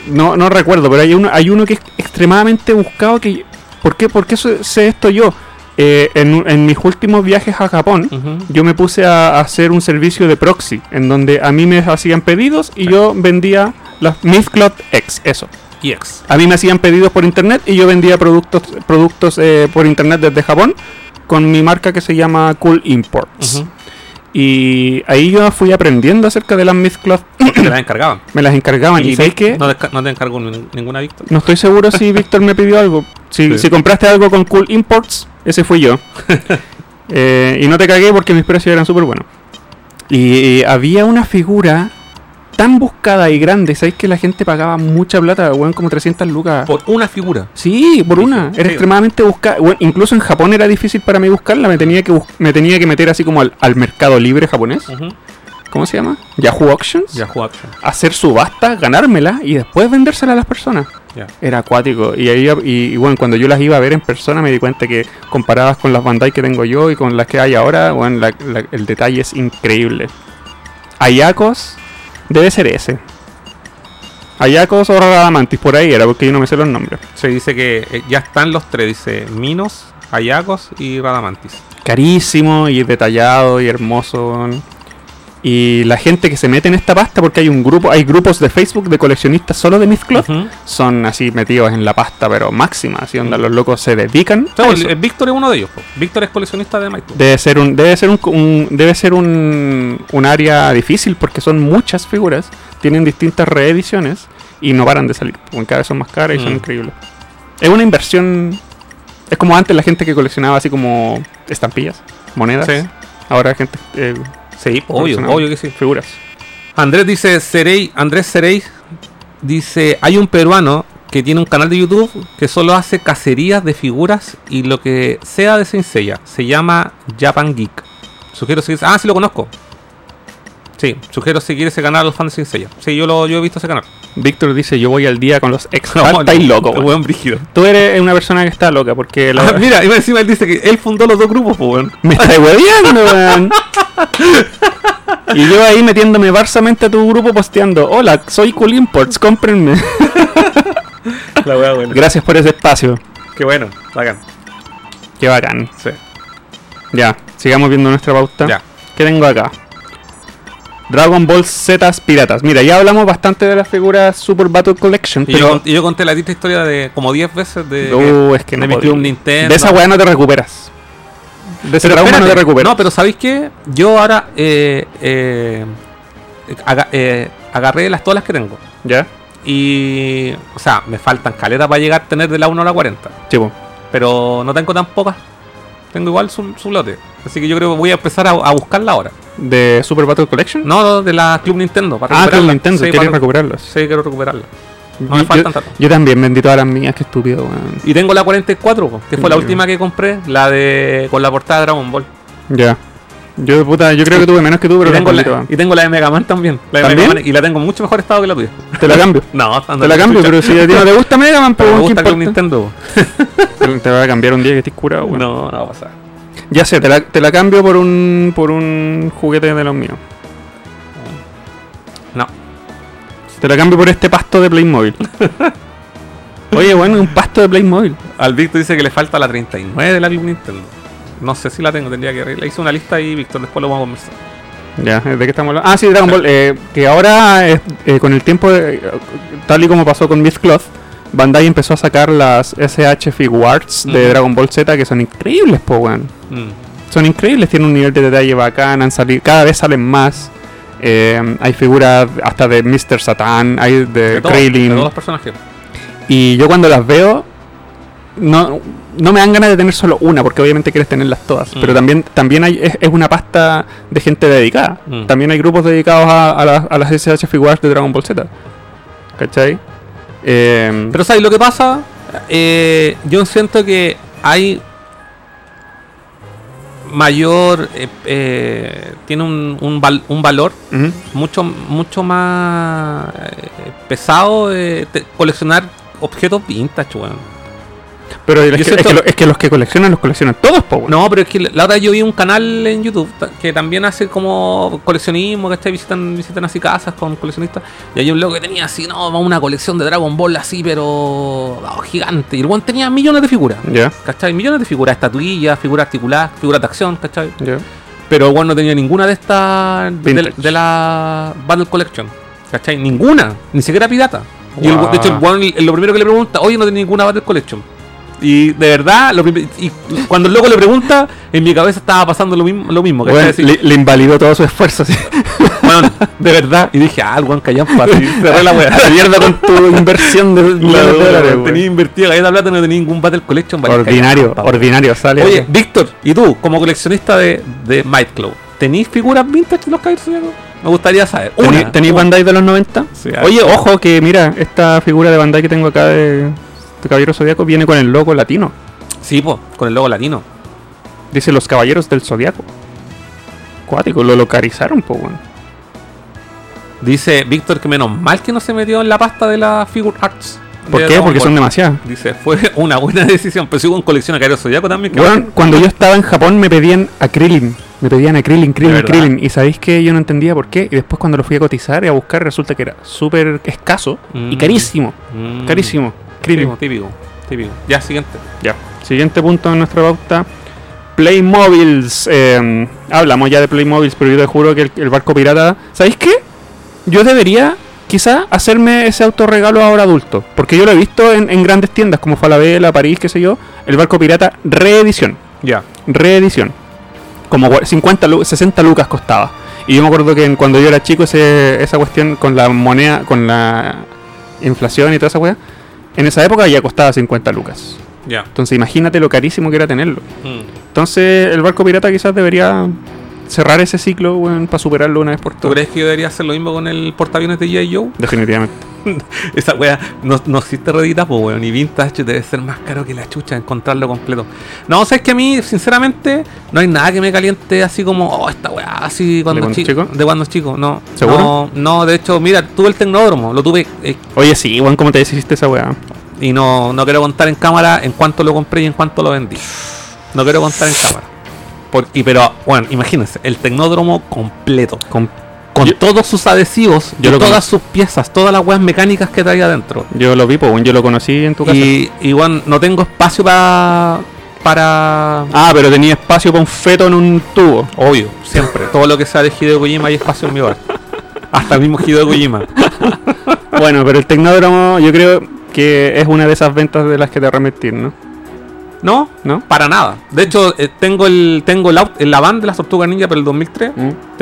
No, no recuerdo, pero hay uno, hay uno que es extremadamente buscado que... ¿Por qué, por qué sé sé esto yo? Eh, en, en mis últimos viajes a Japón,
Ujú.
yo me puse a, a hacer un servicio de proxy, en donde a mí me hacían pedidos y yo vendía las Mythcloth X, eso.
Y ex.
A mí me hacían pedidos por internet y yo vendía productos, productos eh, por internet desde Japón con mi marca que se llama Cool Imports.
Ujú.
Y ahí yo fui aprendiendo acerca de las Mythcloth.
Te las encargaban.
Me las encargaban y, sabéis que
no, desca- no te encargó nin- ninguna Víctor.
no estoy seguro si Víctor me pidió algo. Si,
Sí.
si compraste algo con Cool Imports, ese fui yo. Eh, y no te cagué porque mis precios eran súper buenos. Y, eh, había una figura tan buscada y grande. Sabéis que la gente pagaba mucha plata, weón, como 300 lucas.
Ah. Por una figura.
Sí, por
Sí,
una.
sí.
Era extremadamente buscada. Bueno, incluso en Japón era difícil para mí buscarla. Me tenía que, bus- me tenía que meter así como al, al mercado libre japonés. ¿Cómo se llama? Yahoo Auctions.
Yahoo Action.
Hacer subasta, ganármela y después vendérsela a las personas.
Ya.
Era acuático. Y, ahí, y, y bueno, cuando yo las iba a ver en persona me di cuenta que comparadas con las Bandai que tengo yo y con las que hay ahora, bueno, la- la- el detalle es increíble. Ayacos debe ser ese. Ayacos o Radamantis, por ahí era, porque yo no me sé los nombres.
Se dice que eh, ya están los tres, dice Minos, Ayagos y Radamantis.
carísimo y detallado y hermoso. weón. Y la gente que se mete en esta pasta, porque hay un grupo, hay grupos de Facebook de coleccionistas solo de Mythcloth,
Ujú.
son así metidos en la pasta, pero máxima, así onda, los locos se dedican. a
Sí, bueno,
eso.
el- el Víctor es uno de ellos. po. Víctor es coleccionista de Michael.
Debe ser un, debe ser un, un- debe ser un, un área difícil porque son muchas figuras, tienen distintas reediciones y no paran de salir, porque cada vez son más caras y son
Mm.
increíbles. Es una inversión, es como antes la gente que coleccionaba así como estampillas, monedas.
Sí.
Ahora gente eh,
Sí, obvio,
coleccionaba
obvio que sí.
figuras.
Andrés dice Serey, Andrés Serey dice, hay un peruano que tiene un canal de YouTube que solo hace cacerías de figuras y lo que sea de sencilla. Se llama Japan Geek. Sugiero seguir. Ah, sí lo conozco. Sí, sugiero seguir ese canal a los fans de Sencilla. Sí, yo lo yo he visto ese canal.
Víctor dice, yo voy al día con los ex.
No, no,
estáis loco.
el
weón.
Weón brígido.
Tú eres una persona que está loca porque la-
Ah, mira, y más encima él dice que él fundó los dos grupos, po, weón.
Me estáis hueviando, weón. Y yo ahí metiéndome barsamente a tu grupo posteando, hola, soy Cool Imports, cómprenme.
La weá, weón.
Gracias por ese espacio.
Qué bueno, bacán.
Qué bacán.
Sí.
Ya, sigamos viendo nuestra pauta.
Ya.
¿Qué tengo acá? Dragon Ball Z Piratas. Mira, ya hablamos bastante de las figuras Super Battle Collection,
Y, yo,
pero...
y yo conté la triste historia de como 10 veces de,
Uh, es que
de
no
mi
podía.
club Nintendo.
De esa weá no te recuperas. De ese
Pero
trauma no
espérate,
te recuperas.
No, pero ¿sabéis qué? Yo ahora eh, eh, aga- eh, agarré las todas las que tengo.
¿Ya?
Y. O sea, me faltan caletas para llegar a tener de la 1 a la 40.
Chivo.
Pero no tengo tan pocas. Tengo igual su, su lote. Así que yo creo que voy a empezar a, a buscarla ahora.
¿De Super Battle Collection?
No, no, de la Club Nintendo. Para
ah, Club
recuperarla.
Nintendo,
Sí,
quieres
para-
recuperarlas.
Sí, quiero recuperarla. No me
Yo-
faltan
yo,
tanto.
yo también vendí todas las mías, qué estúpido, weón.
Y tengo la 44, po, que fue la
Ya.
última que compré, la de con la portada de Dragon Ball.
Ya. Yo, puta, yo creo que tuve menos que tú, pero
y, tengo
las vendí
la,
todas.
y tengo la de Mega Man también. La de
¿También?
Mega Man, y la tengo en mucho mejor estado que la tuya.
Te la cambio.
No,
Te la cambio, pero si a ti no te gusta Mega Man, pues
Pero me
weón, ¿qué
gusta Club
importa?
Nintendo. po.
Te- Te va a cambiar un día que estés curado, weón.
No, no va a pasar.
Ya sé, te la, te la cambio por un, por un juguete de los míos.
No.
Te la cambio por este pasto de Playmobil. Oye, bueno, un pasto de Playmobil.
Al Víctor dice que le falta la 39 de la Club Nintendo. No sé si la tengo, tendría que arreglar. Hice una lista y Víctor, después lo vamos a conversar.
Ya, ¿de qué estamos hablando? Ah, sí, Dragon Ball. eh, que ahora, eh, eh, con el tiempo, eh, tal y como pasó con Miss Cloth, Bandai empezó a sacar las SH Figuarts de
Ujú.
Dragon Ball Z que son increíbles, po, weón.
Mm.
son increíbles, tienen un nivel de detalle bacán, han salido, cada vez salen más. Eh, hay figuras hasta de Mr. Satan, hay de,
De todo, de
Krillin.
todos los personajes.
Y yo cuando las veo, no, no me dan ganas de tener solo una, porque obviamente quieres tenerlas todas.
Mm.
Pero también, también hay, es, es una pasta de gente dedicada.
Mm.
También hay grupos dedicados a, a las, a las SH figuras de Dragon Ball Z. ¿Cachai? Eh,
Pero ¿sabes lo que pasa? Eh, yo siento que hay mayor... eh, eh, tiene un, un, val- un valor
ujú.
mucho, mucho más eh, pesado eh, te- coleccionar objetos vintage, weón.
pero es
Yo
que, es
siento-
que lo- es que los que coleccionan, los coleccionan todos, po, weón.
No, pero es que la otra vez yo vi un canal en YouTube ta- que también hace como coleccionismo, ¿cachai? Visitan, visitan así casas con coleccionistas. Y hay un loco que tenía así, no, vamos, una colección de Dragon Ball así, pero oh, gigante. Y el weón tenía millones de figuras.
Ya,
¿Cachai? Millones de figuras, estatuillas, figuras articuladas, figuras de acción, ¿cachai?
ya.
Pero el weón no tenía ninguna de estas de,
Vintage.
de la Battle Collection. ¿Cachai? Ninguna, ni siquiera pirata. Y el,
Guau.
de hecho, el weón, el- lo primero que le pregunta, oye, no tenía ninguna Battle Collection. Y de verdad, lo prim- y cuando el loco le pregunta, en mi cabeza estaba pasando lo mismo. Lo mismo ¿cachai?
Weón,
Así,
le, le invalidó todo su esfuerzo. así.
weón, de verdad. Y dije, ah, el weón callampa, así, cerré la weá.
A la mierda con tu inversión de millones de dólares, weón.
tenía invertida galleta plata, no tenía ningún Battle Collection. vale,
Ordinario,
callampa, weón.
ordinario, sale.
Oye, Víctor, ¿y tú, como coleccionista de, de Might Club, tenéis figuras vintage de los Caballeros Me gustaría saber.
¿Tení- ¿Tenéis
una.
Bandai de los 90?
Sí,
Oye, ojo que mira, esta figura de Bandai que tengo acá de, de Caballero Zodíaco viene con el logo latino.
Sí, po, con el logo latino.
Dice los Caballeros del Zodíaco. Cuático, lo localizaron, po, weón.
Dice Víctor que menos mal que no se metió en la pasta de la Figure Arts.
¿Por
de
qué?
Dragon
Porque
Ball.
son demasiadas.
Dice, fue una buena decisión. Pero sigo en colección a Cairo Zodiaco también. que-
Weón, cuando yo estaba en Japón me pedían a Krillin. Me pedían a Krillin, Krillin,
verdad?
Krillin. Y sabéis que yo no entendía por qué. Y después cuando lo fui a cotizar y a buscar resulta que era súper escaso y
Mm.
carísimo.
Mm.
Carísimo. Krillin.
Típico, típico, típico. Ya, siguiente.
Ya. Siguiente punto en nuestra pauta. Playmobiles. Eh, hablamos ya de Playmobiles, pero yo te juro que el, el barco pirata. ¿Sabéis qué? Yo debería, quizá, hacerme ese autorregalo ahora adulto. Porque yo lo he visto en, en grandes tiendas como Falabella, París, qué sé yo. El barco pirata reedición.
Ya.
Reedición. Como gua- 50, lu- 60 lucas costaba. Y yo me acuerdo que en- cuando yo era chico, ese- esa cuestión con la moneda, con la inflación y toda esa wea, en esa época ya costaba 50 lucas.
Ya.
Entonces imagínate lo carísimo que era tenerlo.
Mm.
Entonces el barco pirata quizás debería cerrar ese ciclo para superarlo una vez por
¿Tú
todas.
crees que yo debería hacer lo mismo con el portaaviones de G.I. Joe?
Definitivamente.
Esa wea no, no existe redita, pues weón. Y vintage debe ser más caro que la chucha encontrarlo completo. No, o sea, es que a mí, sinceramente, no hay nada que me caliente así como, oh, esta wea así cuando,
cuando
chi-
chico?
De cuando chico, no.
¿Seguro?
No, no, de hecho, mira, tuve el tecnódromo, lo tuve eh,
Oye, sí, Juan, ¿cómo te deshiciste esa weá?
y no, no quiero contar en cámara en cuánto lo compré y en cuánto lo vendí. No quiero contar en cámara. Por- y pero, bueno, imagínense, el tecnódromo completo. Con, con
Yo-
todos sus adhesivos,
Yo
y
lo
todas
conozco.
sus piezas, todas las weas mecánicas que traía adentro.
Yo lo vi, po, weón, yo lo conocí en tu casa.
Y, y bueno, no tengo espacio para. para.
Ah, pero tenía espacio para un feto en un tubo.
Obvio, siempre. Todo lo que sea de Hideo Kojima hay espacio en mi hogar. Hasta el mismo Hideo Kojima.
bueno, pero el tecnódromo yo creo que es una de esas ventas de las que te arremetir, ¿no?
No,
¿No?
para nada. De hecho, eh, tengo el tengo el, aut- el- la van de las Tortugas Ninja pero el 2003.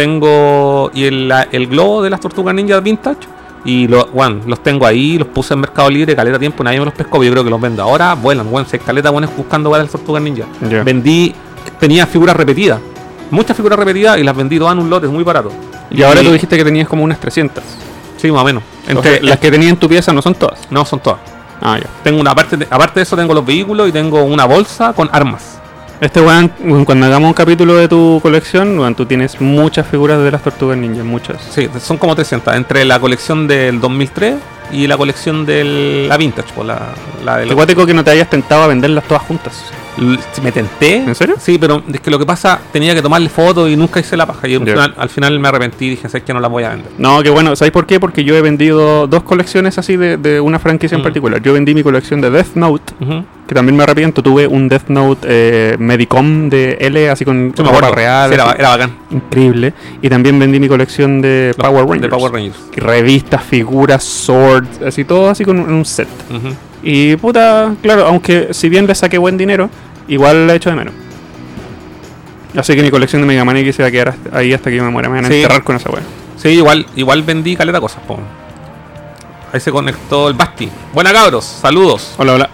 Tengo y el, la- el globo de las Tortugas Ninja vintage. Y lo, bueno, los tengo ahí, los puse en Mercado Libre, caleta tiempo, nadie me los pescó, pero yo creo que los vendo ahora, vuelan, bueno, se caleta bueno buscando para las Tortugas Ninja.
Ya.
Vendí, tenía figuras repetidas. muchas figuras repetidas y las vendí todas en un lote, es muy barato.
Y ahora tú dijiste que tenías como unas 300.
Sí, más o menos. Entre,
Entre las que tenía en tu pieza no son todas.
No, son todas.
Ah, ya.
Tengo una parte, de- aparte de eso tengo los vehículos y tengo una bolsa con armas.
Este weón, weón, cuando hagamos un capítulo de tu colección, weón, tú tienes muchas figuras de las tortugas ninja, muchas.
Sí, son como 300, entre la colección del 2003 y la colección de la vintage, pues, la, la de
El
los-
acuático que no te hayas tentado a venderlas todas juntas.
L- Me tenté.
¿En serio?
Sí, pero es que lo que pasa, tenía que tomarle fotos y nunca hice la paja. Y al
Ya.
final- al final me arrepentí y dije, sé que no la voy a vender.
No, que bueno, ¿sabéis por qué? Porque yo he vendido dos colecciones así de, de una franquicia
Mm.
en particular. Yo vendí mi colección de Death Note,
Ujú.
que también me arrepiento. Tuve un Death Note eh, Medicom de L, así con
Sí, me
ropa
acuerdo.
real.
Sí, era,
así,
era bacán.
Increíble. Y también vendí mi colección de
Los-
Power Rangers.
De Power Rangers.
Revistas, figuras, swords, así todo así con un- un set.
Ujú.
Y puta, claro, aunque si bien le saqué buen dinero, igual le echo de menos. Así que mi colección de Mega Man X se va a quedar hasta- ahí hasta que yo me muera. Me van a
Sí.
enterrar con esa wea.
Sí, igual, igual vendí caleta cosas, po. Ahí se conectó el Basti. Buena cabros, saludos.
Hola, hola.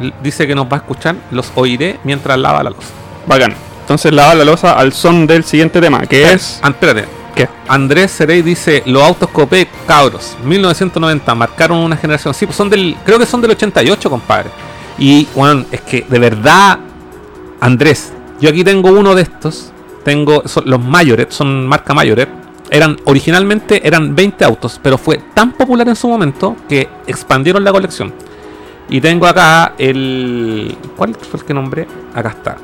L- Dice que nos va a escuchar, los oiré mientras lava la losa.
Bacán. Entonces lava la losa al son del siguiente tema, que es.
Ah, Espérate.
¿Qué?
Andrés Serey dice, los autos copé, cabros, 1990, marcaron una generación. Sí, pues son del, creo que son del 88, compadre. Y, bueno, es que de verdad, Andrés, yo aquí tengo uno de estos, tengo son los Mayoret, son marca Mayoret. Eran, originalmente eran 20 autos, pero fue tan popular en su momento que expandieron la colección. Y tengo acá el... ¿Cuál fue el que nombré? Acá está.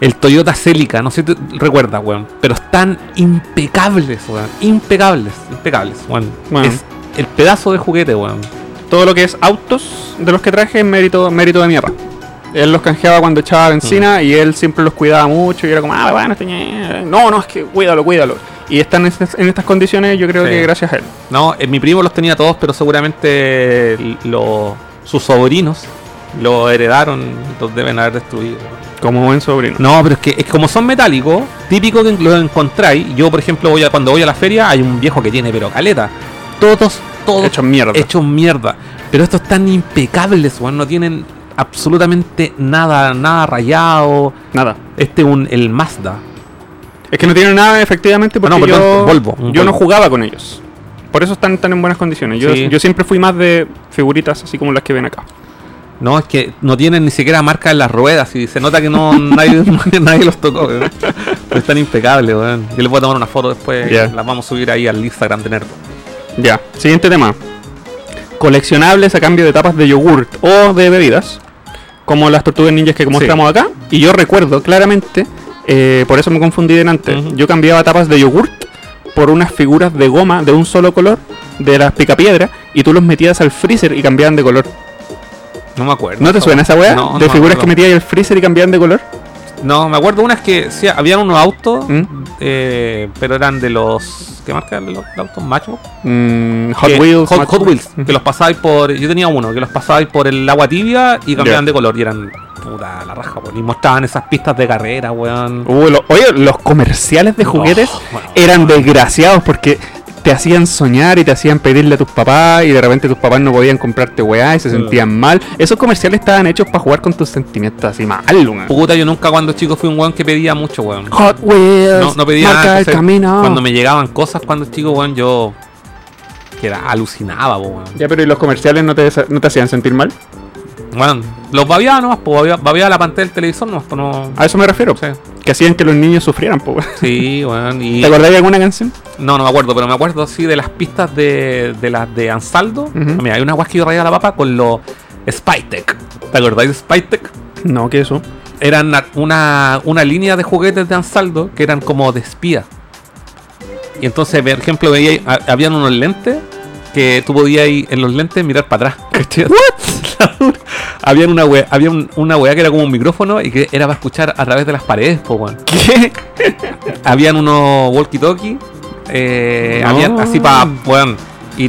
El Toyota Celica, no sé si te recuerdas, weón. Pero están impecables, weón. Impecables, impecables, weón.
Bueno.
Es el pedazo de juguete, weón.
Todo lo que es autos de los que traje es mérito, mérito de mi papá. Él los canjeaba cuando echaba benzina
Mm.
y él siempre los cuidaba mucho y era como, ah, bueno, este ñe- no, no, es que cuídalo, cuídalo. Y están en, estas- en estas condiciones, yo creo
Sí.
que gracias a él.
No, eh, mi primo los tenía todos, pero seguramente l- lo- sus sobrinos lo heredaron, los deben haber destruido. weón.
Como buen sobrino.
No, pero es que es como son metálicos, típico que los encontráis. Yo, por ejemplo, voy a, cuando voy a la feria, hay un viejo que tiene, pero caleta. Todos, todos
Hecho mierda.
hechos mierda. Pero estos están impecables, weón. No tienen absolutamente nada, nada rayado.
Nada.
Este un el Mazda.
Es que no tienen nada efectivamente porque
No, no, perdón,
yo,
Volvo, un
yo no
Volvo.
jugaba con ellos. Por eso están tan en buenas condiciones. Yo,
Sí.
yo siempre fui más de figuritas así como las que ven acá.
No, es que no tienen ni siquiera marca en las ruedas y se nota que no nadie, nadie los tocó, weón. Pero están impecables, weón. Yo les voy a tomar una foto después,
Ya.
las vamos a subir ahí al Instagram de Nerd.
Ya, siguiente tema. Coleccionables a cambio de tapas de yogurt o de bebidas. Como las tortugas ninjas que mostramos acá. Y yo recuerdo claramente, eh, por eso me confundí delante.
Ujú.
Yo cambiaba tapas de yogurt por unas figuras de goma de un solo color de las picapiedras y tú los metías al freezer y cambiaban de color.
No me acuerdo.
¿No te suena esa weá?
No,
de
no me
figuras
acuerdo.
que metías al freezer y cambiaban de color.
No, me acuerdo unas que sí, habían unos autos,
¿Mm?
eh, pero eran de los. ¿Qué marca eran los autos? Matchbox.
Mm, Hot
que-
Wheels.
Hot,
Mad-
Hot Wheels.
Mm.
Que los pasáis por. Yo tenía uno, que los pasáis por el agua tibia y cambiaban
Ya.
de color. Y eran puta la raja, weón. Y mostraban esas pistas de carrera, weón.
Uh, lo- oye, los comerciales de
No,
juguetes
bueno.
eran desgraciados porque te hacían soñar y te hacían pedirle a tus papás y de repente tus papás no podían comprarte weá y se
Mm.
sentían mal. Esos comerciales estaban hechos para jugar con tus sentimientos así mal, weón.
Puta, yo nunca cuando chico fui un weón que pedía mucho, weón.
Hot Wheels.
No, no pedía
marca
nada.
del
entonces,
camino.
Cuando me llegaban cosas cuando chico, weón, yo. Queda, alucinaba, po, weón.
Ya, pero ¿y los comerciales no te, desa- no te hacían sentir mal?
Weón, los babiaba nomás, pues babiaba, babiaba la pantalla del televisor nomás, pues no.
A eso me refiero.
Sí,
Que hacían que los niños sufrieran, po, weón.
sí, weón. Y,
¿Te acordás de alguna canción?
No, no me acuerdo, pero me acuerdo sí de las pistas de, de las de Ansaldo.
Ujú.
Mira, hay una guas que yo rayaba la papa con los Spytech. ¿Te acordáis de Spytech?
No, que eso.
Eran una, una, una línea de juguetes de Ansaldo que eran como de espía. Y entonces, por ejemplo, veía, ha- habían unos lentes que tú podías ir en los lentes mirar para atrás. ¿cachai? habían una wea, había un- una wea que era como un micrófono y que era para escuchar a través de las paredes, po, weón.
¿Qué?
Habían unos walkie-talkie. eh,
No.
Habían así para. Bueno, y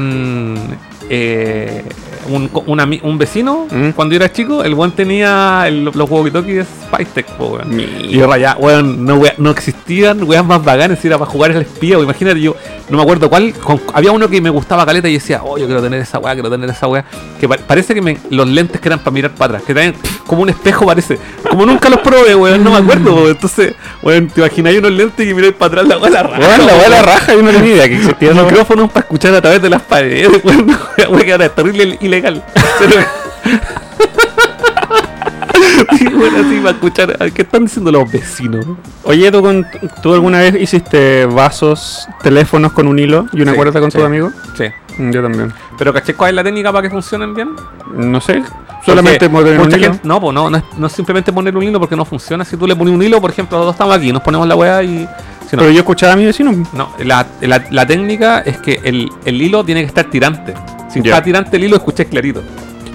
tenían. eh, un, co- un ami- un vecino,
Mm.
cuando yo era chico, el buen tenía el- los walkie-talkie de Spytech, po, weón. Y
Mira.
yo rayaba, weón, no, wea- no existían weas más bacanes, era para jugar el espía, weón. imagínate, yo no me acuerdo cuál, con- había uno que me gustaba caleta y decía, oh, yo quiero tener esa wea, quiero tener esa wea, que pa- parece que me- los lentes que eran para mirar para atrás, que traen como un espejo parece, Como nunca los probé, weón, no me acuerdo, weón. Entonces, weón, te imagináis unos lentes y miráis para atrás la weá rara.
Weón, la weá la raja, yo no tenía idea que existía
Los
esa weá.
micrófonos para escuchar a través de las paredes, weón. Una weá que ahora es terrible ilegal. Pero- Sí, weón, así para escuchar. a- ¿Qué están diciendo los vecinos?
Oye, ¿tú, con- ¿tú alguna vez hiciste vasos, teléfonos con un hilo y una
Sí,
cuerda con
sí.
tu amigo?
Sí.
Mm, Yo también.
Pero caché cuál es la técnica para que funcionen bien.
No sé,
Porque
solamente poner un
mucha
hilo.
gente- no, pues no, no es, no es simplemente poner un hilo porque no funciona. Si tú le pones un hilo, por ejemplo, nosotros estamos aquí, nos ponemos la weá y. Si no,
Pero yo escuchaba a mi vecino.
no, la, la- la técnica es que el, el hilo tiene que estar tirante. Si
Ya.
está tirante el hilo, escuché clarito.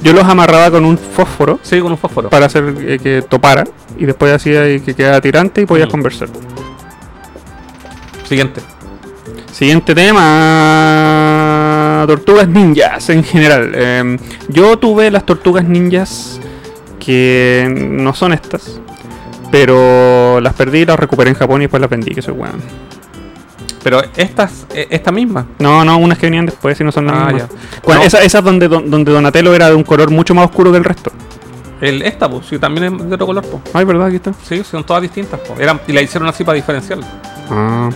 Yo los amarraba con un fósforo
Sí, con un fósforo.
para hacer eh, que topara y después hacía y que quedara tirante y podías
Mm.
conversar.
Siguiente.
Siguiente tema. Tortugas ninjas en general. Eh, yo tuve las tortugas ninjas que no son estas. Pero las perdí, las recuperé en Japón y después las vendí, que soy weón.
Pero estas, eh, esta misma.
No, no, unas que venían después y no son las
Ah,
mismas.
ya.
Cua-
No.
Esa- Esas donde, don- donde Donatello era de un color mucho más oscuro que el resto.
El, esta, pues, sí, también es de otro color, pues.
Ay, ¿verdad? Aquí está.
Sí, son todas distintas, pues. Eran, y la hicieron así para diferenciarla.
Ah.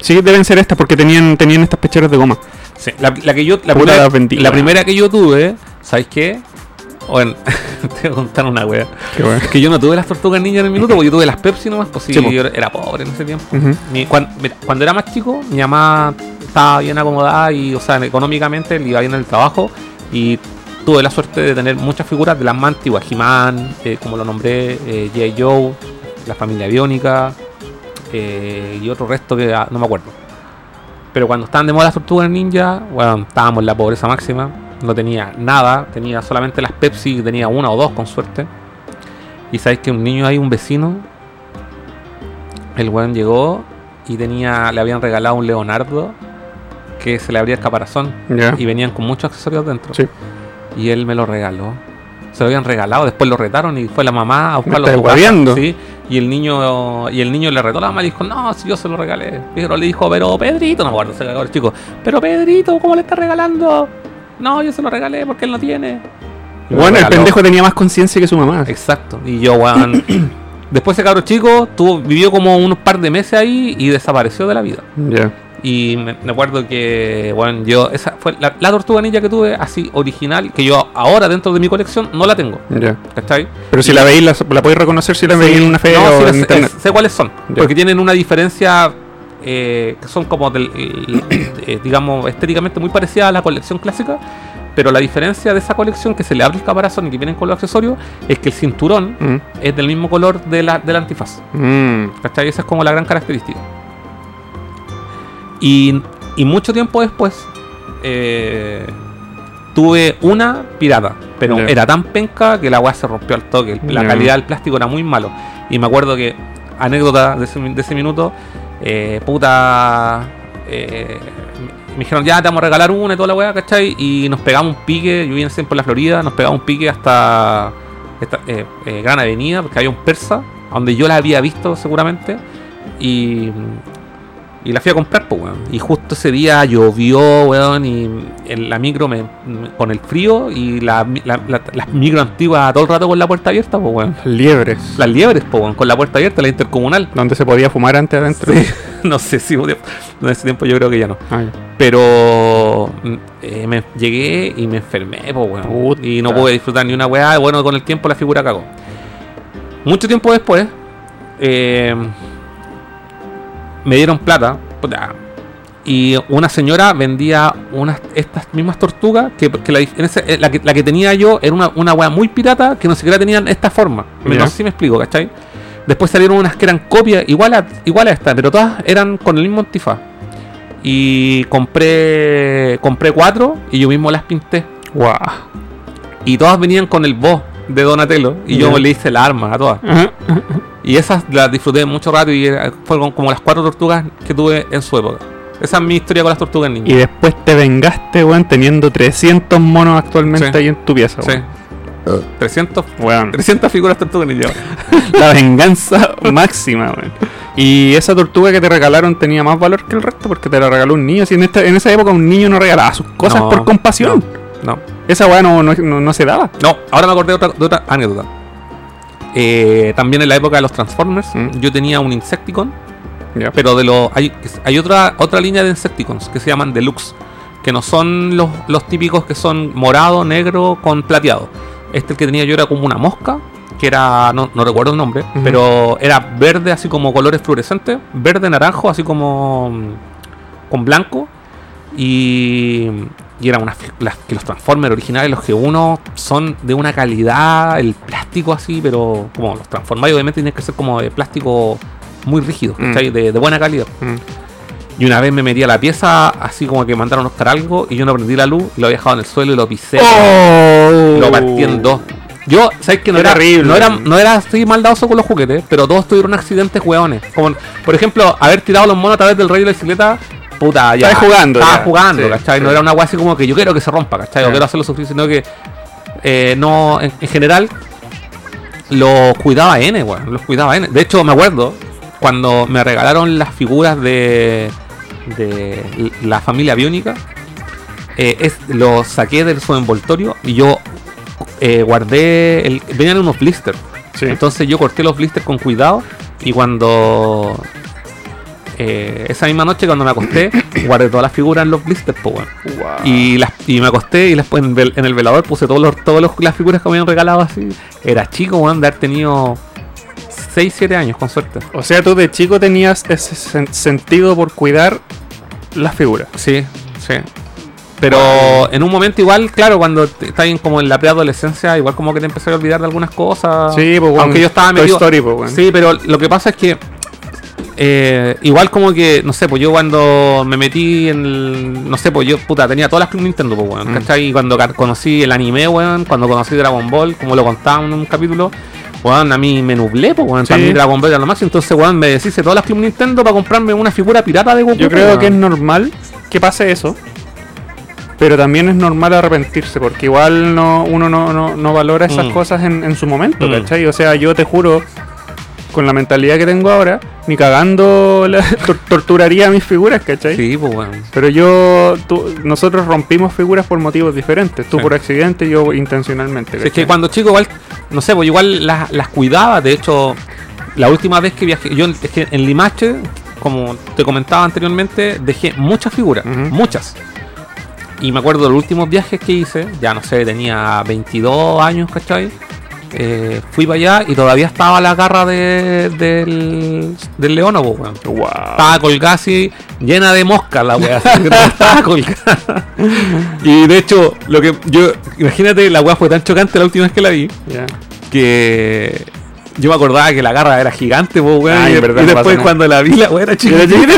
Sí, deben ser estas porque tenían, tenían estas pecheras de goma.
Sí, la, la que yo, la,
Puta
primera,
la bendiga.
la primera que yo tuve, ¿sabéis qué? Bueno, te voy a contar una wea.
Qué bueno.
Que yo no tuve las tortugas ninja en el minuto, porque yo tuve las Pepsi nomás, pues sí,
Sí, po.
yo era pobre en ese tiempo. Mi- cuan- mira, cuando era más chico, mi mamá estaba bien acomodada y, o sea, económicamente le iba bien en el trabajo y tuve la suerte de tener muchas figuras de las más antiguas, He-Man, eh, como lo nombré, eh, G.I. Joe, la familia biónica eh, y otro resto que ah, no me acuerdo. Pero cuando estaban de moda las tortugas ninja, bueno, estábamos en la pobreza máxima, no tenía nada, tenía solamente las Pepsi, tenía una o dos con suerte. Y sabéis que un niño ahí, un vecino, el weón llegó y tenía, le habían regalado un Leonardo que se le abría el caparazón
Ya.
y venían con muchos accesorios dentro.
Sí.
Y él me lo regaló. Se lo habían regalado, después lo retaron y fue la mamá a buscarlo.
estás
a su casa,
hueveando.
¿sí? Y el niño y el niño le retó a la mamá y dijo, no, si yo se lo regalé. Pero le dijo, pero Pedrito, no me acuerdo, se cagó el chico, pero Pedrito, ¿cómo le estás regalando? No, yo se lo regalé porque él no tiene. Y me lo
Bueno, el
regaló.
pendejo tenía más conciencia que su mamá.
Exacto. Y yo, weón. Después ese cabro chico tuvo, vivió como unos par de meses ahí y desapareció de la vida.
Ya.
Y me, me acuerdo que, bueno, yo, esa fue la, la tortuga ninja que tuve, así original, que yo ahora dentro de mi colección no la tengo.
Ya.
¿Cachai?
Pero si la veis, la, la podéis reconocer si la veis en una feria
No,
o
sí,
en
sé-
internet.
sé cuáles son.
Ya.
Porque tienen una diferencia eh, que son como, del, el- eh, digamos, estéticamente muy parecida a la colección clásica. Pero la diferencia de esa colección que se le abre el caparazón y que vienen con los accesorios es que el cinturón
Mm.
es del mismo color de la, del antifaz.
Mm.
¿Cachai? Esa es como la gran característica. Y, y mucho tiempo después eh, tuve una pirata, pero
Ya.
era tan penca que la weá se rompió al toque. La
Ya.
calidad del plástico era muy malo. Y me acuerdo que, anécdota de ese, mi- de ese minuto, eh, puta. eh, me dijeron, ya te vamos a regalar una y toda la weá, ¿cachai? Y nos pegamos un pique, yo vivía siempre en la Florida, nos pegamos un pique hasta esta, eh, eh, Gran Avenida, porque había un persa, donde yo la había visto seguramente, y, y la fui a comprar, pues, weón. Y justo ese día llovió, weón, y en la micro me, me- con el frío, y la, mi- la, la- las micro antiguas todo el rato con la puerta abierta, pues, weón.
Liebres.
Las liebres, pues, weón, con la puerta abierta, la intercomunal.
Donde se podía fumar antes adentro.
no sé si en ese tiempo yo creo que ya no.
Ah, ya.
Pero mm, eh, me llegué y me enfermé, po, weón.
Puta.
Y no pude disfrutar ni una weá. y Bueno, con el tiempo la figura cagó. Mucho tiempo después, eh, me dieron plata. puta, y una señora vendía unas estas mismas tortugas que, que la, en ese- eh, la que, la que tenía yo era una, una weá muy pirata que no siquiera tenían esta forma.
Ya.
No sé si me explico, ¿cachai? Después salieron unas que eran copias igual a, igual a esta, pero todas eran con el mismo antifaz. Y compré compré cuatro y yo mismo las pinté.
Guau.
Y todas venían con el boss de Donatello. Y yo
Ya.
le hice la arma a todas.
Ajá.
Y esas las disfruté mucho rato y era- fueron como las cuatro tortugas que tuve en su época. Esa es mi historia con las tortugas
Y
ninja.
después te vengaste, weón, teniendo 300 monos actualmente
Sí.
ahí en tu pieza,
Sí.
weón. Ah.
300,
Weón.
300 figuras tortugas ninja.
La venganza máxima, weón. Y esa tortuga que te regalaron tenía más valor que el resto porque te la regaló un niño. Si en, esta- en esa época un niño no regalaba sus cosas
No,
por compasión.
No.
Esa weá no, no, no- no se daba.
No, ahora me acordé de otra, de otra anécdota. Eh, también en la época de los Transformers,
Mm.
yo tenía un Insecticon,
Ya.
pero de los hay, hay otra otra línea de Insecticons que se llaman Deluxe, que no son los, los típicos que son morado, negro con plateado. Este el que tenía yo era como una mosca, que era no, no recuerdo el nombre,
Ujú.
pero era verde así como colores fluorescentes, verde naranjo así como mm, con blanco y y era una fi- las- que los Transformers originales, los que uno son de una calidad, el plástico así, pero como los Transformers obviamente tienen que ser como de plástico muy rígido,
Mm.
¿cachai? de, de buena calidad.
Mm.
Y una vez me metí a la pieza, así como que mandaron a buscar algo, y yo no prendí la luz, y lo había dejado en el suelo y lo pisé.
¡Oh!
Lo partí en dos. Yo, ¿sabes que no
Qué
era,
terrible.
no era no era así maldadoso con los juguetes, pero todos tuvieron accidentes hueones. Como, por ejemplo, haber tirado los monos a través del rayo de la bicicleta, puta, ya.
Estaba jugando
Estaba
ya.
jugando,
Sí,
¿cachai? No
sí.
era una hueá así como que yo quiero que se rompa, ¿cachai? O
Ya.
quiero hacerlo sufrir, sino que eh, no, en, en general, los cuidaba N, weón. Los cuidaba N. De hecho, me acuerdo cuando me regalaron las figuras de, de la familia biónica. eh, es, lo saqué de su envoltorio y yo eh, guardé. El, venían unos blisters.
Sí.
Entonces yo corté los blisters con cuidado y cuando. eh, esa misma noche cuando me acosté, guardé todas las figuras en los blisters, po, weón.
Guau.
Y, las, y me acosté y las, en, vel- en el velador puse todas los, todos los- las figuras que me habían regalado así. Era chico, weón, de haber tenido 6, 7 años, con suerte.
O sea, tú de chico tenías ese sen- sentido por cuidar las figuras.
Sí, sí. Pero en un momento igual, claro, cuando te- estás en- como en la preadolescencia, igual como que te empezás a olvidar de algunas cosas.
Sí, pues,
Aunque yo estaba
medio...
medio...
Story, pues, weón.
Sí, pero lo que pasa es que eh, igual como que, no sé, pues yo cuando me metí en el, no sé, pues yo, puta, tenía todas las Club Nintendo, pues, weón,
Mm.
¿cachai? Y cuando car- conocí el anime, weón, cuando conocí Dragon Ball, como lo contaba en un capítulo, weón, a mí me nublé, pues, weón, para
Sí.
mí Dragon Ball era lo máximo, entonces, weón, me deshice todas las Club Nintendo para comprarme una figura pirata de Goku.
Yo creo
weón.
que es normal que pase eso. Pero también es normal arrepentirse, porque igual no, uno no, no, no valora esas
Mm.
cosas en, en su momento,
Mm.
¿cachai? O sea, yo te juro, con la mentalidad que tengo ahora, ni cagando la- tor- torturaría mis figuras, ¿cachai?
Sí, pues, weón.
Pero yo, tú- nosotros rompimos figuras por motivos diferentes. Tú
Sí.
por accidente, yo intencionalmente.
Si es
¿cachai?
que cuando chico igual, no sé, pues igual las, las cuidaba, de hecho, la última vez que viajé, yo en- es que en Limache, como te comentaba anteriormente, dejé muchas figuras,
Ujú.
muchas. Y me acuerdo de los últimos viajes que hice, ya no sé, tenía 22 años, ¿cachai? Eh, fui para allá y todavía estaba la garra de- del, del león, pues, weón.
Guau.
Estaba colgada así, llena de moscas la weá. así que estaba colgada. Y de hecho, lo que yo. Imagínate, la weá fue tan chocante la última vez que la vi
Ya.
que. Yo me acordaba que la garra era gigante, po, weón.
Ah,
y,
en verdad
y
no pasa
después
nada.
cuando la vi, la weá era chiquitita.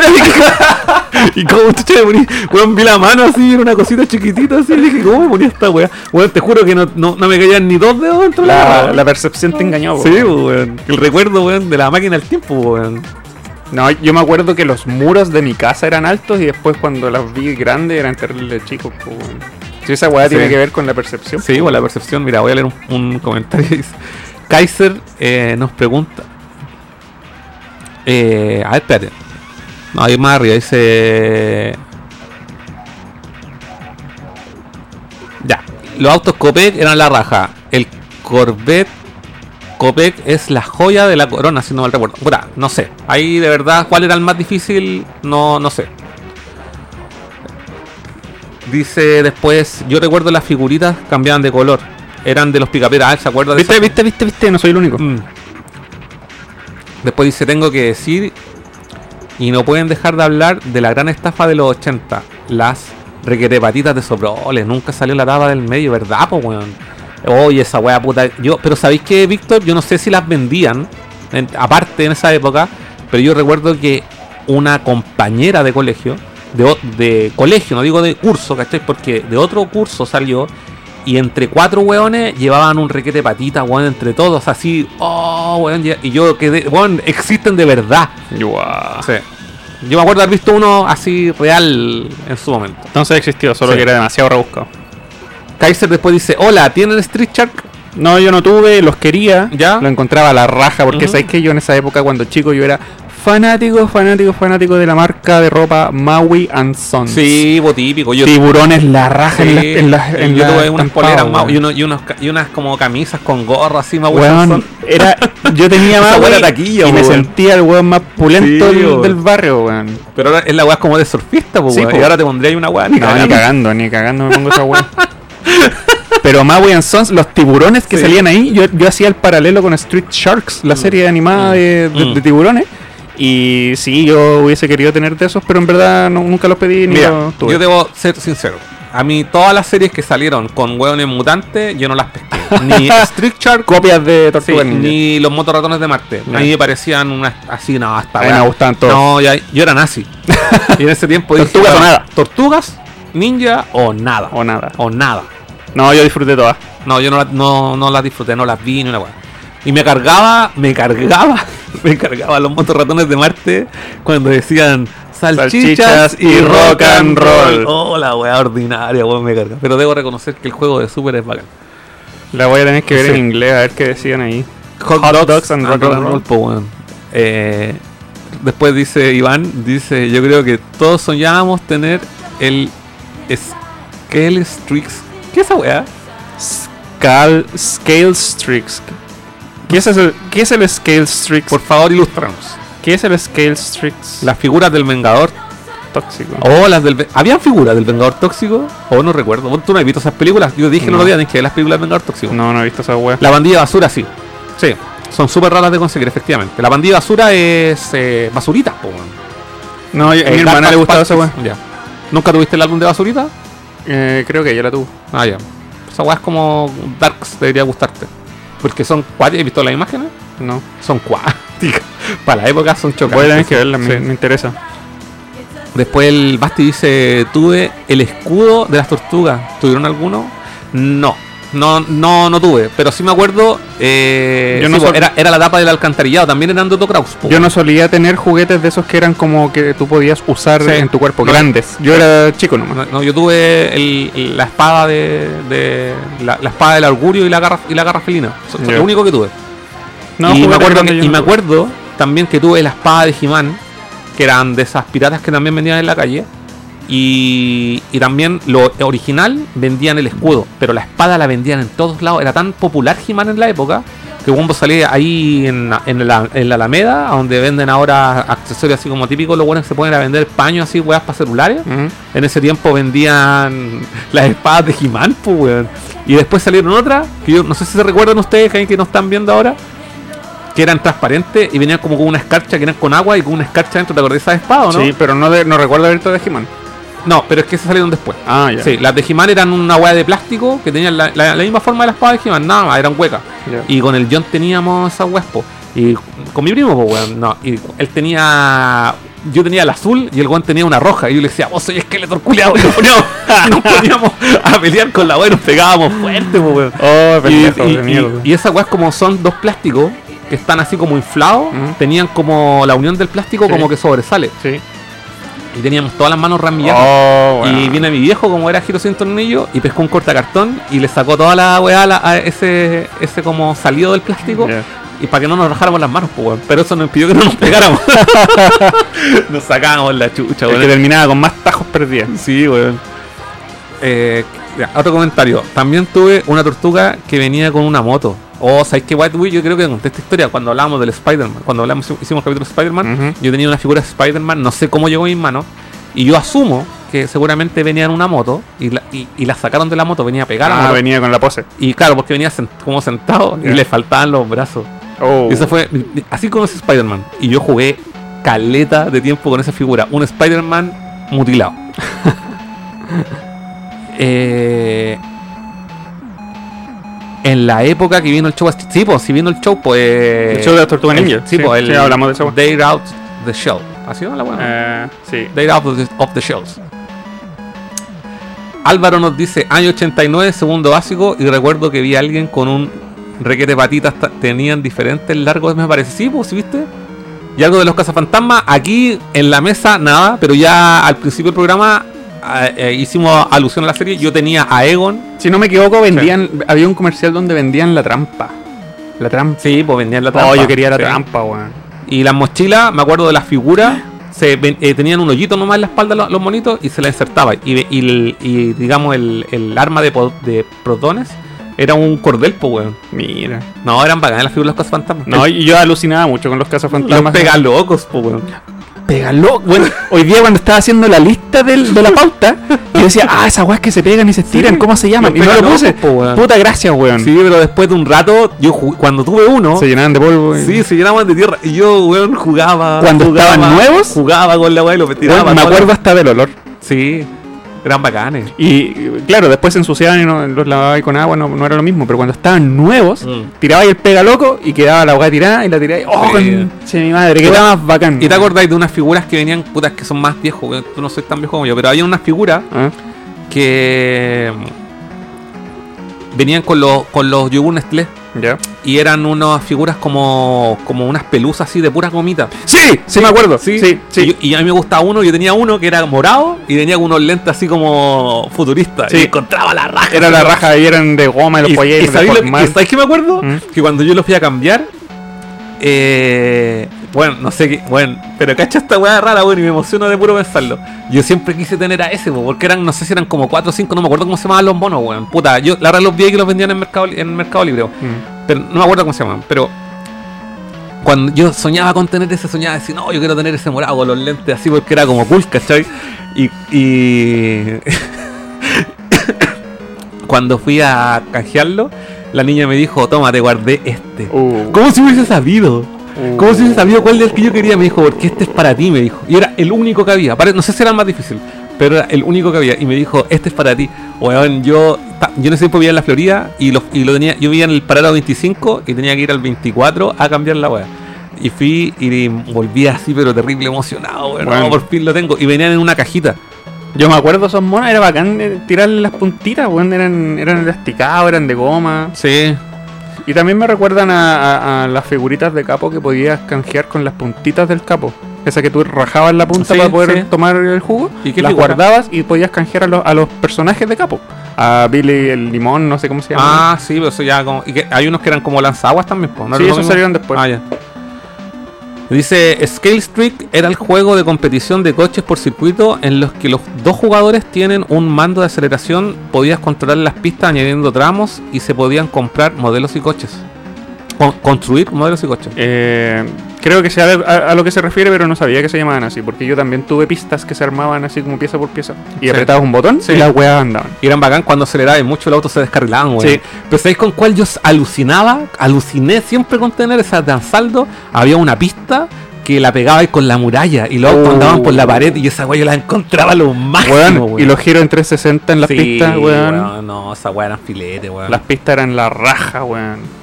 y como chucha le poní, weón, vi la mano así, era una cosita chiquitita así. Y dije, ¿cómo me ponía esta weá? Weón, te juro que no, no, no me caían ni dos dedos dentro de la garra,
La,
weón.
la percepción te engañó. po.
Sí, po, weón. El recuerdo, weón, de la máquina del tiempo, weón.
No, yo me acuerdo que los muros de mi casa eran altos y después cuando las vi grandes eran terribles chicos. po, weón. Sí, esa weá
Sí.
tiene que ver con la percepción.
Sí, o la percepción. Mira, voy a leer un, un comentario. Dice, Kaiser eh, nos pregunta. Eh, a ver, espérate. No, hay más arriba. Dice. Ya. Los autos Copec eran la raja. El Corvette Copec es la joya de la corona, si no mal recuerdo. Puta, no sé. Ahí de verdad, ¿cuál era el más difícil? No, no sé. Dice después, yo recuerdo las figuritas cambiaban de color. Eran de los picaperas, ¿se acuerdan de
¿Viste,
esas?
viste, viste, viste? No soy el único.
Mm. Después dice, tengo que decir, y no pueden dejar de hablar de la gran estafa de los 80, las requerepatitas de Soproles, nunca salió la tapa del medio, ¿verdad, po, weón? Oye, esa wea puta, yo, pero ¿sabéis que, Víctor? Yo no sé si las vendían, en- aparte en esa época, pero yo recuerdo que una compañera de colegio, de, o- de colegio, no digo de curso, ¿cachai? Porque de otro curso salió y entre cuatro weones llevaban un requete patita, weón, entre todos, así, oh, weón, ya- y yo quedé, weón, existen de verdad.
Guau.
Sí. Yo me acuerdo haber visto uno así real en su momento.
Entonces existió, solo
Sí.
que era demasiado rebuscado.
Kaiser después dice, hola, ¿tienen Street Shark?
No, yo no tuve, los quería.
¿Ya?
Lo encontraba a la raja, porque
Ujú.
sabes que yo en esa época, cuando chico, yo era Fanático, fanático, fanático de la marca de ropa Maui and Sons.
Sí, bo típico. Yo,
Tiburones la raja en las
sí,
en las- en
yo
las
tuve unas
estampadas,
poleras
weón.
Mau- y, uno- y unos ca- y unas como camisas con gorro así, Maui
Weón,
Johnson.
era, yo tenía
Esa
más
weá era taquilla,
y me
weón.
sentía el weón más pulento
Sí,
del-
weón.
del barrio, weón.
Pero ahora es la weá como de surfista, po,
Sí,
weón.
po.
Y ahora te pondría ahí una weá. pues. ni
No, ni
cagando.
cagando, ni cagando me pongo esa weá. Pero Maui and Sons, los tiburones que
Sí.
salían ahí, yo, yo hacía el paralelo con Street Sharks, la serie animada de, de-
Mm.
de tiburones. Y sí, yo hubiese querido tener de esos, pero en verdad no- nunca los pedí ni
Mira,
los tuve.
yo debo ser sincero. A mí todas las series que salieron con hueones mutantes, yo no las pesqué. Ni Street Shark,
Copias de
sí,
Tortuga Ninja.
ni los motorratones de Marte.
Ya.
A mí me parecían unas así, no, hasta
A mí me
weá.
gustaban todos.
No, ya- yo era nazi. y en ese tiempo dije,
Tortugas o
weón,
nada.
Tortugas, ninja o nada.
O nada.
O nada.
No, yo disfruté todas.
No, yo no, la- no, no las disfruté, no las vi ni una weá. Y me cargaba, me cargaba, me cargaba los motorratones de Marte cuando decían salchichas,
Salchichas
y rock and roll.
roll.
Oh, la weá ordinaria, weón, me carga. Pero debo reconocer que el juego de Super es bacán.
La voy a tener que ver
Sí.
en inglés, a ver qué decían ahí.
Hot,
Hot dogs and rock and roll.
po, weón. Eh, después dice Iván, dice, yo creo que todos soñábamos tener el Scale Strix. ¿Qué es esa weá?
Cal- scale Streaks. ¿Qué es, el, ¿Qué es el Scale Streaks?
Por favor, ilústranos.
¿Qué es el Scale Streaks?
Las figuras del Vengador
tóxico.
Oh, las del. Ve- ¿Habían figuras del Vengador Tóxico? Oh, no recuerdo. Vos, ¿Tú no has visto esas películas? Yo dije no.
No.
lo había, que las películas del Vengador Tóxico.
No, no he visto esa wea.
La bandida basura, sí. Sí. Son súper raras de conseguir, efectivamente. La bandida basura es. eh, basuritas, po. weón.
No, yo- a
Eh,
mi hermana
Dark
le gustaba
Patches.
esa wea.
Ya. ¿Nunca tuviste el álbum de basurita?
Eh, creo que ella la tuvo.
Ah, ya. Esa weá es como. Darks, debería gustarte. Porque son cuatro. ¿Has visto las imágenes?
No.
Son cuáticas. Para la época son chocantes.
Voy a tener que verla, me,
Sí.
me interesa.
Después el Basti dice, tuve el escudo de las tortugas. ¿Tuvieron alguno? No, no, no, no tuve. Pero sí me acuerdo, eh,
Yo
sí,
no
po,
sab-
era, era la tapa del alcantarillado, también eran de Otto Kraus. pues. po.
Yo no solía tener juguetes de esos que eran como que tú podías usar
Sí.
en tu cuerpo,
No.
grandes. Yo era chico nomás.
No, no, yo tuve el- el- la espada de, de- la, la espada del augurio y la garra, y la garra felina. Eso es
Ya.
lo único que tuve.
No,
y
juguetes
me acuerdo,
grandes
que-
yo
y
no
me
tuve.
acuerdo también que tuve la espada de Jimán, que eran de esas piratas que también vendían en la calle. Y, y también lo original vendían el escudo, pero la espada la vendían en todos lados. Era tan popular Jimán en la época que Wombo salía ahí en, la- en la, en la Alameda, a donde venden ahora accesorios así como típicos. Los buenos que se ponen a vender paños así, weas para celulares.
Ujú.
En ese tiempo vendían las espadas de He-Man, pues, weón. Y después salieron otras, que yo no sé si se recuerdan ustedes, que que nos están viendo ahora, que eran transparentes y venían como con una escarcha, que eran con agua y con una escarcha dentro. ¿Te acordás de esas espadas o no?
Sí, pero no, de- no recuerdo haber visto de He-Man.
No, pero es que esas salieron después.
Ah, ya.
Sí, las de He-Man eran una hueá de plástico que tenían la, la- la misma forma de la espada de He-Man, nada más, eran huecas.
Ya.
Y con el John teníamos esa huespo. Y con mi primo, pues, weón, no. Y él tenía. Yo tenía el azul y el weón tenía una roja. Y yo le decía, vos soy esqueleto culiado. Y nos poníamos, nos poníamos a pelear con la weá y nos pegábamos fuerte, pues, weón.
Oh,
Y,
pendejo,
y- y-
de mierda.
y esas weas, como son dos plásticos que están así como inflados,
Ujú.
tenían como la unión del plástico
Sí.
como que sobresale.
Sí.
Y teníamos todas las manos rambilladas.
Oh,
Y
bueno.
viene mi viejo, como era giro sin tornillo, y pescó un cortacartón y le sacó toda la weá a, la- a ese, ese como salido del plástico.
Ya.
Y para que no nos rajáramos las manos, pues, weón. Pero eso nos impidió que no nos pegáramos. nos sacábamos la chucha,
El que
weón.
terminaba con más tajos perdidos.
Sí, weón. Eh, ya, otro comentario. También tuve una tortuga que venía con una moto. O, ¿sabéis que White Wii? Yo creo que conté esta historia cuando hablábamos del Spider-Man. Cuando hablamos, hicimos el capítulo de Spider-Man,
Ujú.
yo tenía una figura de Spider-Man, no sé cómo llegó a mis manos. Y yo asumo que seguramente venía en una moto y la, y, y la sacaron de la moto, venía a pegar a la
Ah,
moto.
venía con la pose.
Y claro, porque venía sent- como sentado
Ya.
y le faltaban los brazos.
Oh.
Y esa fue. Así conocí Spider-Man. Y yo jugué caleta de tiempo con esa figura. Un Spider-Man mutilado. Eh, en la época que vino el show. Sí, pues, si vino el show, pues.
El show de las Tortugas
el-
Ninja.
Sí, pues, el.
sí, hablamos de esa wea.
Day Out the Show. ¿Así no la buena?
Eh, sí.
Date of the, of the Shows. Álvaro nos dice, año 89, segundo básico, y recuerdo que vi a alguien con un requete patitas, ta- tenían diferentes largos, me parece. Sí, pues, ¿sí ¿viste? Y algo de los cazafantasmas, aquí en la mesa nada, pero ya al principio del programa ah, eh, hicimos alusión a la serie, yo tenía a Egon,
Si no me equivoco, vendían. Había un comercial donde vendían la trampa. La trampa.
sí, pues vendían la
Oh,
trampa.
yo quería la
Sí.
trampa, weón.
Y las mochilas, me acuerdo de las figuras, se ven- eh, tenían un hoyito nomás en la espalda lo- los, monitos y se la insertaba. Y, ve- y el- y, digamos, el, el arma de, po- de protones era un cordel, po, weón.
Mira.
No, eran bacanas las figuras de los fantasmas.
No, y yo alucinaba mucho con los
los
cazafantasmas.
pegalocos, po, weón.
Pégalo.
Bueno, hoy día cuando estaba haciendo la lista del- de la pauta, yo decía, ah, esas weas que se pegan y se estiran, ¿cómo se llaman?
los
Y no lo
pegalocos,
puse.
po, weón.
Puta gracias, weón.
Sí, pero después de un rato, yo ju- cuando tuve uno,
Se llenaban de polvo. y-
Sí, se llenaban de tierra. Y yo, weón, jugaba.
¿Cuando
jugaba,
estaban nuevos?
Jugaba con la weá y lo tiraba.
Weón,
para
me
todas
acuerdo hasta del olor.
las- Sí, eran bacanes.
Y claro, después se ensuciaban y no, los lavaba con agua, no, no era lo mismo. Pero cuando estaban nuevos,
Mm.
tiraba ahí el pega loco y quedaba la hoja tirada y la tiraba. Y, ¡Oh,
Sí.
conche mi madre! Que estaba más bacán.
¿Y te acordáis de unas figuras que venían, putas, que son más viejos? weón? Tú no soy tan viejo como yo, pero había unas figuras
Ah,
que. mm, Venían con los, con los yogur Nestlé
¿Ya?
y eran unas figuras como, como unas pelusas así de pura gomita.
Sí, sí, me acuerdo. Sí, sí.
Y, yo- y a mí me gustaba uno, yo tenía uno que era morado y tenía unos lentes así como futuristas.
Sí.
Y encontraba la raja.
Era la raja y eran de goma y los
y,
polleros.
y
de
¿sabéis, lo-
formal.
y ¿sabéis qué me acuerdo?
¿Mm?
Que cuando yo los fui a cambiar, eh, bueno, no sé qué, bueno, pero cacha esta weá rara, bueno, y me emociona de puro pensarlo. Yo siempre quise tener a ese, po, porque eran, no sé si eran como 4 o 5, no me acuerdo cómo se llamaban los monos, weón. Puta, yo la verdad los vi ahí que los vendían en Mercado, en mercado Libre, weón.
Mm.
pero no me acuerdo cómo se llamaban, pero. Cuando yo soñaba con tener ese, soñaba decir, no, yo quiero tener ese morado con los lentes así porque era como cool, ¿cachai? Y, y cuando fui a canjearlo, la niña me dijo, toma, te guardé este.
Uh,
¿Cómo si hubiese sabido?
uh.
¿Cómo si hubiese sabido cuál del que yo quería? Me dijo, porque este es para ti, me dijo. Y era el único que había. Pare- No sé si era el más difícil, pero era el único que había. Y me dijo, este es para ti. Weón, yo, ta- yo en ese tiempo vivía en la Florida y lo, y lo tenía, yo vivía en el paralelo 25 y tenía que ir al 24 a cambiar la weá. Y fui y volví así, pero terrible emocionado, weón.
Bueno.
No, por fin lo tengo. Y venían en una cajita.
Yo me acuerdo esos monos, era bacán eh, tirarle las puntitas, weón, eran, eran elasticados, eran de goma.
Sí.
Y también me recuerdan a, a- a las figuritas de capo que podías canjear con las puntitas del capo. Esa que tú rajabas la punta
Sí,
para poder
sí.
tomar el jugo,
¿Y qué
las
figura?
guardabas y podías canjear a los, a los personajes de capo. A Billy el limón, no sé cómo se llama.
Ah, sí, pero eso ya como. Y que hay unos que eran como lanzaguas también, po, ¿no?
sí,
Lo
esos
mismo.
salieron después.
Ah, ya. Dice, Scale Street era el juego de competición de coches por circuito en los que los dos jugadores tienen un mando de aceleración, podías controlar las pistas añadiendo tramos y se podían comprar modelos y coches. Con- construir modelos y coches.
Eh, creo que sé a, a- a lo que se refiere, pero no sabía que se llamaban así, porque yo también tuve pistas que se armaban así como pieza por pieza. Y
Sí.
apretabas un botón
Sí.
y las weas andaban.
Y eran bacán cuando aceleraba y mucho el auto se descarrilaban, güey.
Sí.
Pero ¿sabéis con cuál yo alucinaba? Aluciné siempre con tener esa de Ansaldo. Había una pista que la pegaba ahí con la muralla y los autos
Oh.
andaban por la pared y esa weá yo la encontraba lo máximo,
Weón,
weón.
y los giros en 360 en las
Sí,
pistas, weón.
weón, No, esa weá eran filete, weón.
Las pistas eran la raja, weón.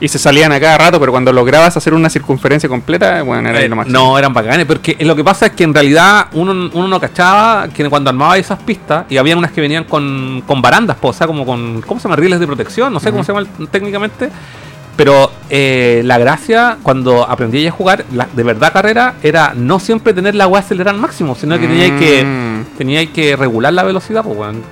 Y se salían a cada rato, pero cuando lograbas hacer una circunferencia completa, weón, era ahí
Eh,
lo máximo.
no, eran bacanes, porque lo que pasa es que en realidad uno, uno no cachaba que cuando armaba esas pistas, y había unas que venían con, con barandas, po, o sea, como con, ¿cómo se llama? Rieles de protección, no sé cómo se llama el- técnicamente, pero eh, la gracia cuando aprendí a jugar, la- de verdad carrera, era no siempre tener la weá acelerada al máximo, sino que teníais que,
Mm.
teníais que regular la velocidad, pues, weón.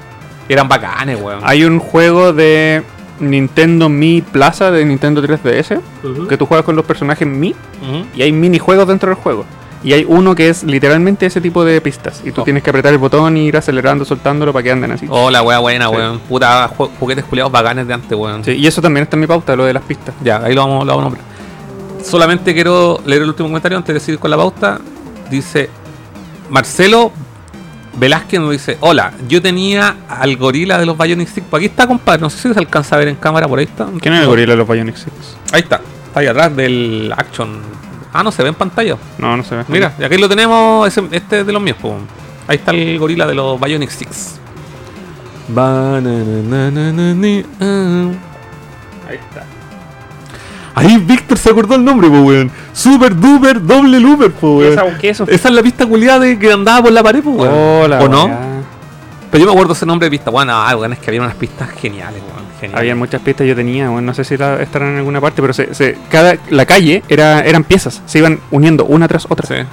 Eran bacanes, weón.
Hay un juego de Nintendo Mi Plaza de Nintendo 3DS,
Ujú.
que tú juegas con los personajes Mi,
Ujú.
y hay minijuegos dentro del juego. Y hay uno que es literalmente ese tipo de pistas. Y tú
Oh.
tienes que apretar el botón y ir acelerando, soltándolo para que anden así.
Oh, la wea buena,
Sí.
weón. Puta, ju- juguetes culiados bacanes de antes, weón.
Sí, y eso también está en mi pauta, lo de las pistas.
Ya, ahí lo vamos, lo vamos a nombrar. Solamente quiero leer el último comentario antes de seguir con la pauta. Dice Marcelo Velázquez nos dice: Hola, yo tenía al gorila de los Bionic Six. Pues Aquí está, compadre. No sé si se alcanza a ver en cámara, por ahí está.
¿Quién es el
No.
gorila de los Bionic Six?
Ahí está, está ahí atrás del action. Ah, no se ve en pantalla.
No, no se ve.
Mira, y aquí lo tenemos, ese- este es de los míos, po. Ahí está el gorila de los Bionic Six.
ahí está.
ah. Ahí Víctor se acordó el nombre, po, weón. Super duper doble looper, po, weón. Esa,
¿Qué es eso?
es la pista culiada de que andaba por la pared, po, weón.
Hola,
¿O no?
weá.
Pero yo me acuerdo ese nombre de pista. Bueno, ah, weón, es que había unas pistas geniales, weón. geniales.
Había muchas pistas yo tenía, bueno, no sé si la- estarán en alguna parte, pero se, se- cada la calle era eran piezas, se iban uniendo una tras otra.
Sí.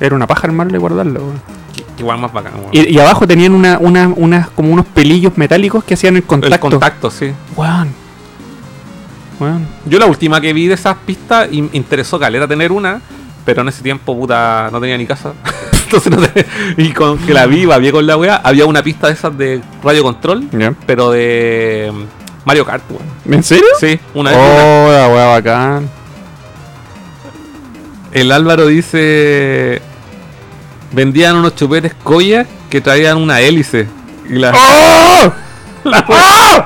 Era una paja armarlo y guardarlo. weón.
que- que Igual más bacán, weón.
Y, y abajo tenían una, una- unas como unos pelillos metálicos que hacían el contacto.
El contacto, sí.
Weón. weón.
Yo la última que vi de esas pistas y me interesó caleta tener una, pero en ese tiempo puta no tenía ni casa. Entonces no te- y con que la vi, vi con la weá, había una pista de esas de radio control,
¿Ya?
pero de mm, Mario Kart, weón.
¿En serio?
Sí, una vez.
Oh, la weá bacán.
El Álvaro dice vendían unos chupetes Koya que traían una hélice. Y la
¡Oh!
la weá,
Oh.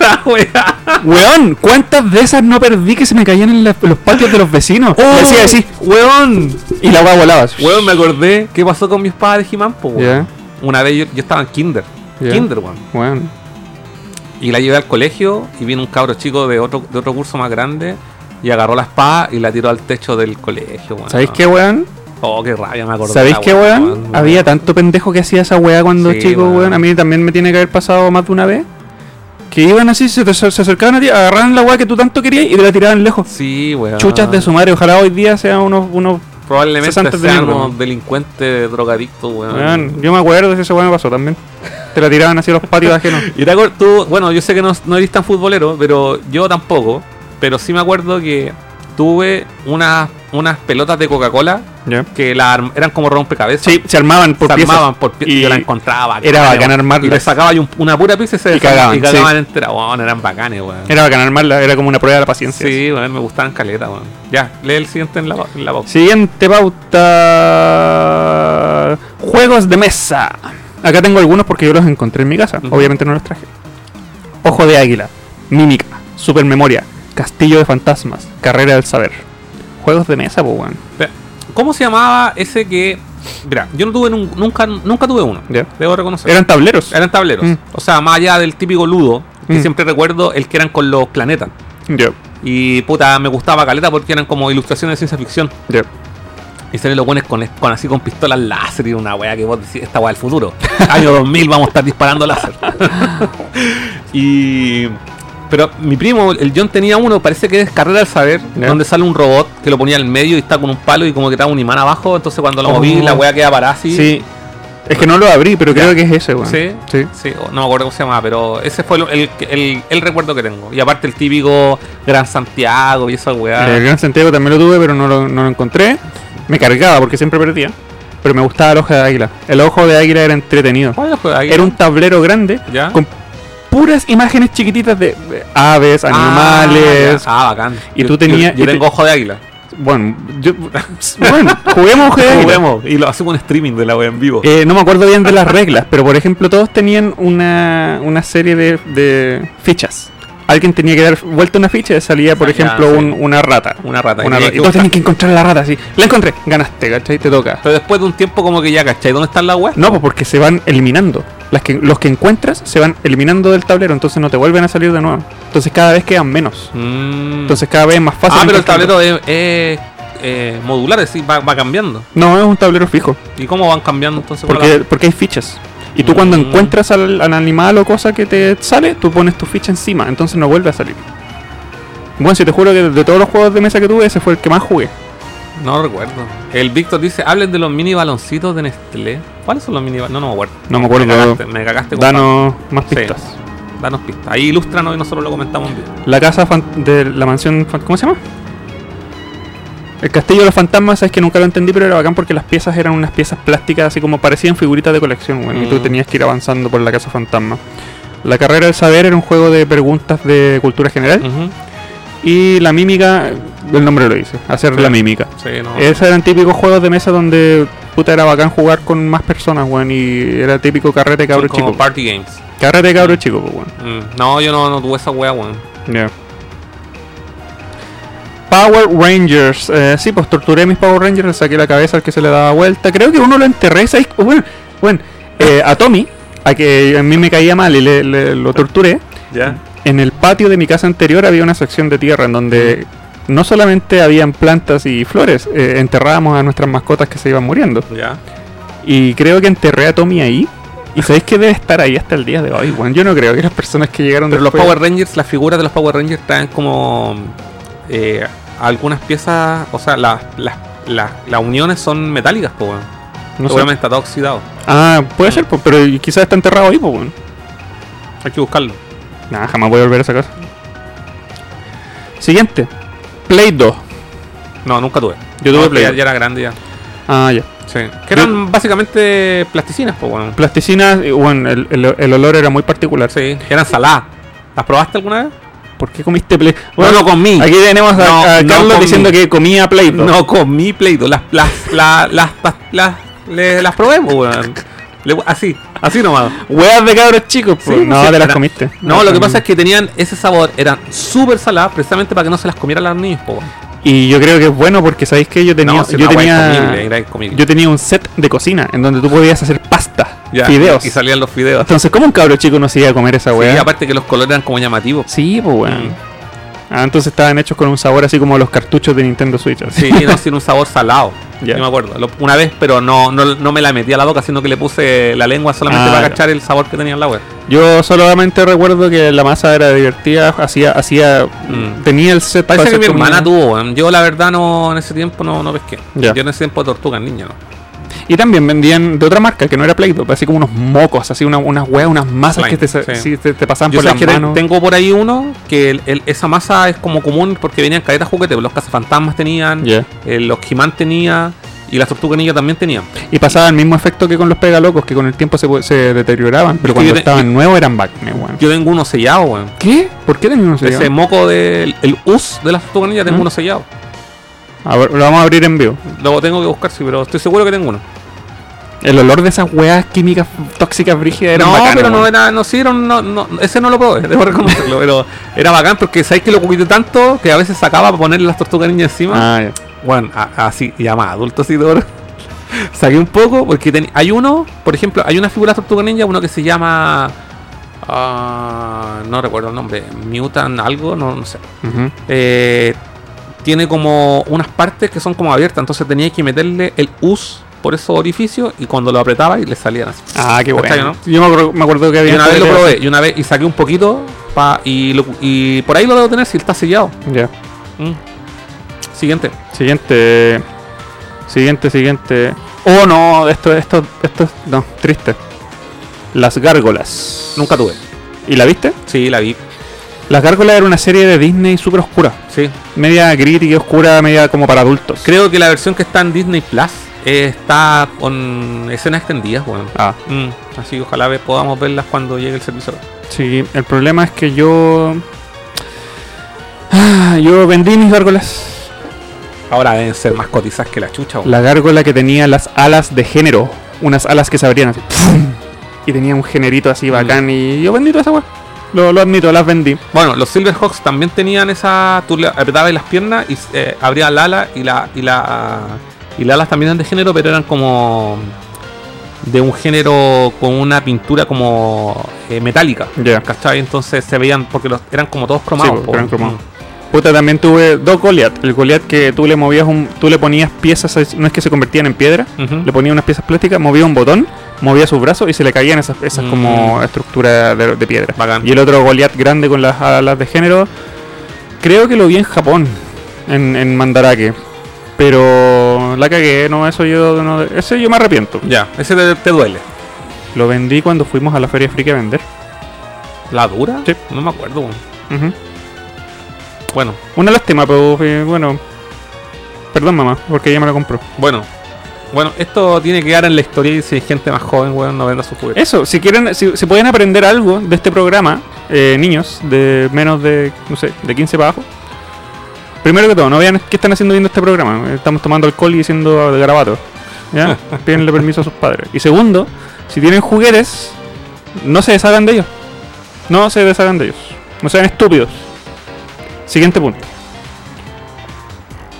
la weá.
Weón, ¿cuántas de esas no perdí que se me caían en la- los patios de los vecinos?
Oh,
Decía así,
weón.
y la weá volaba.
Weón, me acordé qué pasó con mi espada de He-Man, po, weón.
Ya,
Una vez yo, yo estaba en Kinder.
Ya.
Kinder, weón.
weón.
Y la llevé al colegio y vino un cabro chico de otro, de otro curso más grande y agarró la espada y la tiró al techo del colegio, weón.
¿Sabéis qué, weón?
Oh, qué rabia me acordé.
¿Sabéis
la
qué,
weá,
weón? Había tanto pendejo que hacía esa weá cuando
Sí,
chico,
weón.
weón. A mí también me tiene que haber pasado más de una vez. Que iban así, se, te- se acercaban a ti, agarraban la weá que tú tanto querías y te la tiraban lejos.
Sí, weón.
Chuchas de su madre, ojalá hoy día sean unos. unos
Probablemente
cesantes de
sean
mierda,
unos
weón.
delincuentes, drogadictos, weón.
weón. Yo me acuerdo de esa weá me pasó también. Te la tiraban así a los patios ajenos.
Y te acuer- tú, bueno, yo sé que no, no eres tan futbolero, pero yo tampoco. Pero sí me acuerdo que tuve unas, unas pelotas de Coca-Cola
Ya.
que la arm- eran como rompecabezas.
Sí, se armaban por
se
piezas.
armaban por piezas y
Y
yo la encontraba.
era
bacana,
bacán
weón.
armarlas.
Y le sacaba ahí un- una pura pieza y se
Y
desarmaba-
cagaban,
y cagaban
sí.
entera. Weón, eran bacanes, weón.
Era bacán armarla, era como una prueba de la paciencia.
sí, weón, me gustaban caletas, weón. Ya, lee el siguiente en la, en la pausa.
Siguiente pauta. Juegos de mesa. Acá tengo algunos porque yo los encontré en mi casa.
Ujú.
Obviamente no los traje. Ojo de águila, mímica, supermemoria, castillo de fantasmas, carrera del saber. Juegos de mesa, pues, weón.
Espera, ¿Cómo se llamaba ese que.? Mira, yo no tuve nun- nunca, nunca tuve uno.
Ya.
Debo reconocer.
Eran tableros.
Eran tableros.
Mm.
O sea, más allá del típico ludo, que
Mm.
siempre recuerdo el que eran con los planetas.
Yo,
Y puta, me gustaba caleta porque eran como ilustraciones de ciencia ficción.
yo.
Y salen los buenos con, con así con pistolas láser y una weá que vos decís, esta weá del futuro. Año 2000 vamos a estar disparando láser. y. Pero mi primo, el John, tenía uno, parece que es Carrera al Saber,
Ya.
donde sale un robot que lo ponía al medio y está con un palo y como que trae un imán abajo. Entonces cuando lo moví,
Oh.
la weá queda parada así.
Sí. Es que no lo abrí, pero creo que es ese, weón.
Sí, sí,
Sí.
o- no me acuerdo cómo se llamaba, pero ese fue el, el, el- el recuerdo que tengo. Y aparte el típico Gran Santiago y esa weá.
El Gran Santiago también lo tuve, pero no lo, no lo encontré. Me cargaba porque siempre perdía. Pero me gustaba el ojo de águila. El ojo de águila era entretenido.
¿Cuál es el juego? pues, Ahí-
Era un tablero grande
¿Ya?
con puras imágenes chiquititas de de aves,
Ah, ya.
animales.
Ah, bacán.
Y
Yo-
tú tenías-
Yo, yo
y te-
tengo ojo de águila.
Bueno, yo, bueno, juguemos ojo de águila.
Juguemos, Y lo hacemos un streaming de la wea en vivo.
Eh, no me acuerdo bien de las reglas, pero por ejemplo todos tenían una, una serie de, de fichas. Alguien tenía que dar vuelta una ficha y salía, por
Ah, ya,
ejemplo,
sí.
un- una rata.
Una rata.
Una
y
rata.
tenía que
Y todos
buscar.
tenían que encontrar la rata, así. La encontré, ganaste, ¿cachai? Te toca.
Pero después de un tiempo como que ya, ¿cachai? ¿Dónde están las weas?
No, pues porque se van eliminando. Las que, los que encuentras se van eliminando del tablero, entonces no te vuelven a salir de nuevo. Entonces cada vez quedan menos.
Mm.
Entonces cada vez es más fácil.
ah, pero el
encontrarlo.
tablero es, es, eh, modular, es decir, va, va cambiando.
No, es un tablero fijo.
¿Y cómo van cambiando entonces? con
Porque, porque hay fichas. Y tú cuando
Mm.
encuentras al, al animal o cosa que te sale, tú pones tu ficha encima, entonces no vuelve a salir. Bueno, si te juro que de todos los juegos de mesa que tuve, ese fue el que más jugué.
la- No recuerdo. El Víctor dice, hablen de los mini baloncitos de Nestlé. ¿Cuáles son los mini baloncitos? No, no me acuerdo.
No me
Me
acuerdo.
cagaste, me cagaste compadre.
Danos más
Sí.
pistas.
Danos pistas. Ahí ilústranos y nosotros lo comentamos en vivo.
La casa fan- de la mansión. fan- ¿Cómo se llama? El castillo de los fantasmas, es que nunca lo entendí, pero era bacán porque las piezas eran unas piezas plásticas, así como parecían figuritas de colección, bueno, y tú
Mm.
tenías que ir avanzando por la casa fantasma. La carrera del saber era un juego de preguntas de cultura general,
Ujú.
y la mímica, el nombre lo dice, hacer
Sí.
la mímica.
Sí, no.
Esos eran típicos juegos de mesa donde puta era bacán jugar con más personas, weón, y era típico carrete
Son
cabro
como
chico.
party games.
Carrete cabro chico, pues, weón.
Mm. No, yo no, no tuve esa wea, weón.
Ya. Power Rangers. Eh, sí, pues torturé a mis Power Rangers, le saqué la cabeza al que se le daba vuelta. Creo que uno lo enterré. ¿sabes? Oh, Bueno, bueno eh, a Tommy, a que a mí me caía mal y le, le- lo torturé.
Ya.
En el patio de mi casa anterior había una sección de tierra en donde no solamente habían plantas y flores, eh, enterrábamos a nuestras mascotas que se iban muriendo.
Ya.
Y creo que enterré a Tommy ahí. Y sabéis que debe estar ahí hasta el día de hoy, bueno, yo no creo que las personas que llegaron
Pero los
después-
Power Rangers, las figuras de los Power Rangers traen como eh, algunas piezas, o sea, las, las, las, las uniones son metálicas, po, weón.
no sé.
Seguramente está todo oxidado.
Ah, puede ser, po, pero quizás está enterrado ahí, pues, weón.
Hay que buscarlo.
Nah, jamás voy a volver a esa casa. Siguiente. Play 2.
No, nunca tuve.
Yo tuve
No,
Play
ya,
dos.
ya era grande ya.
Ah, ya.
Sí. Que eran básicamente plasticinas, pues bueno.
Plasticinas, eh, bueno, el, el- el olor era muy particular.
Sí. Eran saladas. ¿Las probaste alguna vez?
¿Por qué comiste Play?
no lo comí.
Aquí tenemos a,
No,
a
no
Carlos
comí.
diciendo que comía Play 2.
No comí Play Doh, Las, las, la- las, pas- las, le- las probé, pues, weón. Le- Así, así nomás.
Weas de cabros chicos,
Sí,
pues. no,
sí,
te las
era-
comiste.
No, lo que pasa
es
es que tenían ese sabor, eran súper saladas precisamente para que no se las comieran las niñas, po, weón.
Y yo creo que es bueno porque sabéis que yo tenía,
No, si
yo,
una weá
tenía
incomible, era incomible.
yo tenía un set de cocina en donde tú podías hacer pasta,
Ya,
fideos.
Y salían los fideos.
Entonces, ¿cómo un cabro chico no se iba a comer esa
Sí,
weá?
aparte que los colores eran como llamativos.
Sí, pues weón.
Mm.
Ah, entonces estaban hechos con un sabor así como los cartuchos de Nintendo Switch. así.
Sí, no, tiene un sabor salado.
Ya.
Yo me acuerdo. Lo- una vez, pero no, no, no me la metí a la boca, sino que le puse la lengua solamente
Ah,
para
ya.
cachar el sabor que tenía en la web.
Yo solamente recuerdo que la masa era divertida, hacía, hacía,
Mm.
tenía el set para
Parece que mi
hacer comida.
hermana tuvo, weón. Yo la verdad no en ese tiempo no, no pesqué.
Ya.
Yo en ese tiempo tortuga niña, ¿no?
Y también vendían de otra marca que no era Play-Doh, así como unos mocos, así una- unas weas, unas masas
Slime,
que te, sa-
sí.
sí, te, te pasaban
Yo
por
sé
las
que te-
manos.
tengo por ahí uno que el- el- esa masa es como común porque venían cadetas juguetes, los cazafantasmas tenían,
Ya.
eh, los he tenía y las tortugas ninja también tenían.
Y pasaba el mismo efecto que con los pegalocos, que con el tiempo se, pu- se deterioraban, pero
Yo
cuando
te-
estaban nuevos eran bacne, weón.
Yo tengo uno sellado, weón.
¿Qué? ¿Por qué tenían un sellado?
Ese moco del el us de las tortugas ninja tengo
¿Mm?
uno sellado.
A ver, lo vamos a abrir en vivo.
Lo tengo que buscar, sí, pero estoy seguro que tengo uno.
El olor de esas weas químicas tóxicas brígidas era
no,
bacano,
pero no
weón.
era, no sí, era un- no, no, ese no lo probé, debo reconocerlo, pero era bacán porque sabéis que lo cuidé tanto que a veces sacaba para ponerle las tortugas ninja encima.
Ah, ya.
Bueno, a- así, ya más adulto así de verdad. Saqué un poco porque ten- hay uno, por ejemplo, hay una figura Tortuga Ninja, uno que se llama. ah, no recuerdo el nombre, Mutant algo, no, no sé.
Ujú.
Eh, tiene como unas partes que son como abiertas, entonces tenía que meterle el us por esos orificios y cuando lo apretaba y le salían así.
Ah, qué
¿Cachai,
bueno.
no?
Yo me acuerdo, me acuerdo que
Y
había.
una vez lo
juguetes-
probé, y una vez, y saqué un poquito, pa, y, lo- y por ahí lo debo tener si está sellado.
Ya.
Mm. Siguiente.
Siguiente. Siguiente, siguiente. Oh, no, esto, esto, esto, no, triste. Las gárgolas.
Nunca tuve.
¿Y la viste?
Sí, la vi.
Las gárgolas era una serie de Disney súper oscura.
Sí,
Media crítica oscura, media como para adultos.
Creo que la versión que está en Disney Plus eh, está con escenas extendidas, bueno.
Ah,
Mm, así que ojalá ve- podamos verlas cuando llegue el servicio.
sí. El problema es que yo. Ah, Yo vendí mis gárgolas.
Ahora deben ser más cotizas que la chucha, weón.
La gárgola que tenía las alas de género. Unas alas que se abrían así. ¡pum! Y tenía un generito así bacán. Y yo vendí toda esa weá. Lo, lo admito, las vendí.
Bueno, los Silverhawks también tenían esa. Tú le apretabas las piernas y eh, abrías la ala y la. y la. y las alas también eran de género, pero eran como. de un género con una pintura como. eh, metálica.
Ya.
¿Cachai? Entonces se veían. porque los, eran como todos cromados.
Sí,
po.
eran cromados.
Mm.
Puta, también tuve dos Goliath. El Goliath que tú le movías un. Tú le ponías piezas. No es que se convertían en piedra.
Mm. Ujú.
Le ponía unas piezas plásticas, movía un botón, movía sus brazos y se le caían esas, esas
Mm.
como estructuras de, de piedra.
Bacán.
Y el otro Goliath grande con las alas de género, creo que lo vi en Japón, en, en Mandarake. Pero la cagué, no, eso yo, no, eso yo me arrepiento.
Ya, ese te- te duele.
Lo vendí cuando fuimos a la Feria Friki a vender.
¿La dura?
Sí.
No me acuerdo. weón.
Ujú.
Bueno,
Una lástima, pero eh, bueno. Perdón, mamá, porque ella me la compró.
bueno. Bueno, esto tiene que quedar en la historia y si hay gente más joven, weón, no venda sus juguetes.
Eso, si quieren, si, si pueden aprender algo de este programa, eh, niños de menos de, no sé, de 15 para abajo. Primero que todo, no vean qué están haciendo viendo este programa. Estamos tomando alcohol y diciendo garabato. ¿Ya? Pídenle permiso a sus padres. Y segundo, si tienen juguetes, no se deshagan de ellos. No se deshagan de ellos. No sean estúpidos. Siguiente punto.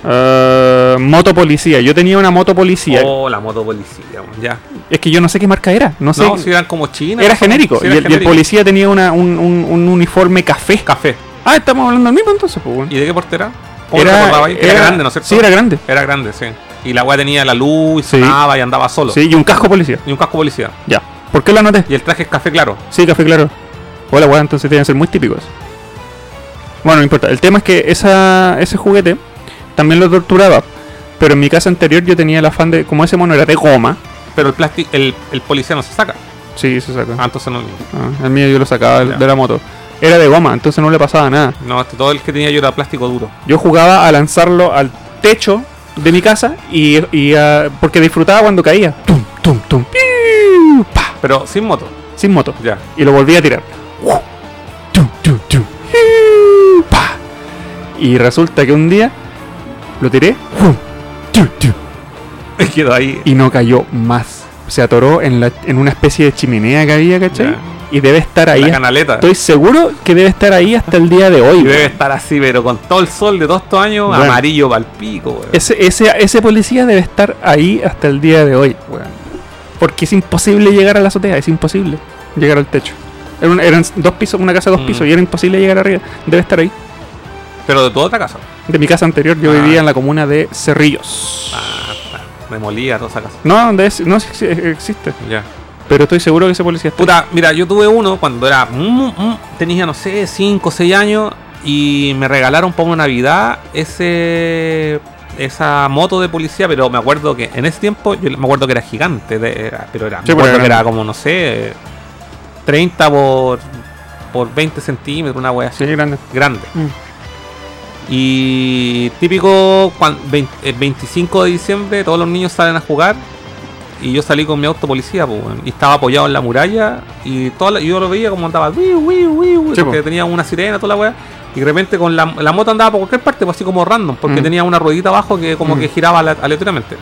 Eh, moto policía. Yo tenía una moto policía.
Oh, la moto policía, weón, ya.
Es que yo no sé qué marca era. No sé.
No, si eran como chinas.
Era
no,
genérico.
si
y,
eran
el, y el
genéricos.
policía tenía una- un, un- un uniforme café.
Café.
Ah, estamos hablando del mismo entonces, pues, weón.
¿Y de qué portera? Era, era, grande, ¿no es cierto?
Sí, era grande.
Era grande, sí. Y la weá tenía la luz, y
Sí.
sonaba y andaba solo.
Sí, y un casco policía.
Y un casco policía.
Ya. ¿Por qué lo anoté?
Y el traje es café claro.
Sí, café claro. Hola, weón, entonces tienen que ser muy típicos. Bueno, no importa. El tema es que esa, ese juguete también lo torturaba. Pero en mi casa anterior yo tenía el afán de. Como ese mono era de goma.
Pero el plástico, el, el policía no se saca.
Sí, se saca.
Ah, entonces no.
Ah, el mío yo lo sacaba del-
Ya.
de la moto. era de goma, entonces no le pasaba nada.
No, este- todo el que tenía yo era plástico duro.
Yo jugaba a lanzarlo al techo de mi casa y, y, ah, porque disfrutaba cuando caía. Tum, tum, tum, piu, pa,
Pero sin moto,
sin moto.
ya.
Y lo volví a tirar. Wu, tum, tum, tum, piu, pa. Y resulta que un día lo tiré wu, tum, tum,
Y quedó ahí.
y no cayó más. Se atoró en, la, en una especie de chimenea que había, ¿cachai?
Ya.
Y debe estar
en
ahí.
La canaleta.
Estoy seguro que debe estar ahí hasta el día de hoy.
Y
weón.
debe estar así, pero con todo el sol de todos estos años,
Bueno.
amarillo pa'l pico, weón.
Ese, ese, ese policía debe estar ahí hasta el día de hoy, weón. Porque es imposible llegar a la azotea, es imposible llegar al techo. Era un- eran dos pisos, una casa de dos
Mm.
pisos y era imposible llegar arriba. Debe estar ahí.
Pero de tu otra casa.
De mi casa anterior yo
Ah.
vivía en la comuna de Cerrillos.
Demolía toda esa casa.
No, donde es- no sí, sí, existe.
Ya.
Pero estoy seguro que ese policía está.
Puta, mira, yo tuve uno cuando era. mm, mm, tenía, no sé, 5 o 6 años. Y me regalaron para una Navidad ese. Esa moto de policía, pero me acuerdo que en ese tiempo, yo me acuerdo que era gigante, de- era- pero era,
Sí,
me
pero
acuerdo
era
que era
grande.
como, no sé, 30 por, por 20 centímetros, una wea así.
Sí, grande.
grande.
Mm.
Y típico, cuan- vein- el 25 de diciembre todos los niños salen a jugar y yo salí con mi auto policía po, weón, y estaba apoyado en la muralla y toda la- yo lo veía como andaba, "Wiu, wiu, wiu",
Sí,
porque
po.
tenía una sirena, toda la weá. Y de repente con la, la moto andaba por cualquier parte, pues, así como random, porque
Mm.
tenía una ruedita abajo que como
Mm.
que giraba ale- aleatoriamente.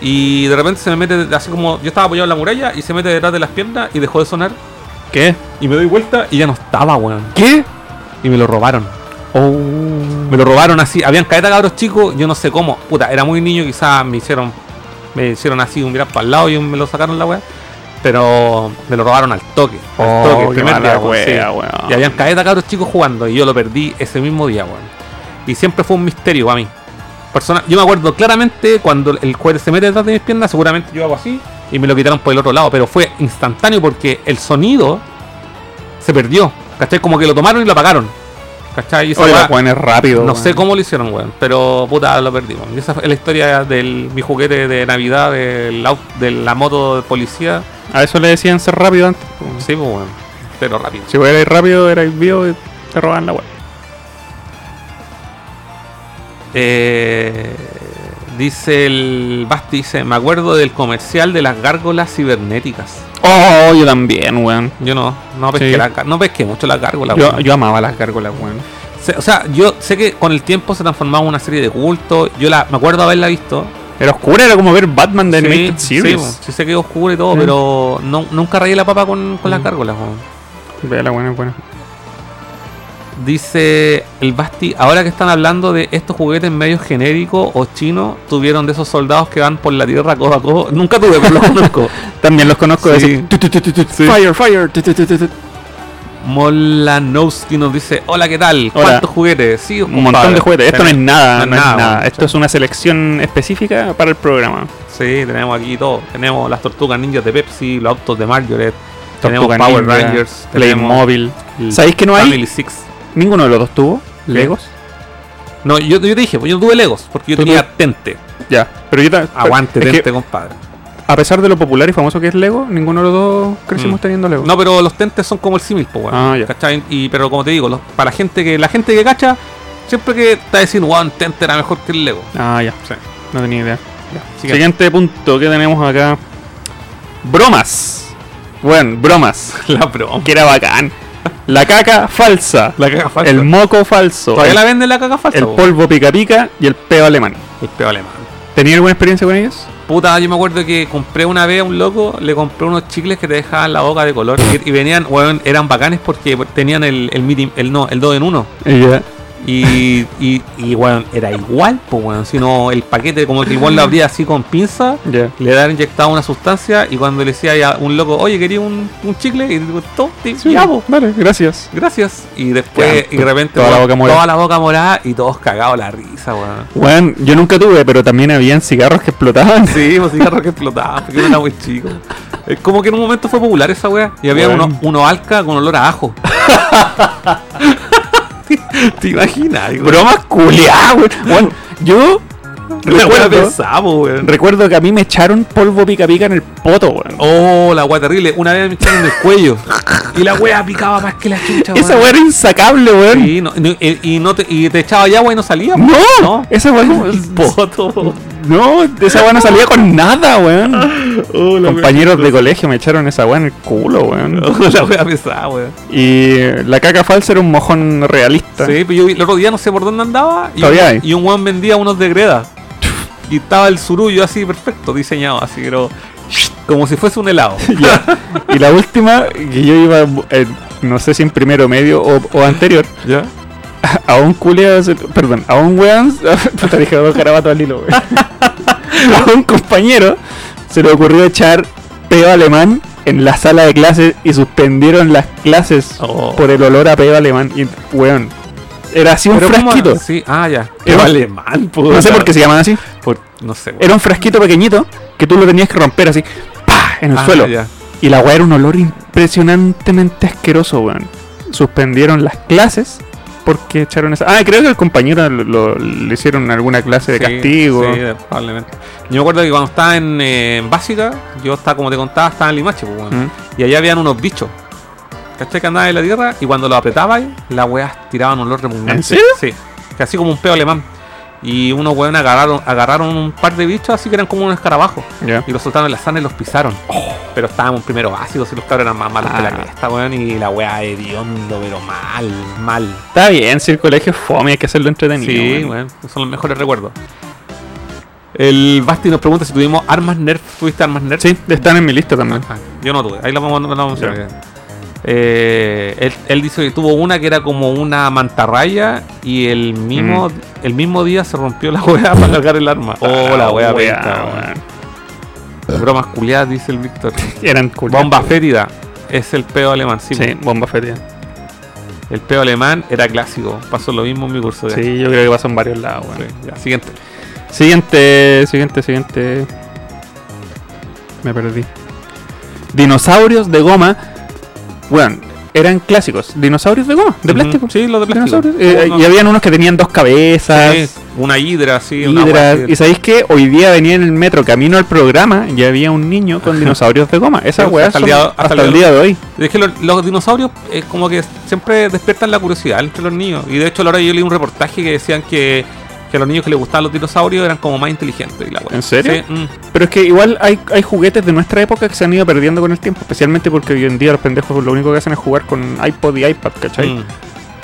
Y de repente se me mete, así como yo estaba apoyado en la muralla y se mete detrás de las piernas y dejó de sonar.
¿Qué?
Y me doy vuelta y ya no estaba, weón.
¿Qué?
Y me lo robaron.
Oh.
Me lo robaron así. Habían caeta cabros chicos, yo no sé cómo. Puta, era muy niño, quizás me hicieron. Me hicieron así un mirar para el lado y un- me lo sacaron la weá. Pero me lo robaron al toque. Al toque, el
Oh, qué
primer
mala
día, weón, sí.
wea, weón.
Y habían caeta cabros chicos jugando y yo lo perdí ese mismo día, weón. Y siempre fue un misterio para mí. Persona, yo me acuerdo claramente cuando el juez se mete detrás de mis piernas, seguramente yo hago así y me lo quitaron por el otro lado, pero fue instantáneo porque el sonido se perdió. ¿Cachai? Como que lo tomaron y lo apagaron. ¿Cachai? Y esa
Oye,
weá-
la weón es rápido.
no
weón.
sé cómo lo hicieron, weón, pero puta, lo perdimos. Y esa es la historia de mi juguete de Navidad, del au- de la moto de policía.
A eso le decían ser rápido antes. weón.
Sí, pues, weón, pero rápido.
Si erais rápido, erais vivo y te roban la web.
Eh, dice el Basti, dice, me acuerdo del comercial de las gárgolas cibernéticas.
Oh, yo también, weón.
Yo no, no pesqué,
Sí.
la gar- no pesqué mucho las gárgolas.
Yo,
weón.
yo amaba las gárgolas, weón.
Se- o sea, yo sé que con el tiempo se transformaba en una serie de culto. Yo la, me acuerdo haberla visto,
Era oscura, era como ver Batman de Animated Series.
Sí, sí sé que es oscuro y todo,
Mm.
pero no- nunca rayé la papa con, con las gárgolas. weón.
Vea la buena, buena.
Dice el Basti, ahora que están hablando de estos juguetes medio genéricos o chinos, tuvieron de esos soldados que van por la tierra codo a codo. Nunca tuve, pero los conozco.
También los conozco de
Sí.
decir, "Tu, tu, tu, tu, tu, Fire, fire. tu, tu, tu, tu, tu".
Molanowski nos dice, hola, ¿qué tal?
Hola.
¿Cuántos juguetes? Sí,
Un montón de juguetes. Esto no es nada, no es
nada,
nada.
weón.
Esto es una selección específica para el programa.
Sí, tenemos aquí todo. Tenemos las tortugas ninjas de Pepsi, los autos de Margaret, tenemos
Tortuga
Power
Ninja,
Rangers, tenemos
Playmobil.
el
¿Sabéis que no hay?
Family Six.
Ninguno de los dos tuvo.
¿Qué?
Legos.
No, yo, yo te dije, pues yo tuve Legos, porque yo
Tú
tenía Tente.
Ya. Pero yo ta-
Aguante,
es que
Tente, compadre.
A pesar de lo popular y famoso que es Lego, ninguno de los dos crecimos
Mm.
teniendo Lego.
No, pero los tentes son como el símil, po, weón.
Ah, ya.
¿Cachai? Y, pero como te digo, los- para la gente que la gente que cacha, siempre que está diciendo, wow, un tente era mejor que el Lego.
Ah, ya.
Sí.
No tenía idea.
Siguiente.
Siguiente. punto que tenemos acá. Bromas. Bueno, bromas.
La broma.
Que era bacán. La caca falsa.
La caga falsa.
El moco falso.
¿Todavía
el,
la venden la caga falsa?
el
po?
polvo pica pica y el peo alemán.
El peo alemán.
¿Tenía alguna experiencia con ellos?
Puta, yo me acuerdo que compré una vez a un loco, le compré unos chicles que te dejaban la boca de color y, y venían, weón, eran bacanes porque tenían el, el miti- el no, el 2 en 1.
Eh, Ya.
Y, y, y, weón, era igual, pues, weón, sino el paquete, como que el weón lo abría así con pinza
Ya.
le daban inyectado una sustancia y cuando le decía a un loco, oye, quería un, un chicle, y digo, "To- te- ya, po,
Vale, gracias.
gracias. Y después,
Ya,
y de repente,
toda la
weón,
boca morada.
toda la boca morada y todos cagados la risa, weón.
Bueno, yo nunca tuve, pero también habían cigarros que explotaban.
Sí, pues cigarros que explotaban, porque uno era muy chico. Es como que en un momento fue popular esa weá. Y había
Weón.
uno, uno alca con olor a ajo. ¿Te, te imaginas? weón?
Bromas culiadas, weón. Bueno, yo
La weá
Recuerdo-
pesada, po, weón.
Recuerdo que a mí me echaron polvo pica pica en el poto, weón.
Oh, la weá terrible. Una vez me echaron en el cuello. Y la weá picaba más que la chucha,
Esa
weón.
weá era insacable, weón.
Sí, no- no, eh, y, no te, y te echaba ya, weón, y no salía. po.
No,
No.
esa weá no,
Poto, po.
no, esa weá no salía con nada, weón.
Compañeros de colegio me echaron esa weá en el culo, weón.
la wea pesada, weón.
Y eh, la caca falsa era un mojón realista.
Sí, pero yo vi- el otro día no sé por dónde andaba y,
Todavía
un,
hay.
y un weón vendía unos de greda. Y estaba el surullo así perfecto, diseñado así, pero como si fuese un helado.
Ya. Y la última, que yo iba, eh, no sé si en primero medio o, o anterior,
¿Ya?
a un culeado, se- perdón, a un weón, puta, dije dos garabatos al hilo, weón. A un compañero se le ocurrió echar peo alemán en la sala de clases y suspendieron las clases
Oh.
por el olor a peo alemán. Y, weón, era así un
Pero ¿cómo-
frasquito.
Sí, ah, ya.
Era un-
alemán, po.
No sé por qué se llamaban así.
pues, Por- no sé.
Era un frasquito pequeñito que tú lo tenías que romper así, ¡pah! en el
Ah,
suelo.
ya.
Y la weá era un olor impresionantemente asqueroso, weón. Suspendieron las clases porque echaron esa. Ah, creo que el compañero lo, lo- le hicieron alguna clase de
Sí,
castigo.
Sí, probablemente. Yo me acuerdo que cuando estaba en, eh, en básica, yo estaba, como te contaba, estaba en Limache, pues, weón.
Mm.
Y allá habían unos bichos. ¿Cachai que andaban en la tierra? Y cuando lo apretabas, las weas tiraban un olor repugnante.
¿En serio?
Sí. Casi como un peo alemán. Y unos weón agarraron, agarraron un par de bichos así que eran como unos escarabajos.
Ya.
Y los soltaron en la sana y los pisaron. Pero estábamos primero básicos y los cabros eran más malos que la
Oh. Ah.
cresta, weón. Y la wea hediondo, pero mal, mal.
Está bien, si el colegio es fome, hay que hacerlo entretenido.
Sí,
weón.
weón, son los mejores recuerdos. El Basti nos pregunta si tuvimos armas nerf. ¿Tuviste armas nerf?
Sí, están en mi lista también.
Ah, yo no tuve, ahí lo vamos, lo vamos a mencionar. Eh, él, él dice que tuvo una que era como una mantarraya y el mismo, el mismo día se rompió la weá para largar el arma. Oh, la weá,
Mm. Ah,
pesta, weón.
weón.
Bromas culiadas, dice el Víctor.
Eran culiados.
Bomba fétida. Es el peo alemán, sí.
Sí, bomba feria.
El peo alemán era clásico. Pasó lo mismo en mi curso de
Sí, yo creo que pasan varios lados, weón.
Sí, ya, Siguiente.
Siguiente, siguiente, siguiente. Me perdí. Dinosaurios de goma. Bueno, eran clásicos. Dinosaurios de goma, de
Ujú.
plástico.
Sí, los de plástico.
Dinosaurios. Eh,
Uno-
Y habían unos que tenían dos cabezas.
Sí, una hidra, sí, una
hidras.
guay,
y sabéis que hoy día venía en el metro camino al programa y había un niño con dinosaurios de goma. Esas
Sí,
weas
hasta el
son-
día-
hasta, el día de hoy.
Es que los, los dinosaurios eh, como que siempre despiertan la curiosidad entre los niños. Y de hecho, a la hora yo leí un reportaje que decían que, que a los niños que les gustaban los dinosaurios eran como más inteligentes. y la weá.
¿En serio?
Sí, mm.
Pero es que igual hay, hay juguetes de nuestra época que se han ido perdiendo con el tiempo, especialmente porque hoy en día los pendejos lo único que hacen es jugar con iPod y iPad, ¿cachai?
Mm.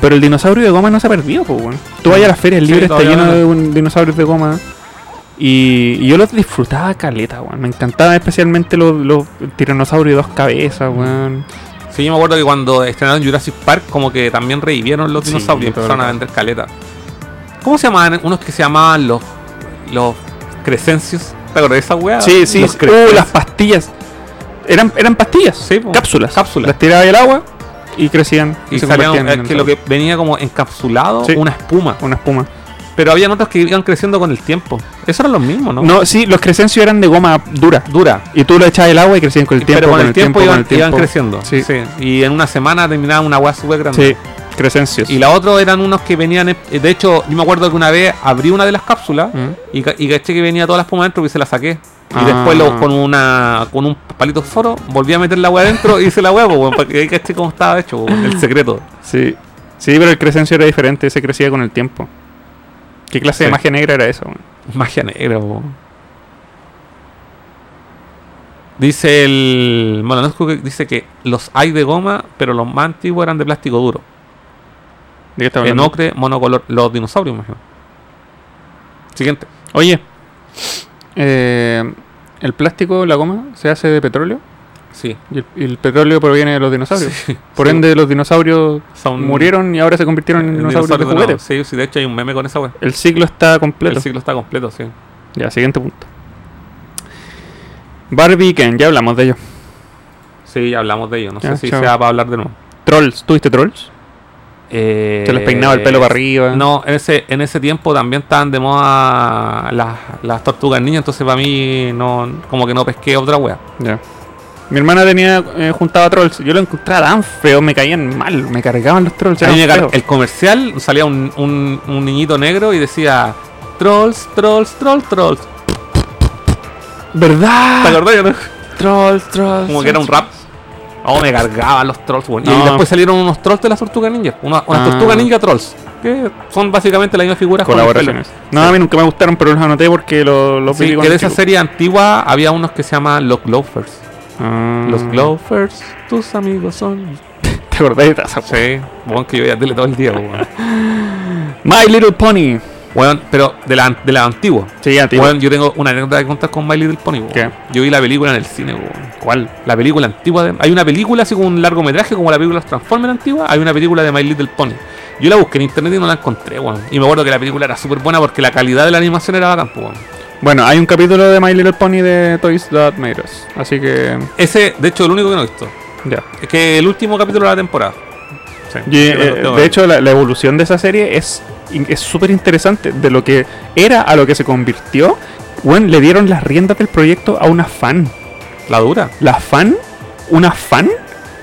Pero el dinosaurio de goma no se ha perdido, pues, weón. Tú vayas a las ferias
Sí,
libres, está
todavía
lleno
no.
de un- dinosaurios de goma. Y, y yo los disfrutaba caleta, weón. Me encantaban especialmente los, los tiranosaurios de dos cabezas, weón.
Sí, yo me acuerdo que cuando estrenaron Jurassic Park, como que también revivieron los
Sí,
dinosaurios y
todo
empezaron a
el
vender caleta. ¿Cómo se llamaban? Unos que se llamaban los, los Crescencios. ¿Te acordás de esa weá?
Sí, sí.
Ah, Los
sí.
Crescencios.
Uh, las pastillas. Eran, eran pastillas.
Sí, po.
cápsulas.
Oh, Cápsulas.
Las tiraba el agua y crecían.
Y
se
salían,
convertían en
es que lo que venía como encapsulado,
Sí.
una espuma.
Una espuma.
Pero había otros que iban creciendo con el tiempo. Esos eran los mismos, ¿no?
¿No? sí, los crescencios eran de goma dura.
Dura.
Y tú lo echabas el agua y crecían con el tiempo.
pero con, el tiempo,
con
iban,
el tiempo.
iban creciendo.
Sí.
Y en una semana terminaba una weá súper grande.
Sí, crescencios.
Y la otra eran unos que venían. en- De hecho, yo me acuerdo que una vez abrí una de las cápsulas
Mm.
y, ca- y caché que venía toda la espuma dentro y se la saqué. Y
Ah.
después lo- con una con un palito de foro volví a meter la weá dentro y hice la weá, pues, weón, para que ahí caché cómo estaba hecho, pues, el secreto.
Sí. Sí, pero el crecencio era diferente, ese crecía con el tiempo. ¿Qué clase de
Sí.
magia negra era eso?
Magia negra, po. Dice el. Mononosco que dice que los hay de goma, pero los más antiguos eran de plástico duro.
¿De qué estaba
En
hablando?
ocre, monocolor. Los dinosaurios, imagino. Siguiente.
Oye, eh, el plástico, la goma, se hace de petróleo
Sí.
y el, y el petróleo proviene de los dinosaurios. Por
sí.
ende, los dinosaurios
Son-
murieron y ahora se convirtieron en
el
dinosaurios de
dinosaurio de nuevo.
juguete.
Sí, sí, de hecho hay un meme con esa wea.
El ciclo está completo.
El ciclo está completo, sí.
Ya, siguiente punto. Barbie y Ken, ya hablamos de ellos.
Sí, ya hablamos de ello. No
Ya,
sé si
chao.
sea para hablar de nuevo.
Trolls, ¿tuviste trolls?
Eh,
Se les peinaba el pelo para arriba.
No, en ese, en ese tiempo también estaban de moda las, las tortugas niñas, entonces para mí no, como que no pesqué otra wea.
Ya. Mi hermana tenía eh, juntaba trolls. Yo lo encontraba tan feo, me caían mal, me cargaban los trolls.
A mí
eran
me car-
feos.
el comercial salía un, un- un niñito negro y decía Trolls, trolls, trolls, trolls.
Ah.
¿Te
¿Verdad?
acordás o no?
Trolls, trolls.
Como que era un rap. Oh, me cargaban los trolls, weón. Y
No.
después salieron unos trolls de las tortugas ninja. Una, unas
Ah.
tortugas ninja trolls. Que son básicamente la misma figura. con el pelo.
Colaboraciones. No, a mí nunca me gustaron, pero los anoté porque los lo
Sí, que de esa serie antigua había unos que se llaman Los Glowfers. Los Glowfers, tus amigos son.
Ah. ¿Te acordás de esa?
Sí, weón, que yo veía tele todo el día, weón.
My Little Pony.
Weón, pero de la, de la antigua.
Sí, a ti.
Weón, yo tengo una anécdota que contar con My Little Pony, weón.
¿Qué?
Yo vi la película en el cine, weón.
¿Cuál?
La película antigua de- Hay una película así como un largometraje como la película de los Transformers antigua. Hay una película de My Little Pony. Yo la busqué en internet y no la encontré, weón. Y me acuerdo que la película era súper buena porque la calidad de la animación era bacán, po, weón.
Bueno, hay un capítulo de My Little Pony de Toys That Made Us. Así que,
Ese, de hecho, el único que no he visto.
ya.
Es que el último capítulo de la temporada. Sí,
Y,
sí,
eh,
lo tengo que
de
ver.
hecho, la, la evolución de esa serie es in- es súper interesante. De lo que era a lo que se convirtió, bueno, le dieron las riendas del proyecto a una fan.
la dura.
La fan, una fan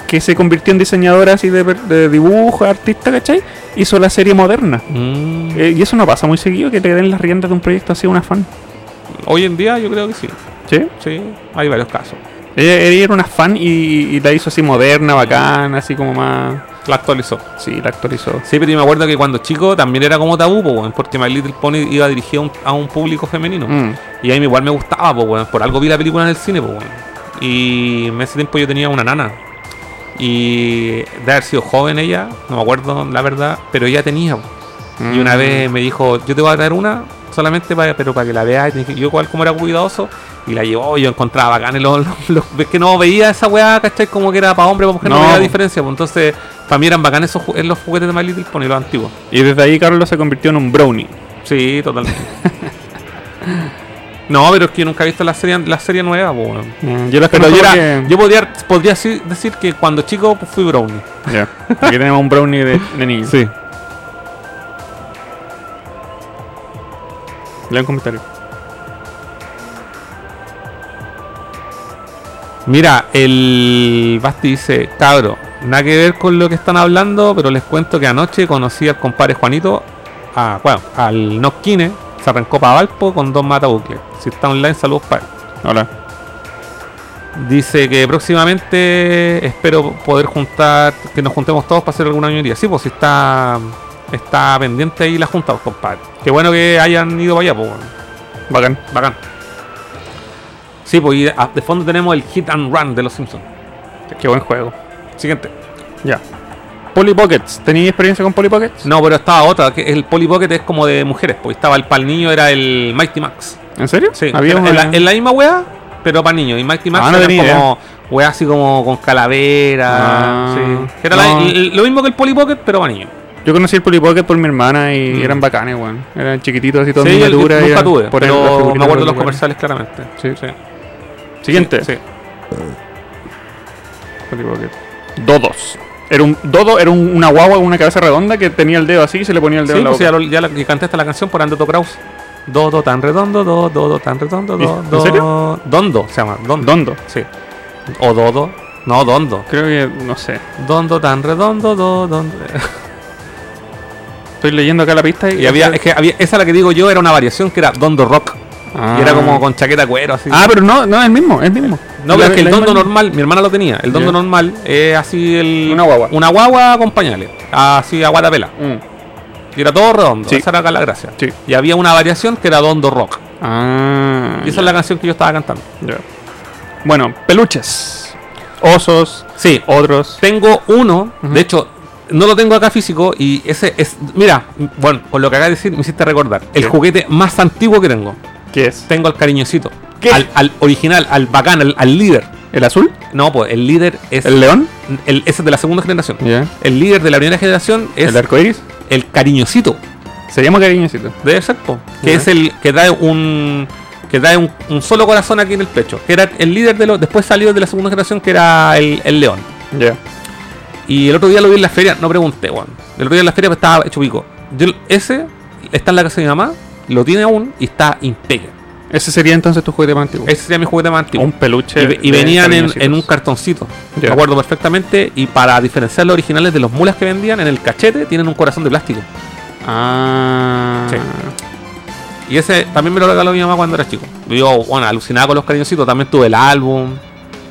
que se convirtió en diseñadora así de, per- de dibujo, artista, ¿cachai? Hizo la serie moderna.
Mm,
Eh, y eso no pasa muy seguido, que te den las riendas de un proyecto así a una fan.
hoy en día yo creo que sí.
¿Sí?
Sí, hay varios casos.
Ella, ella era una fan y, y la hizo así moderna, bacana, así como más...
La actualizó.
Sí, la actualizó.
Sí, pero yo me acuerdo que cuando chico también era como tabú, po, weón, porque My Little Pony iba dirigido a un, a un público femenino.
Mm.
Y a mí igual me gustaba, po, weón. Por algo vi la película en el cine, po, weón. Y en ese tiempo yo tenía una nana. Y de haber sido joven ella, no me acuerdo la verdad, pero ella tenía. po. Y una vez me dijo, yo te voy a traer una, solamente para, pero para que la veas. Y tenés que- yo igual como era cuidadoso, y la llevó, yo encontraba bacán los, los- los- es que no veía esa weá, ¿cachai? Como que era para hombre, para mujer, no,
No,
veía
po.
diferencia. po. Entonces, para mí eran bacanes esos ju- los juguetes de My Little Pony, los antiguos.
Y desde ahí Carlos se convirtió en un brownie.
Sí, totalmente. no, pero es que yo nunca he visto la serie, la serie nueva, po, weón.
Eh, yo las
Pero
conozco
yo, era-
porque-
yo podría, podría así decir que cuando chico pues, fui brownie.
Ya. Aquí tenemos un brownie de, de niño.
Sí.
Lea un comentario.
Mira, el Basti dice, cabro, nada que ver con lo que están hablando, pero les cuento que anoche conocí al compadre Juanito, a, bueno, al Nosquine, se arrancó para Valpo con dos matabucles. Si está online, saludos para él.
Hola.
Dice que próximamente espero poder juntar, que nos juntemos todos para hacer alguna unidad. Sí, pues si está, está pendiente ahí la junta, pues, compadre. Qué bueno que hayan ido para allá, pues. bueno.
Bacán.
Bacán. Sí, pues y a- de fondo tenemos el hit and run de los Simpsons.
Qué buen juego.
Siguiente.
Ya. Polly Pockets. ¿Tenías experiencia con Polly Pockets?
No, pero estaba otra, que el Polly Pocket es como de mujeres, pues estaba el pal niño, era el Mighty Max.
¿En serio?
Sí,
Había
era-
una-
en, la, en la misma wea, pero para niños. Y Mighty Max
Ah, no
era
tenía
como wea así como con calavera.
Ah,
sí. Era la-
no.
l- lo mismo que el Polly Pocket, pero para niños.
Yo conocí el Polly Pocket por mi hermana y
Mm.
eran bacanes, weón. Eran chiquititos así, todos
Sí, yo- yo
miniatura. y
nunca
eran-
tuve,
poner las
pero
figuritas
me acuerdo
en
los
lugares.
comerciales claramente.
Sí.
Sí.
Siguiente.
Sí.
Polly Pocket. Dodos. Era un, dodo era un- una guagua con una cabeza redonda que tenía el dedo así y se le ponía el
Sí,
dedo en la
pues
boca.
ya, lo- ya la, que cantaste la canción por Andoto Kraus. Dodo tan redondo, do, dodo tan redondo, do,
¿En
do-
serio?
Dondo se llama, dondo.
Dondo.
Sí. O dodo. No, dondo.
Creo que, no sé.
Dondo tan redondo, do, dondo.
Estoy leyendo acá la pista y,
Y había, es que había, esa la que digo yo era una variación que era dondo rock.
Ah.
Y era como con chaqueta cuero así.
Ah, pero no, no, el mismo, el mismo.
No, pero
La-
es que el
la
dondo
misma-
normal, mi hermana lo tenía, el dondo
Ya.
normal es así el...
Una guagua.
Una guagua con pañales, así a guatapela.
Mm.
Y era todo redondo,
Sí.
esa era acá la gracia.
Sí.
Y había una variación que era dondo rock.
Ah.
Y esa es la canción que yo estaba cantando.
ya. Bueno, peluches. Osos,
Sí,
otros.
tengo uno,
Ujú.
de hecho, no lo tengo acá físico y ese es, mira, bueno, con lo que acabas de decir me hiciste recordar, el
¿Qué?
juguete más antiguo que tengo.
¿Qué es?
Tengo al cariñosito,
¿Qué?
Al, al original, al bacán, al, al líder.
¿El azul?
No, pues el líder es
¿El león?
el- ese es de la segunda generación.
Ya.
El líder de la primera generación es
¿El arco iris?
el cariñosito
Se llama cariñosito.
de Serpo, que
Ya.
es el que trae un que trae un, un solo corazón aquí en el pecho, que era el líder de los después salió de la segunda generación que era el, el león.
Ya.
Y el otro día lo vi en la feria, no pregunté, weón. El otro día en la feria pues, estaba hecho pico. Yo, ese está en la casa de mi mamá, lo tiene aún y está impecable.
Ese sería entonces tu juguete más antiguo.
Ese sería mi juguete más antiguo.
Un peluche.
Y ve- y,
de pues.
venían en,
cariñositos.
en un cartoncito.
Ya.
Me acuerdo perfectamente. Y para diferenciar los originales de los mulas que vendían, en el cachete tienen un corazón de plástico.
Ah.
Sí. Y Y ese también me lo regaló mi mamá cuando era chico. Yo, bueno, alucinaba con los cariñositos. También tuve el álbum.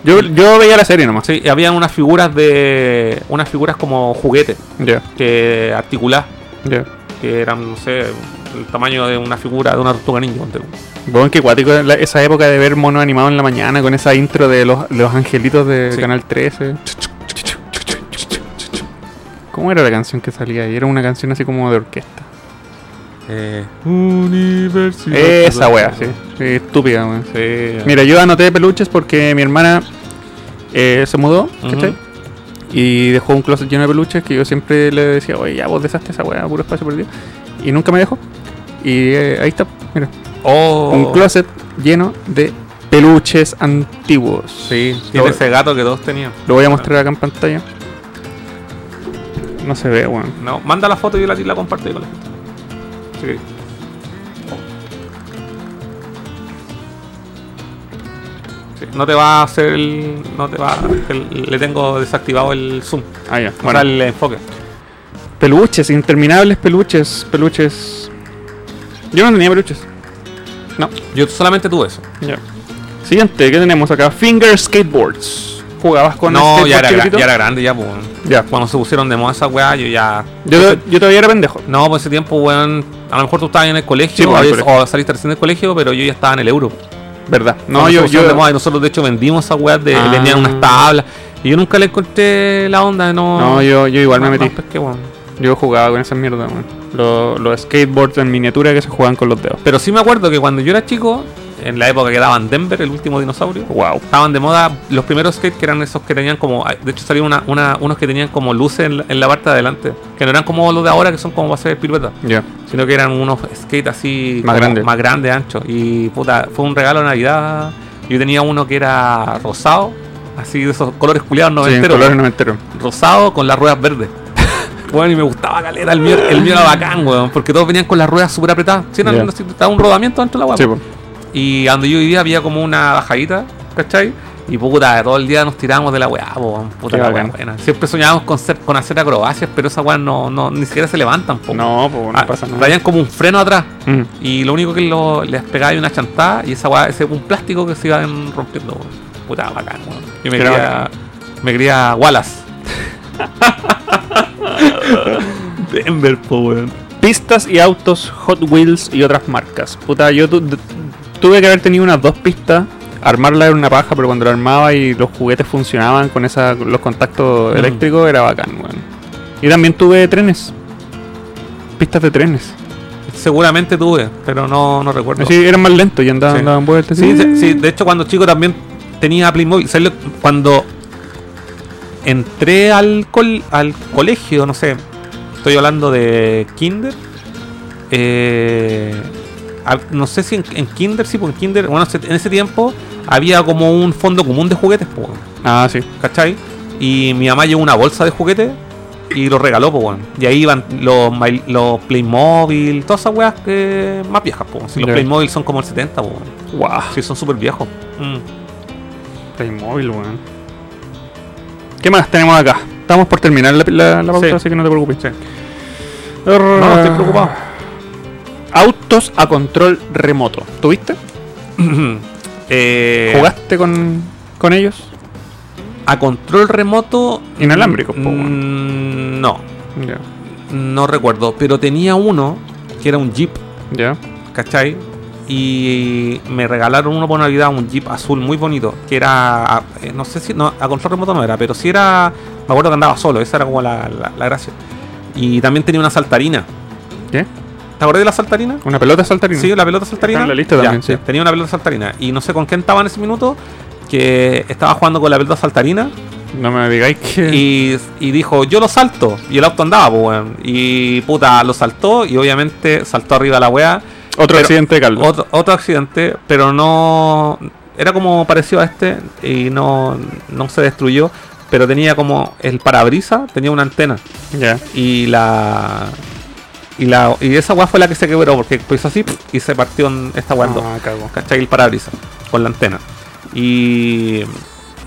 Yo, yo veía la serie nomás.
Sí, y habían unas figuras de. Unas figuras como juguetes
Ya,
que articuladas,
ya.
que eran, no sé, el tamaño de una figura de una tortuga ninja. ponte tú.
Bueno, qué cuático la- esa época de ver monos animados en la mañana con esa intro de los, los angelitos de
Sí.
Canal 13. ¿Cómo era la canción que salía ahí? Era una canción así como de orquesta.
Eh, Universidad.
Esa wea, sí. Sí, estúpida, wea.
Sí.
Mira, yo anoté peluches porque mi hermana eh, se mudó, ¿cachai?
Ujú.
Y dejó un closet lleno de peluches que yo siempre le decía, oye, ya vos deshazte esa weá, puro espacio perdido. Y nunca me dejó. Y eh, ahí está, mira.
Oh,
Un closet lleno de peluches antiguos.
Sí,
Lo,
tiene ese gato que todos tenían.
lo voy a mostrar acá en pantalla. No se ve, weón.
No, manda la foto y yo la, y la comparto ahí con la gente. Si queréis. Sí, No te va a hacer el. No te va. el- le tengo desactivado el zoom.
Ah, ya.
Bueno,
Bueno,
el enfoque.
peluches, interminables peluches, peluches. Yo no tenía peluches.
Yo solamente tuve eso.
Ya. Siguiente, ¿qué tenemos acá? Finger Skateboards. ¿Jugabas con
no, ya era, gra-
chiquitito?
ya era grande, ya, pues.
Ya.
Cuando se pusieron de moda esas weas, yo ya.
Yo, yo todavía era pendejo.
No, por ese tiempo, weón. A lo mejor tú estabas en el colegio,
Sí, pues, en el
habías- o saliste recién del colegio, pero yo ya estaba en el euro.
¿Verdad? No,
No,
yo, yo,
de moda, y nosotros de hecho vendimos esas weas de
Ah.
vendían unas tablas y yo nunca le encontré la onda, no.
no, yo, yo igual me
no,
metí.
no, pues, qué bueno.
Yo jugaba con esas mierdas, weón. Los, los skateboards en miniatura que se jugaban con los dedos.
Pero sí me acuerdo que cuando yo era chico, en la época que daban Denver, el último dinosaurio,
Wow.
estaban de moda los primeros skates que eran esos que tenían como, ah, de hecho salieron una, una- unos que tenían como luces en la, en la parte de adelante, que no eran como los de ahora que son como bases de pirueta,
Ya.
sino que eran unos skates así
Más
como
grandes.
más grandes, anchos y puta, fue un regalo de Navidad. Yo tenía uno que era rosado, así de esos colores culiados
Sí, en
noventeros.
colores noventeros.
rosado con las ruedas verdes. Bueno, y me gustaba caleta, el mío, el mío era bacán, weón, porque todos venían con las ruedas súper apretadas. Sí, eran-
Ya.
no sé, estaba un rodamiento dentro de la weá.
Sí, Ah, po.
Y donde yo vivía había como una bajadita, ¿cachai? Y puta, todo el día nos tirábamos de la weá, po, weón, puta
Qué
la
bacán.
weá buena. Siempre soñábamos con, ser- con hacer acrobacias, pero esas weas no, no, ni siquiera se levantan, po.
No, pues no
Ah,
pasa nada.
Traían como un freno atrás.
Mm.
Y lo único que lo- les pegaba era una chantada y esa weá, ese un plástico que se iban rompiendo, weón. Puta bacán, weón. Yo me
Era
quería. Me quería Wallace. Denver, po, weón.
Pistas y autos, Hot Wheels y otras marcas. Puta, yo tu- tu- tuve que haber tenido unas dos pistas. Armarla era una paja, pero cuando la armaba y los juguetes funcionaban con esa, los contactos
Mm.
eléctricos, era bacán, weón. Y también tuve trenes. Pistas de trenes.
Seguramente tuve, pero no, no recuerdo.
Sí, eran más lentos y andaban,
Oh. Sí.
daban vueltas.
Sí,
Sí,
sí, sí, de hecho cuando chico también tenía Playmobil. ¿Sabes lo- Cuando entré al, col- al colegio, no sé, estoy hablando de Kinder. eh, al- no sé si en, en Kinder, sí, porque en Kinder, bueno, se- en ese tiempo había como un fondo común de juguetes, po, weón,
Ah, sí.
¿cachai? Y mi mamá llevó una bolsa de juguetes y los regaló, po, weón. Y ahí iban los, My- los Playmobil, todas esas weas que más viejas, po. Si los
Ya.
Playmobil son como el 70, po, weón.
Wow.
Sí, son súper viejos.
Mm. Playmobil, weón. ¿Qué más tenemos acá? Estamos por terminar la, la, la pauta,
Sí.
así que no te preocupes.
No, no estoy preocupado.
Autos a control remoto. ¿Tuviste?
Eh,
¿Jugaste con, con ellos?
a control remoto.
Inalámbrico, Pues, po,
mm, No,
Ya.
no recuerdo. Pero tenía uno que era un Jeep,
Ya.
¿cachai? Y me regalaron uno por Navidad, un Jeep azul muy bonito. Que era. eh, No sé si. No, a control remoto no era, pero sí era. Me acuerdo que andaba solo, esa era como la, la- la gracia. Y también tenía una saltarina.
¿Qué?
¿Te acuerdas de la saltarina?
¿Una pelota saltarina?
Sí, la pelota saltarina.
Está en la lista
Ya,
también, sí.
Tenía una pelota saltarina. Y no sé con quién estaba en ese minuto. Que estaba jugando con la pelota saltarina.
No me digáis que.
Y, y dijo, yo lo salto. Y el auto andaba, pues, weón. Y puta, lo saltó. Y obviamente saltó arriba la weá.
Otro
pero-
accidente de caldo.
Otro, otro accidente, pero no. Era como parecido a este. Y no, no se destruyó. Pero tenía como. El parabrisa tenía una antena.
Ya.
Y la. Y, la, y esa weá fue la que se quebró porque hizo así pf, y se partió en esta weá en dos.
Ah, cago.
¿cachai? El parabrisas con la antena. Y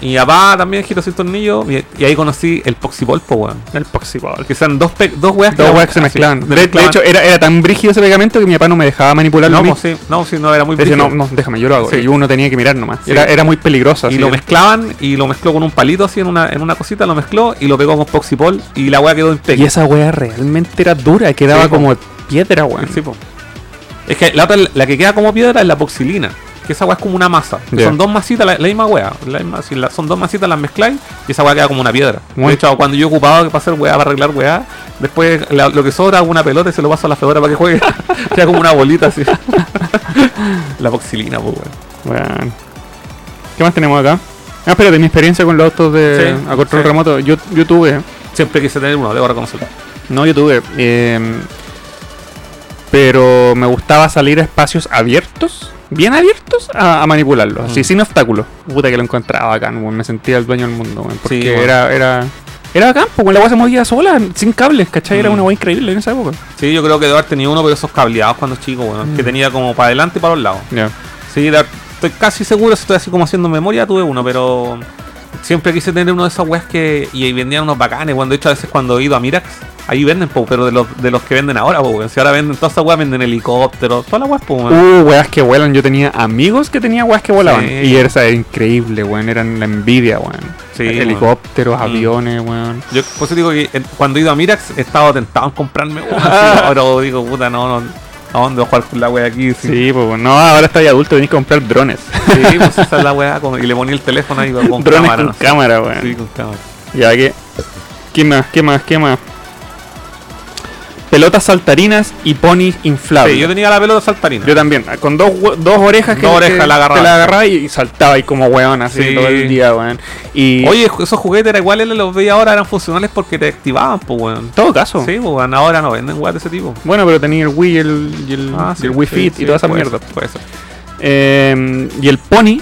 Y mi papá también giró sin tornillo. Y, y ahí conocí el Poxibol, po, weón.
El Poxyball.
Que son dos, pe- dos weas que-
Dos weas que se
Sí,
mezclaban. De, de
mezclaban.
hecho, era, era tan brígido ese pegamento que mi papá no me dejaba manipularlo.
no,
a mí.
po, sí, no, sí, no, era muy
Le decía,
brígido.
no, no, déjame, yo lo hago.
Sí.
Y uno tenía que mirar nomás.
Sí.
Era, era muy peligroso.
Y
así
lo
que-
mezclaban y lo mezcló con un palito así en una, en una cosita, lo mezcló y lo pegó con Poxipol y la weá quedó impecable.
Y esa wea realmente era dura, quedaba
Sí, po.
como piedra, weón.
Sí, po. Es que la otra, la que queda como piedra es la poxilina. Que esa weá es como una masa. que
Ya.
Son dos masitas, la, la misma weá. La misma- si la- son dos masitas, las mezcláis y esa weá queda como una piedra.
Muy-
De hecho, cuando yo ocupaba para hacer weá, para arreglar weá, después la- lo que sobra hago una pelota y se lo paso a la fedora para que juegue. queda como una bolita así. la poxilina, pues weón.
Weón. ¿Qué más tenemos acá? Ah, espérate, mi experiencia con los autos de
Sí,
a control
sí.
remoto. Yo, yo tuve,
Siempre quise tener uno, debo reconocerlo.
no, yo tuve. eh, pero me gustaba salir a espacios abiertos, bien abiertos, a, a manipularlos, así,
Mm.
sin obstáculos. Puta que lo encontraba bacán, weón, Me sentía el dueño del mundo, weón, Porque
weón.
era, era. Era bacán, pues, weón, la weá se movía sola, sin cables, ¿cachai? Era
Mm.
una weá increíble en esa época.
Sí, yo creo que debo haber tenido uno, pero esos cableados cuando chico, weón.
Mm.
Que tenía como para adelante y para los lados.
Ya.
Sí, la- estoy casi seguro, si estoy así como haciendo memoria, tuve uno, pero siempre quise tener uno de esos weas que. Y ahí vendían unos bacanes, cuando de hecho a veces cuando he ido a Mirax, ahí venden, po, pero de los, de los que venden ahora, po, weón. Si ahora venden todas esas weas, venden helicópteros, todas las weas, po, weón.
Uh, weas que vuelan. Yo tenía amigos que tenía weas que volaban.
Sí.
Y esa era increíble, weón. Eran la envidia, weón.
Sí,
Helicópteros,
weón. Mm.
aviones, weón.
Yo por eso digo que eh, cuando he ido a Mirax he estado tentado en comprarme uno, así, pero digo, puta, no, no, ¿a dónde voy a jugar con la wea aquí? Sí,
Sí, pues no, ahora estáis adulto, tenés que comprar drones.
sí, pues esa es la wea, como- y le ponía el teléfono ahí con
drones
cámara,
con
no sé.
cámara, weón.
Sí, con cámara.
Ya que. ¿Qué más? ¿Qué más? ¿Qué más? Pelotas saltarinas y ponis inflables.
Sí, yo
Ah, yo,
tenía la pelota saltarina.
también, con dos, hue- dos orejas que
Dos orejas
que
la agarraba.
te la agarraba y saltaba y como weón así
Sí.
todo el día, weón. Y
Oye, ju- esos juguetes era igual los veía ahora, eran funcionales porque te activaban, pues weón.
en todo caso.
Sí, pues weón, ahora no venden weas de ese tipo. Ah,
Bueno, pero tenía el Wii y el, y el, y el Mm, Wii Fit y toda
pues.
esa mierda.
Puede ser.
Eh, y el pony,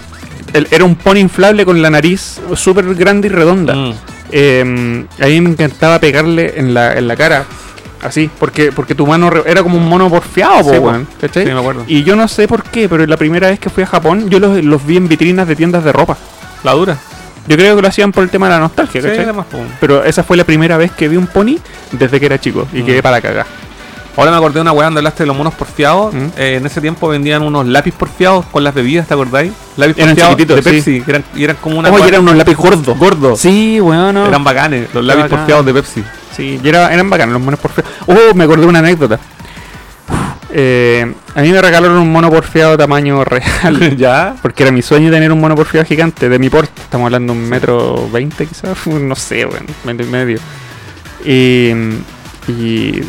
el- era un pony inflable con la nariz súper grande y redonda.
Mm.
Eh, a mí me encantaba pegarle en la, en la cara. Así, porque, porque tu mano re- era como un mono porfiado, po,
Sí, po.
weón, ¿cachai?
Sí, me acuerdo.
Y yo no sé por qué, pero la primera vez que fui a Japón, yo los, los vi en vitrinas de tiendas de ropa.
La dura.
Yo creo que lo hacían por el tema de la nostalgia,
Sí,
¿cachai?
era más, pues.
pero esa fue la primera vez que vi un pony desde que era chico y
Mm.
quedé para cagar.
Ahora me acordé de una wea donde hablaste de los monos porfiados.
Mm.
Eh, en ese tiempo vendían unos lápiz porfiados con las bebidas, ¿te acordáis? Lápiz
Eran
porfiados de
chiquititos, sí.
Pepsi. que eran, y eran como una.
Oye,
wea-
eran unos lápiz gordos.
gordos.
Sí, weón. no.
Eran bacanes, los lápiz
bacán.
porfiados de Pepsi.
Sí, y era- eran bacanos los monos porfiados. Oh, me acordé de una anécdota. Eh, a mí me regalaron un mono porfiado tamaño real.
¿Ya?
Porque era mi sueño tener un mono porfiado gigante de mi porte. Estamos hablando de un metro veinte quizás. No sé, bueno, metro y medio. Y, y,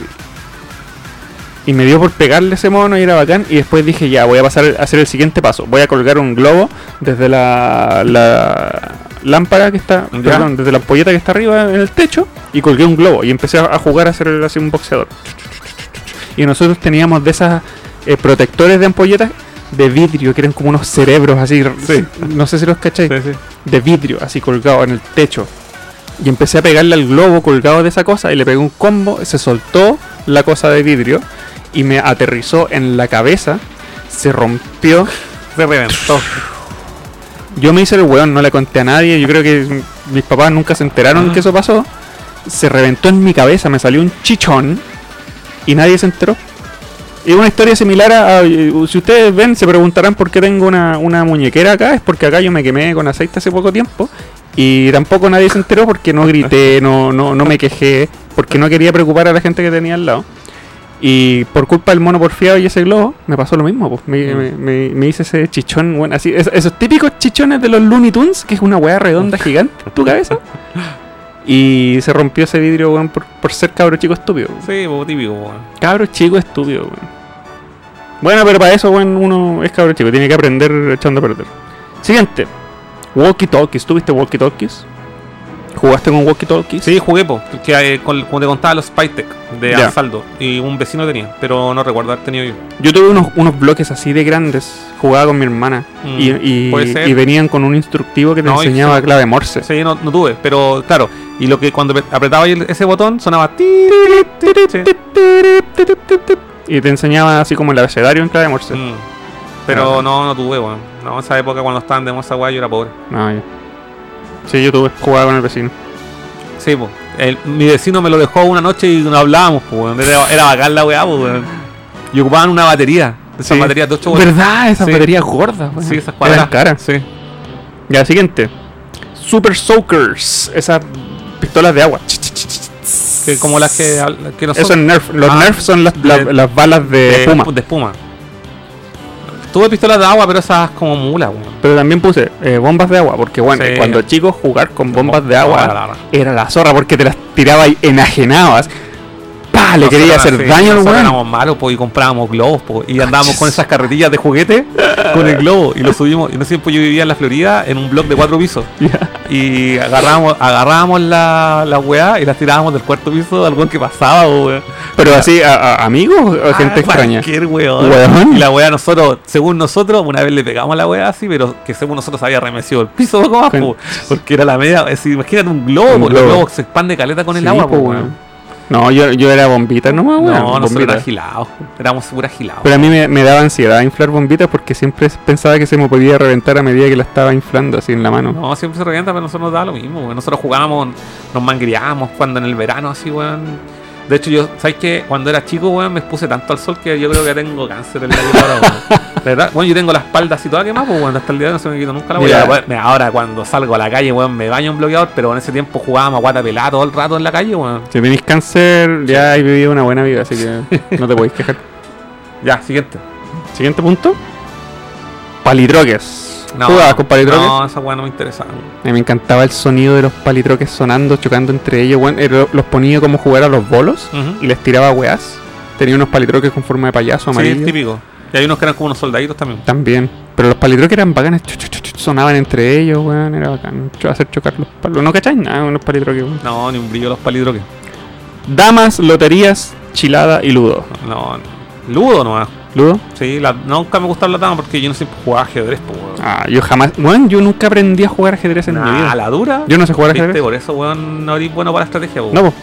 y me dio por pegarle ese mono y era bacán. Y después dije, ya, voy a pasar a hacer el siguiente paso. Voy a colgar un globo desde la, la lámpara que está,
Ya.
perdón, desde la ampolleta que está arriba en el techo. Y colgué un globo y empecé a a jugar a hacer así un boxeador. Y nosotros teníamos de esas eh, protectores de ampolletas de vidrio, que eran como unos cerebros así.
Sí.
No sé si los cacháis
Sí, sí.
de vidrio, así colgado en el techo. Y empecé a pegarle al globo colgado de esa cosa y le pegué un combo, se soltó la cosa de vidrio y me aterrizó en la cabeza, se rompió.
Se reventó.
Yo me hice el weón, no le conté a nadie, yo creo que mis papás nunca se enteraron
Ah.
que eso pasó. Se reventó en mi cabeza, me salió un chichón y nadie se enteró. Y una historia similar a, a- si ustedes ven, se preguntarán por qué tengo una, una muñequera acá, es porque acá yo me quemé con aceite hace poco tiempo y tampoco nadie se enteró porque no grité, no, no, no me quejé, porque no quería preocupar a la gente que tenía al lado. Y por culpa del mono porfiado y ese globo, me pasó lo mismo, pues. Me,
Mm.
me- me- me hice ese chichón, bueno, así, es- esos típicos chichones de los Looney Tunes, que es una weá redonda gigante en tu cabeza. Y se rompió ese vidrio, weón, por, por ser cabro chico estúpido. weón.
Sí, po, típico, weón.
Cabro chico estúpido, weón. Bueno, pero para eso, weón, uno es cabro chico, tiene que aprender echando a perder. Siguiente. Walkie Talkies, ¿tuviste Walkie Talkies? ¿Jugaste con Walkie Talkies?
Sí, jugué, po, que, eh, con, como te contaba, los Spytech de
Ya.
Ansaldo. Y un vecino tenía, pero no recuerdo haber tenido yo.
Yo tuve unos, unos bloques así de grandes, jugaba con mi hermana.
Mm,
y, y-
puede ser.
y venían con un instructivo que te
No, y
enseñaba
se-
clave Morse.
Sí, no, no tuve, pero claro. Y lo que cuando apre- apretaba el- ese botón sonaba. ti, ti, ti, ti, ti.
Y te enseñaba así como el abecedario en clave Morse.
Mm. Pero
Ah.
no, no tuve, weón. No, en esa época cuando estaban de moda esa weá yo era pobre.
No, ya. Sí, yo tuve jugaba con el vecino.
Sí, po. El- mi vecino me lo dejó una noche y no hablábamos, po, weón. Era, era bacán la weá, po, weón. Y ocupaban una batería. Esas
Sí.
baterías de 8
¿Verdad? Esas
Sí.
baterías gordas, weón.
Sí, esas cuadras.
Eran caras.
Sí.
Ya, siguiente. Super Soakers. Esas pistolas de agua.
Que como las que, habl- que
Eso
nosotros.
es Nerf. Los
Ah,
Nerf son las, la-
de-
las balas de, espuma.
de espuma. Tuve pistolas de agua, pero esas como mula, weón.
Pero también puse eh, bombas de agua, porque bueno,
Sí.
eh, cuando chicos jugar con bombas
No,
de
la-
agua
la-
era la zorra, porque te las tiraba y enajenabas. ¡Pah! Ah, Le
Nosotros
quería hacer
así,
daño al
nosotros
weón.
éramos malos, po, y comprábamos globos, po, y andábamos con esas carretillas de juguete con el globo, y lo subimos. Y en ese tiempo yo vivía en la Florida, en un block de cuatro pisos. Y agarrábamos, agarrábamos la, la weá y las tirábamos del cuarto piso de algún que pasaba, po, weón.
Pero así, a, a- amigos o gente
Ah,
extraña.
Cualquier weón.
Weón.
Y la weá nosotros, según nosotros, una vez le pegamos a la weá así, pero que según nosotros había remecido el piso poco más,
Con-
po, porque era la media, es decir, imagínate un globo,
Un
po,
globo.
los globos se expande caleta con el
Sí,
agua, po,
po,
weón.
weón. No, yo, yo era bombita nomás, weón.
no, nosotros
bombita.
éramos agilados, éramos súper agilados.
Pero a mí me, me daba ansiedad inflar bombitas porque siempre pensaba que se me podía reventar a medida que la estaba inflando así en la mano.
No, siempre se revienta, pero nosotros nos da lo mismo, weón. Nosotros jugábamos, nos mangriábamos cuando en el verano, así, weón. De hecho, yo, ¿sabes qué? Cuando era chico, weón, me expuse tanto al sol que yo creo que tengo cáncer en la piel ahora, weón. La verdad, bueno, yo tengo la espalda así toda quemada, pues, weón, hasta el día de hoy no se me quita nunca la
Mira.
weá. Weón, mira, Ahora, cuando salgo a la calle, weón, me baño un bloqueador, pero en ese tiempo jugábamos a guata pelada todo el rato en la calle, weón.
Si tenéis cáncer, ya he vivido una buena vida, así que no te podéis quejar.
Ya, siguiente.
Siguiente punto. Palitroques.
No,
¿Jugabas con palitroques?
No, esa weá no me interesa.
A mí me encantaba el sonido de los palitroques sonando, chocando entre ellos. weón. Era- los ponía como jugar a los bolos
Ujú.
y les tiraba weas. Tenía unos palitroques con forma de payaso
Sí,
amarillo.
es típico. Y hay unos que eran como unos soldaditos también.
También. Pero los palitroques eran bacanes. chu, chu, chu, chu, sonaban entre ellos, weón. Era bacán. cho- Hacer chocar los palos. No cacháis nada con los palitroques, weón.
No, ni un brillo los palidroques.
Damas, loterías, chilada y ludo.
No, no. Ludo nomás.
¿Ludo?
Sí, la- nunca me gustaron las damas porque yo no siempre jugaba ajedrez, po, weón.
Ah, yo jamás. Weón, yo nunca aprendí a jugar ajedrez en mi
Nah,
vida.
la dura.
Yo no sé jugar
¿Viste?
ajedrez.
Por eso, weón, no eres bueno para la estrategia, po.
No, po.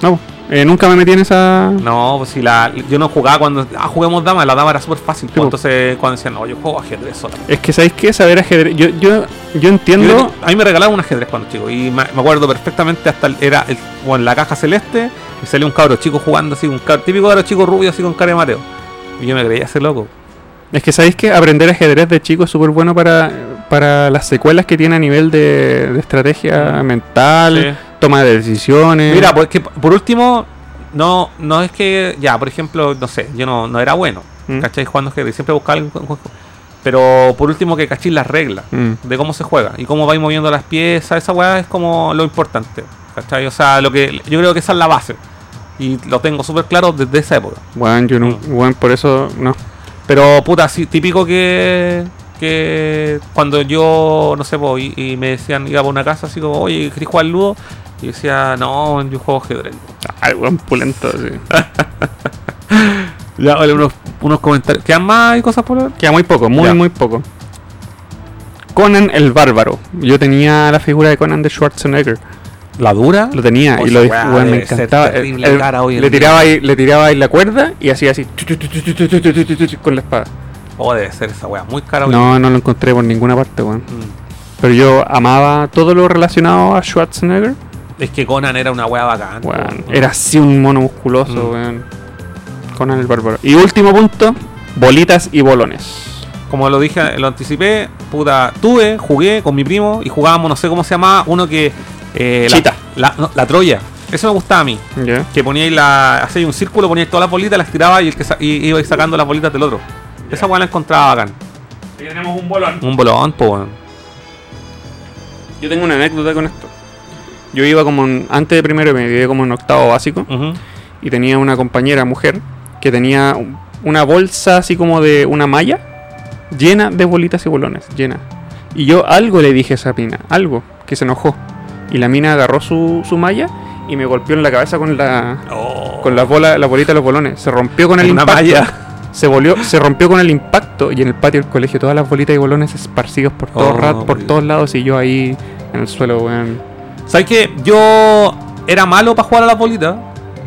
No, po. Eh, nunca me metí en esa.
No, pues si la, yo no jugaba cuando. Ah, juguemos damas, la dama era súper fácil. po.
Sí, po.
Entonces, cuando decían, no, yo juego ajedrez sola.
Es que, ¿sabéis qué? Saber ajedrez. Yo, yo, yo entiendo.
A mí me regalaron un ajedrez cuando chico y me, me acuerdo perfectamente hasta el- era el, bueno, la caja celeste y salió un cabro chico jugando así, un cabro, típico cabro chico rubio así con cara de Mateo. Y yo me creía ese loco.
Es que sabéis que aprender ajedrez de chico es súper bueno para, para las secuelas que tiene a nivel de, de estrategia mental, toma de decisiones.
Mira, porque por último, no, no es que, ya, por ejemplo, no sé, yo no, no era bueno,
Mm.
¿cachai? Jugando ajedrez, siempre buscaba algún juego. Pero por último, que cachis las reglas
Mm.
de cómo se juega y cómo vais moviendo las piezas, esa weá es como lo importante, ¿cachai? O sea, lo que, yo creo que esa es la base. Y lo tengo súper claro desde esa época.
Bueno, yo no, bueno, por eso no.
Pero puta, sí, típico que, que cuando yo, no sé, po, y, y me decían, iba por una casa así como, oye, ¿querés jugar ludo? Y yo decía, no, yo juego ajedrez.
Ay, weón, pulento, sí.
Ya, vale, unos, unos comentarios. ¿Quedan más y cosas por ver?
Queda muy poco, muy,
Ya.
muy poco. Conan el Bárbaro. Yo tenía la figura de Conan de Schwarzenegger.
¿La dura?
Lo tenía
Oh,
y lo
esa weá
weón, me
debe ser
encantaba.
terrible
El- el-
cara hoy en
le,
día.
tiraba ahí, le tiraba ahí la cuerda y hacía así tu, tu, tu, tu, tu, tu, tu, tu, tu, con la espada.
Oh, debe ser esa wea, muy cara.
No, no lo encontré por ninguna parte, weón.
Mm.
Pero yo amaba todo lo relacionado a Schwarzenegger.
Es que Conan era una wea bacán.
Weón,
po.
era así un mono musculoso,
Mm.
weón. Conan el Bárbaro. Y último punto, bolitas y bolones.
Como lo dije, lo anticipé, puta, tuve, jugué con mi primo y jugábamos, no sé cómo se llamaba, uno que. eh, la-
Chita.
La, no, la Troya. Eso me gustaba a mí.
¿Ya?
Que poníais la. Hacíais un círculo, poníais todas las bolitas, las tiraba y el que sa- y, ibais sacando las bolitas del otro. Esa wea la encontraba bacán.
tenemos un bolón.
Un bolón, po, weón.
Yo tengo una anécdota con esto. Yo iba como en- antes de primero me quedé como en octavo básico
Ujú.
y tenía una compañera mujer que tenía un- una bolsa así como de una malla llena de bolitas y bolones, llena. Y yo algo le dije a esa mina, algo, que se enojó. Y la mina agarró su, su malla y me golpeó en la cabeza con la
Oh.
con la bola, la bolita de los bolones. Se rompió con el
Una
impacto.
malla.
Se, volvió, se rompió con el impacto y en el patio del colegio todas las bolitas y bolones esparcidos por todo
Oh,
rat, por
Dios.
todos lados y yo ahí en el suelo, weón.
¿Sabes qué? Yo era malo para jugar a la bolita,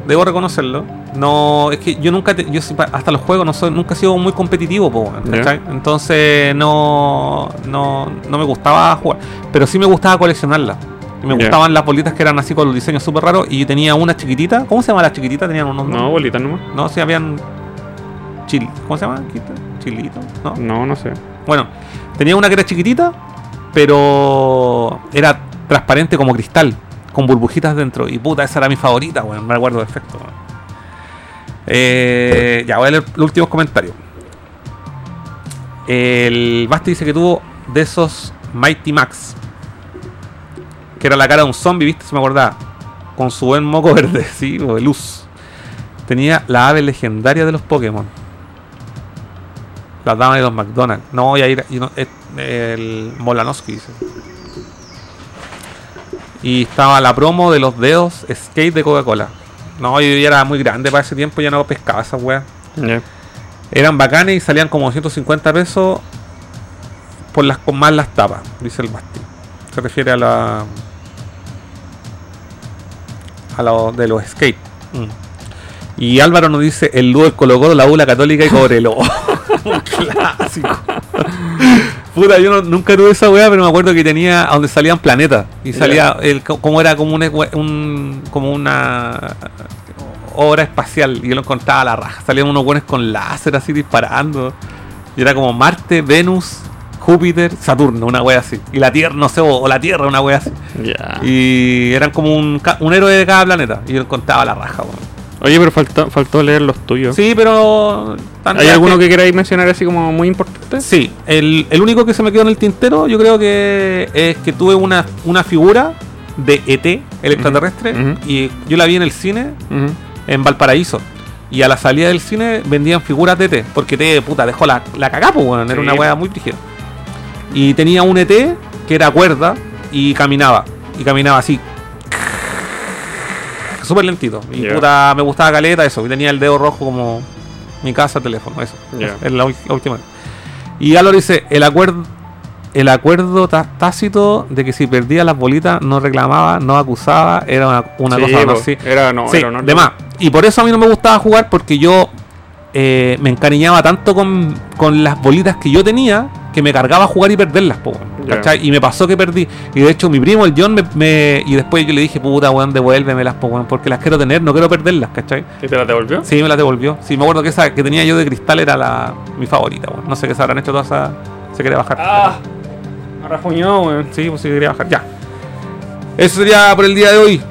debo reconocerlo. No, es que yo nunca, te- yo sí pa- hasta los juegos no soy, nunca he sido muy competitivo, po, weón,
Ya.
¿cachai? Entonces no, no, no me gustaba jugar, pero sí me gustaba coleccionarlas. Y Me
Ya.
gustaban las bolitas que eran así con los diseños súper raros y yo tenía una chiquitita, ¿cómo se llama la chiquitita? Tenían unos
No, bolitas nomás.
no, sí habían chil, ¿cómo se llama? Chilito, ¿no?
No, no sé.
Bueno, tenía una que era chiquitita, pero era transparente como cristal, con burbujitas dentro. Y puta, esa era mi favorita, weón. Me acuerdo perfecto, weón. Eh, ya, voy a leer los últimos comentarios. El Basti dice que tuvo de esos Mighty Max. Que era la cara de un zombie, ¿viste? Se me acordaba. Con su buen moco verde, sí, o de luz. Tenía la ave legendaria de los Pokémon. La dama de los McDonald's. No voy a ir. yo no- eh, el Molanowski dice. Y estaba la promo de los dedos skate de Coca-Cola. No, yo ya era muy grande para ese tiempo, ya no pescaba esa weas.
Ya.
Eran bacanes y salían como 150 pesos por las con más las tapas, dice el Basti. Se refiere a la. a lo de los skate. Mm. Y Álvaro nos dice el Ludo, el Colo Colo, la Ula Católica y Cobrelo. Un clásico. Puta, yo no- nunca tuve esa weá, pero me acuerdo que tenía a donde salían planetas. Y salía el, co- como era como una, un- como una obra espacial. Y yo lo encontraba a la raja. Salían unos buenos con láser así disparando. Y era como Marte, Venus, Júpiter, Saturno, una wea así. Y la Tierra, no sé, o, o la Tierra, una wea así.
Ya.
Y eran como un, ca- un héroe de cada planeta. Y yo encontraba a la raja, weón.
Oye, pero faltó, faltó leer los tuyos.
Sí, pero.
¿Hay alguno que queráis mencionar así como muy importante?
Sí, el, el único que se me quedó en el tintero, yo creo que es que tuve una, una figura de ET, el extraterrestre,
ujú.
y yo la vi en el cine
Ujú.
en Valparaíso. Y a la salida del cine vendían figuras de ET, porque ET, puta, dejó la, la cagá, pues, weón,
Sí.
era una weá muy frígida. Y tenía un ET que era cuerda y caminaba, y caminaba así. Súper lentito. Y
Ya.
puta, me gustaba caleta, eso. Y tenía el dedo rojo como mi casa, teléfono, eso.
Ya.
Es la, ul- la última. Y Álvaro dice, el acuerdo el acuerdo tá- tácito de que si perdía las bolitas no reclamaba, no acusaba, era una, una
Sí,
cosa
po.
más así.
Era, no,
Sí,
era honor.
de más. Y por eso a mí no me gustaba jugar porque yo eh, me encariñaba tanto con, con las bolitas que yo tenía que me cargaba a jugar y perderlas, po, weón,
Ya.
¿cachai? Y me pasó que perdí. Y de hecho mi primo, el John, me, me- y después yo le dije, puta, weón, devuélvemelas, po, weón, porque las quiero tener, no quiero perderlas, ¿cachai?
¿Y te la devolvió?
Sí, me las devolvió. Sí, me acuerdo que esa que tenía yo de cristal era la mi favorita, weón. No sé qué se habrán hecho todas esas. Se quería bajar.
Ah, me rajuñó, weón.
Sí, pues se quería bajar. Ya. Eso sería por el día de hoy.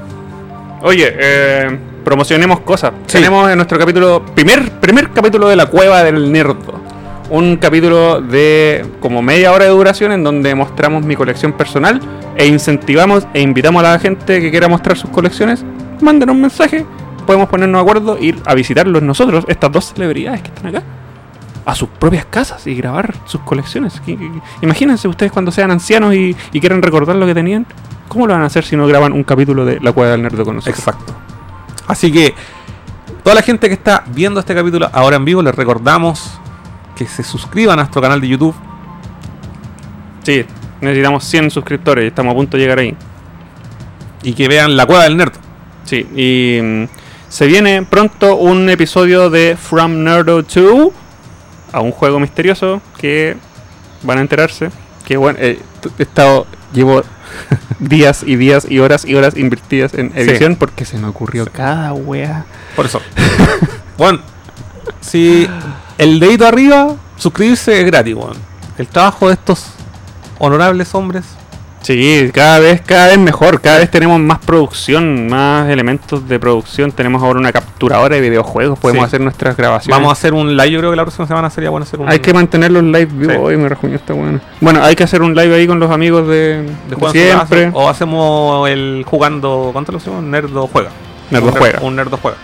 Oye, eh, promocionemos cosas.
Sí.
Tenemos en nuestro capítulo, primer, primer capítulo de la cueva del nerdo. Un capítulo de como media hora de duración en donde mostramos mi colección personal e incentivamos e invitamos a la gente que quiera mostrar sus colecciones. Manden un mensaje, podemos ponernos de acuerdo, ir a visitarlos nosotros, estas dos celebridades que están acá, a sus propias casas y grabar sus colecciones. Y- y- Imagínense ustedes cuando sean ancianos y, y quieran recordar lo que tenían. ¿Cómo lo van a hacer si no graban un capítulo de La Cueva del Nerdo con nosotros?
Exacto. Así que, toda la gente que está viendo este capítulo ahora en vivo, les recordamos que se suscriban a nuestro canal de YouTube.
Sí, necesitamos 100 suscriptores y estamos a punto de llegar ahí.
Y que vean la cueva del nerd.
Sí, y mm, se viene pronto un episodio de From Nerdo 2 a un juego misterioso que van a enterarse. Que bueno, eh, t- he estado, llevo días y días y horas y horas invertidas en edición porque se me ocurrió cada wea.
Por eso. bueno, si el dedito arriba, suscribirse es gratis, weón. El trabajo de estos honorables hombres
Sí, cada vez, cada vez mejor, cada vez tenemos más producción, más elementos de producción, tenemos ahora una capturadora de videojuegos, podemos
Sí.
hacer nuestras grabaciones.
Vamos a hacer un live, yo creo que la próxima semana sería bueno hacer un
Hay que mantenerlo en live vivo.
Sí.
Hoy me reunió esta buena. Bueno, hay que hacer un live ahí con los amigos de, de
de juego en su casa,
siempre.
o hacemos el jugando, ¿cuánto lo hacemos? Nerdo juega.
Nerdo
un, ner-
juega.
Un nerdo juega.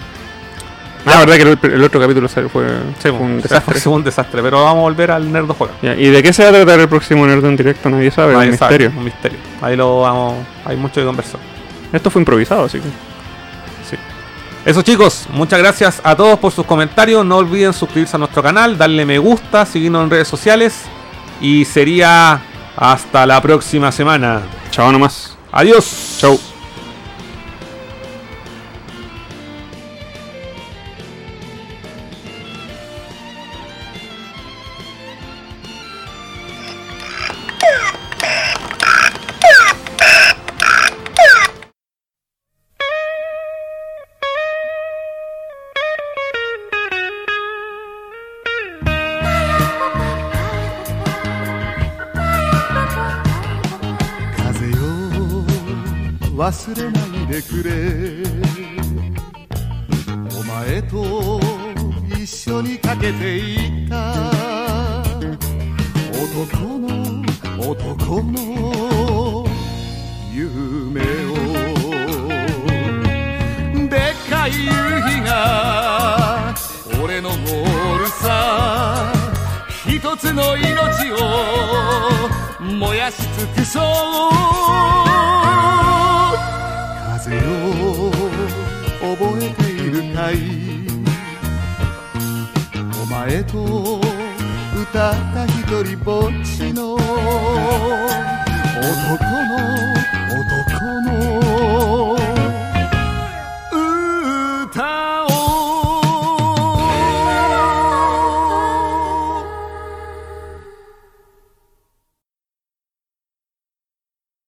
Ah, la verdad que el, el otro capítulo salió- fue, fue un desastre.
Fue un desastre, pero vamos a volver al nerdo juega.
Ya, ¿Y de qué se va a tratar el próximo Nerd en directo? Nadie sabe, es
Nadie
un
sabe,
misterio.
un misterio. Ahí lo vamos, hay mucho que conversar.
Esto fue improvisado, así que.
Eso chicos, muchas gracias a todos por sus comentarios. No olviden suscribirse a nuestro canal, darle me gusta, seguirnos en redes sociales. Y sería hasta la próxima semana.
Chao nomás.
Adiós.
Chau.
忘れないでくれお前と一緒にかけていった男の男の夢をでっかい夕日が俺のボールさ一つの命を燃やし尽くそう風よ覚えているかいお前と歌った一人ぼっちの男の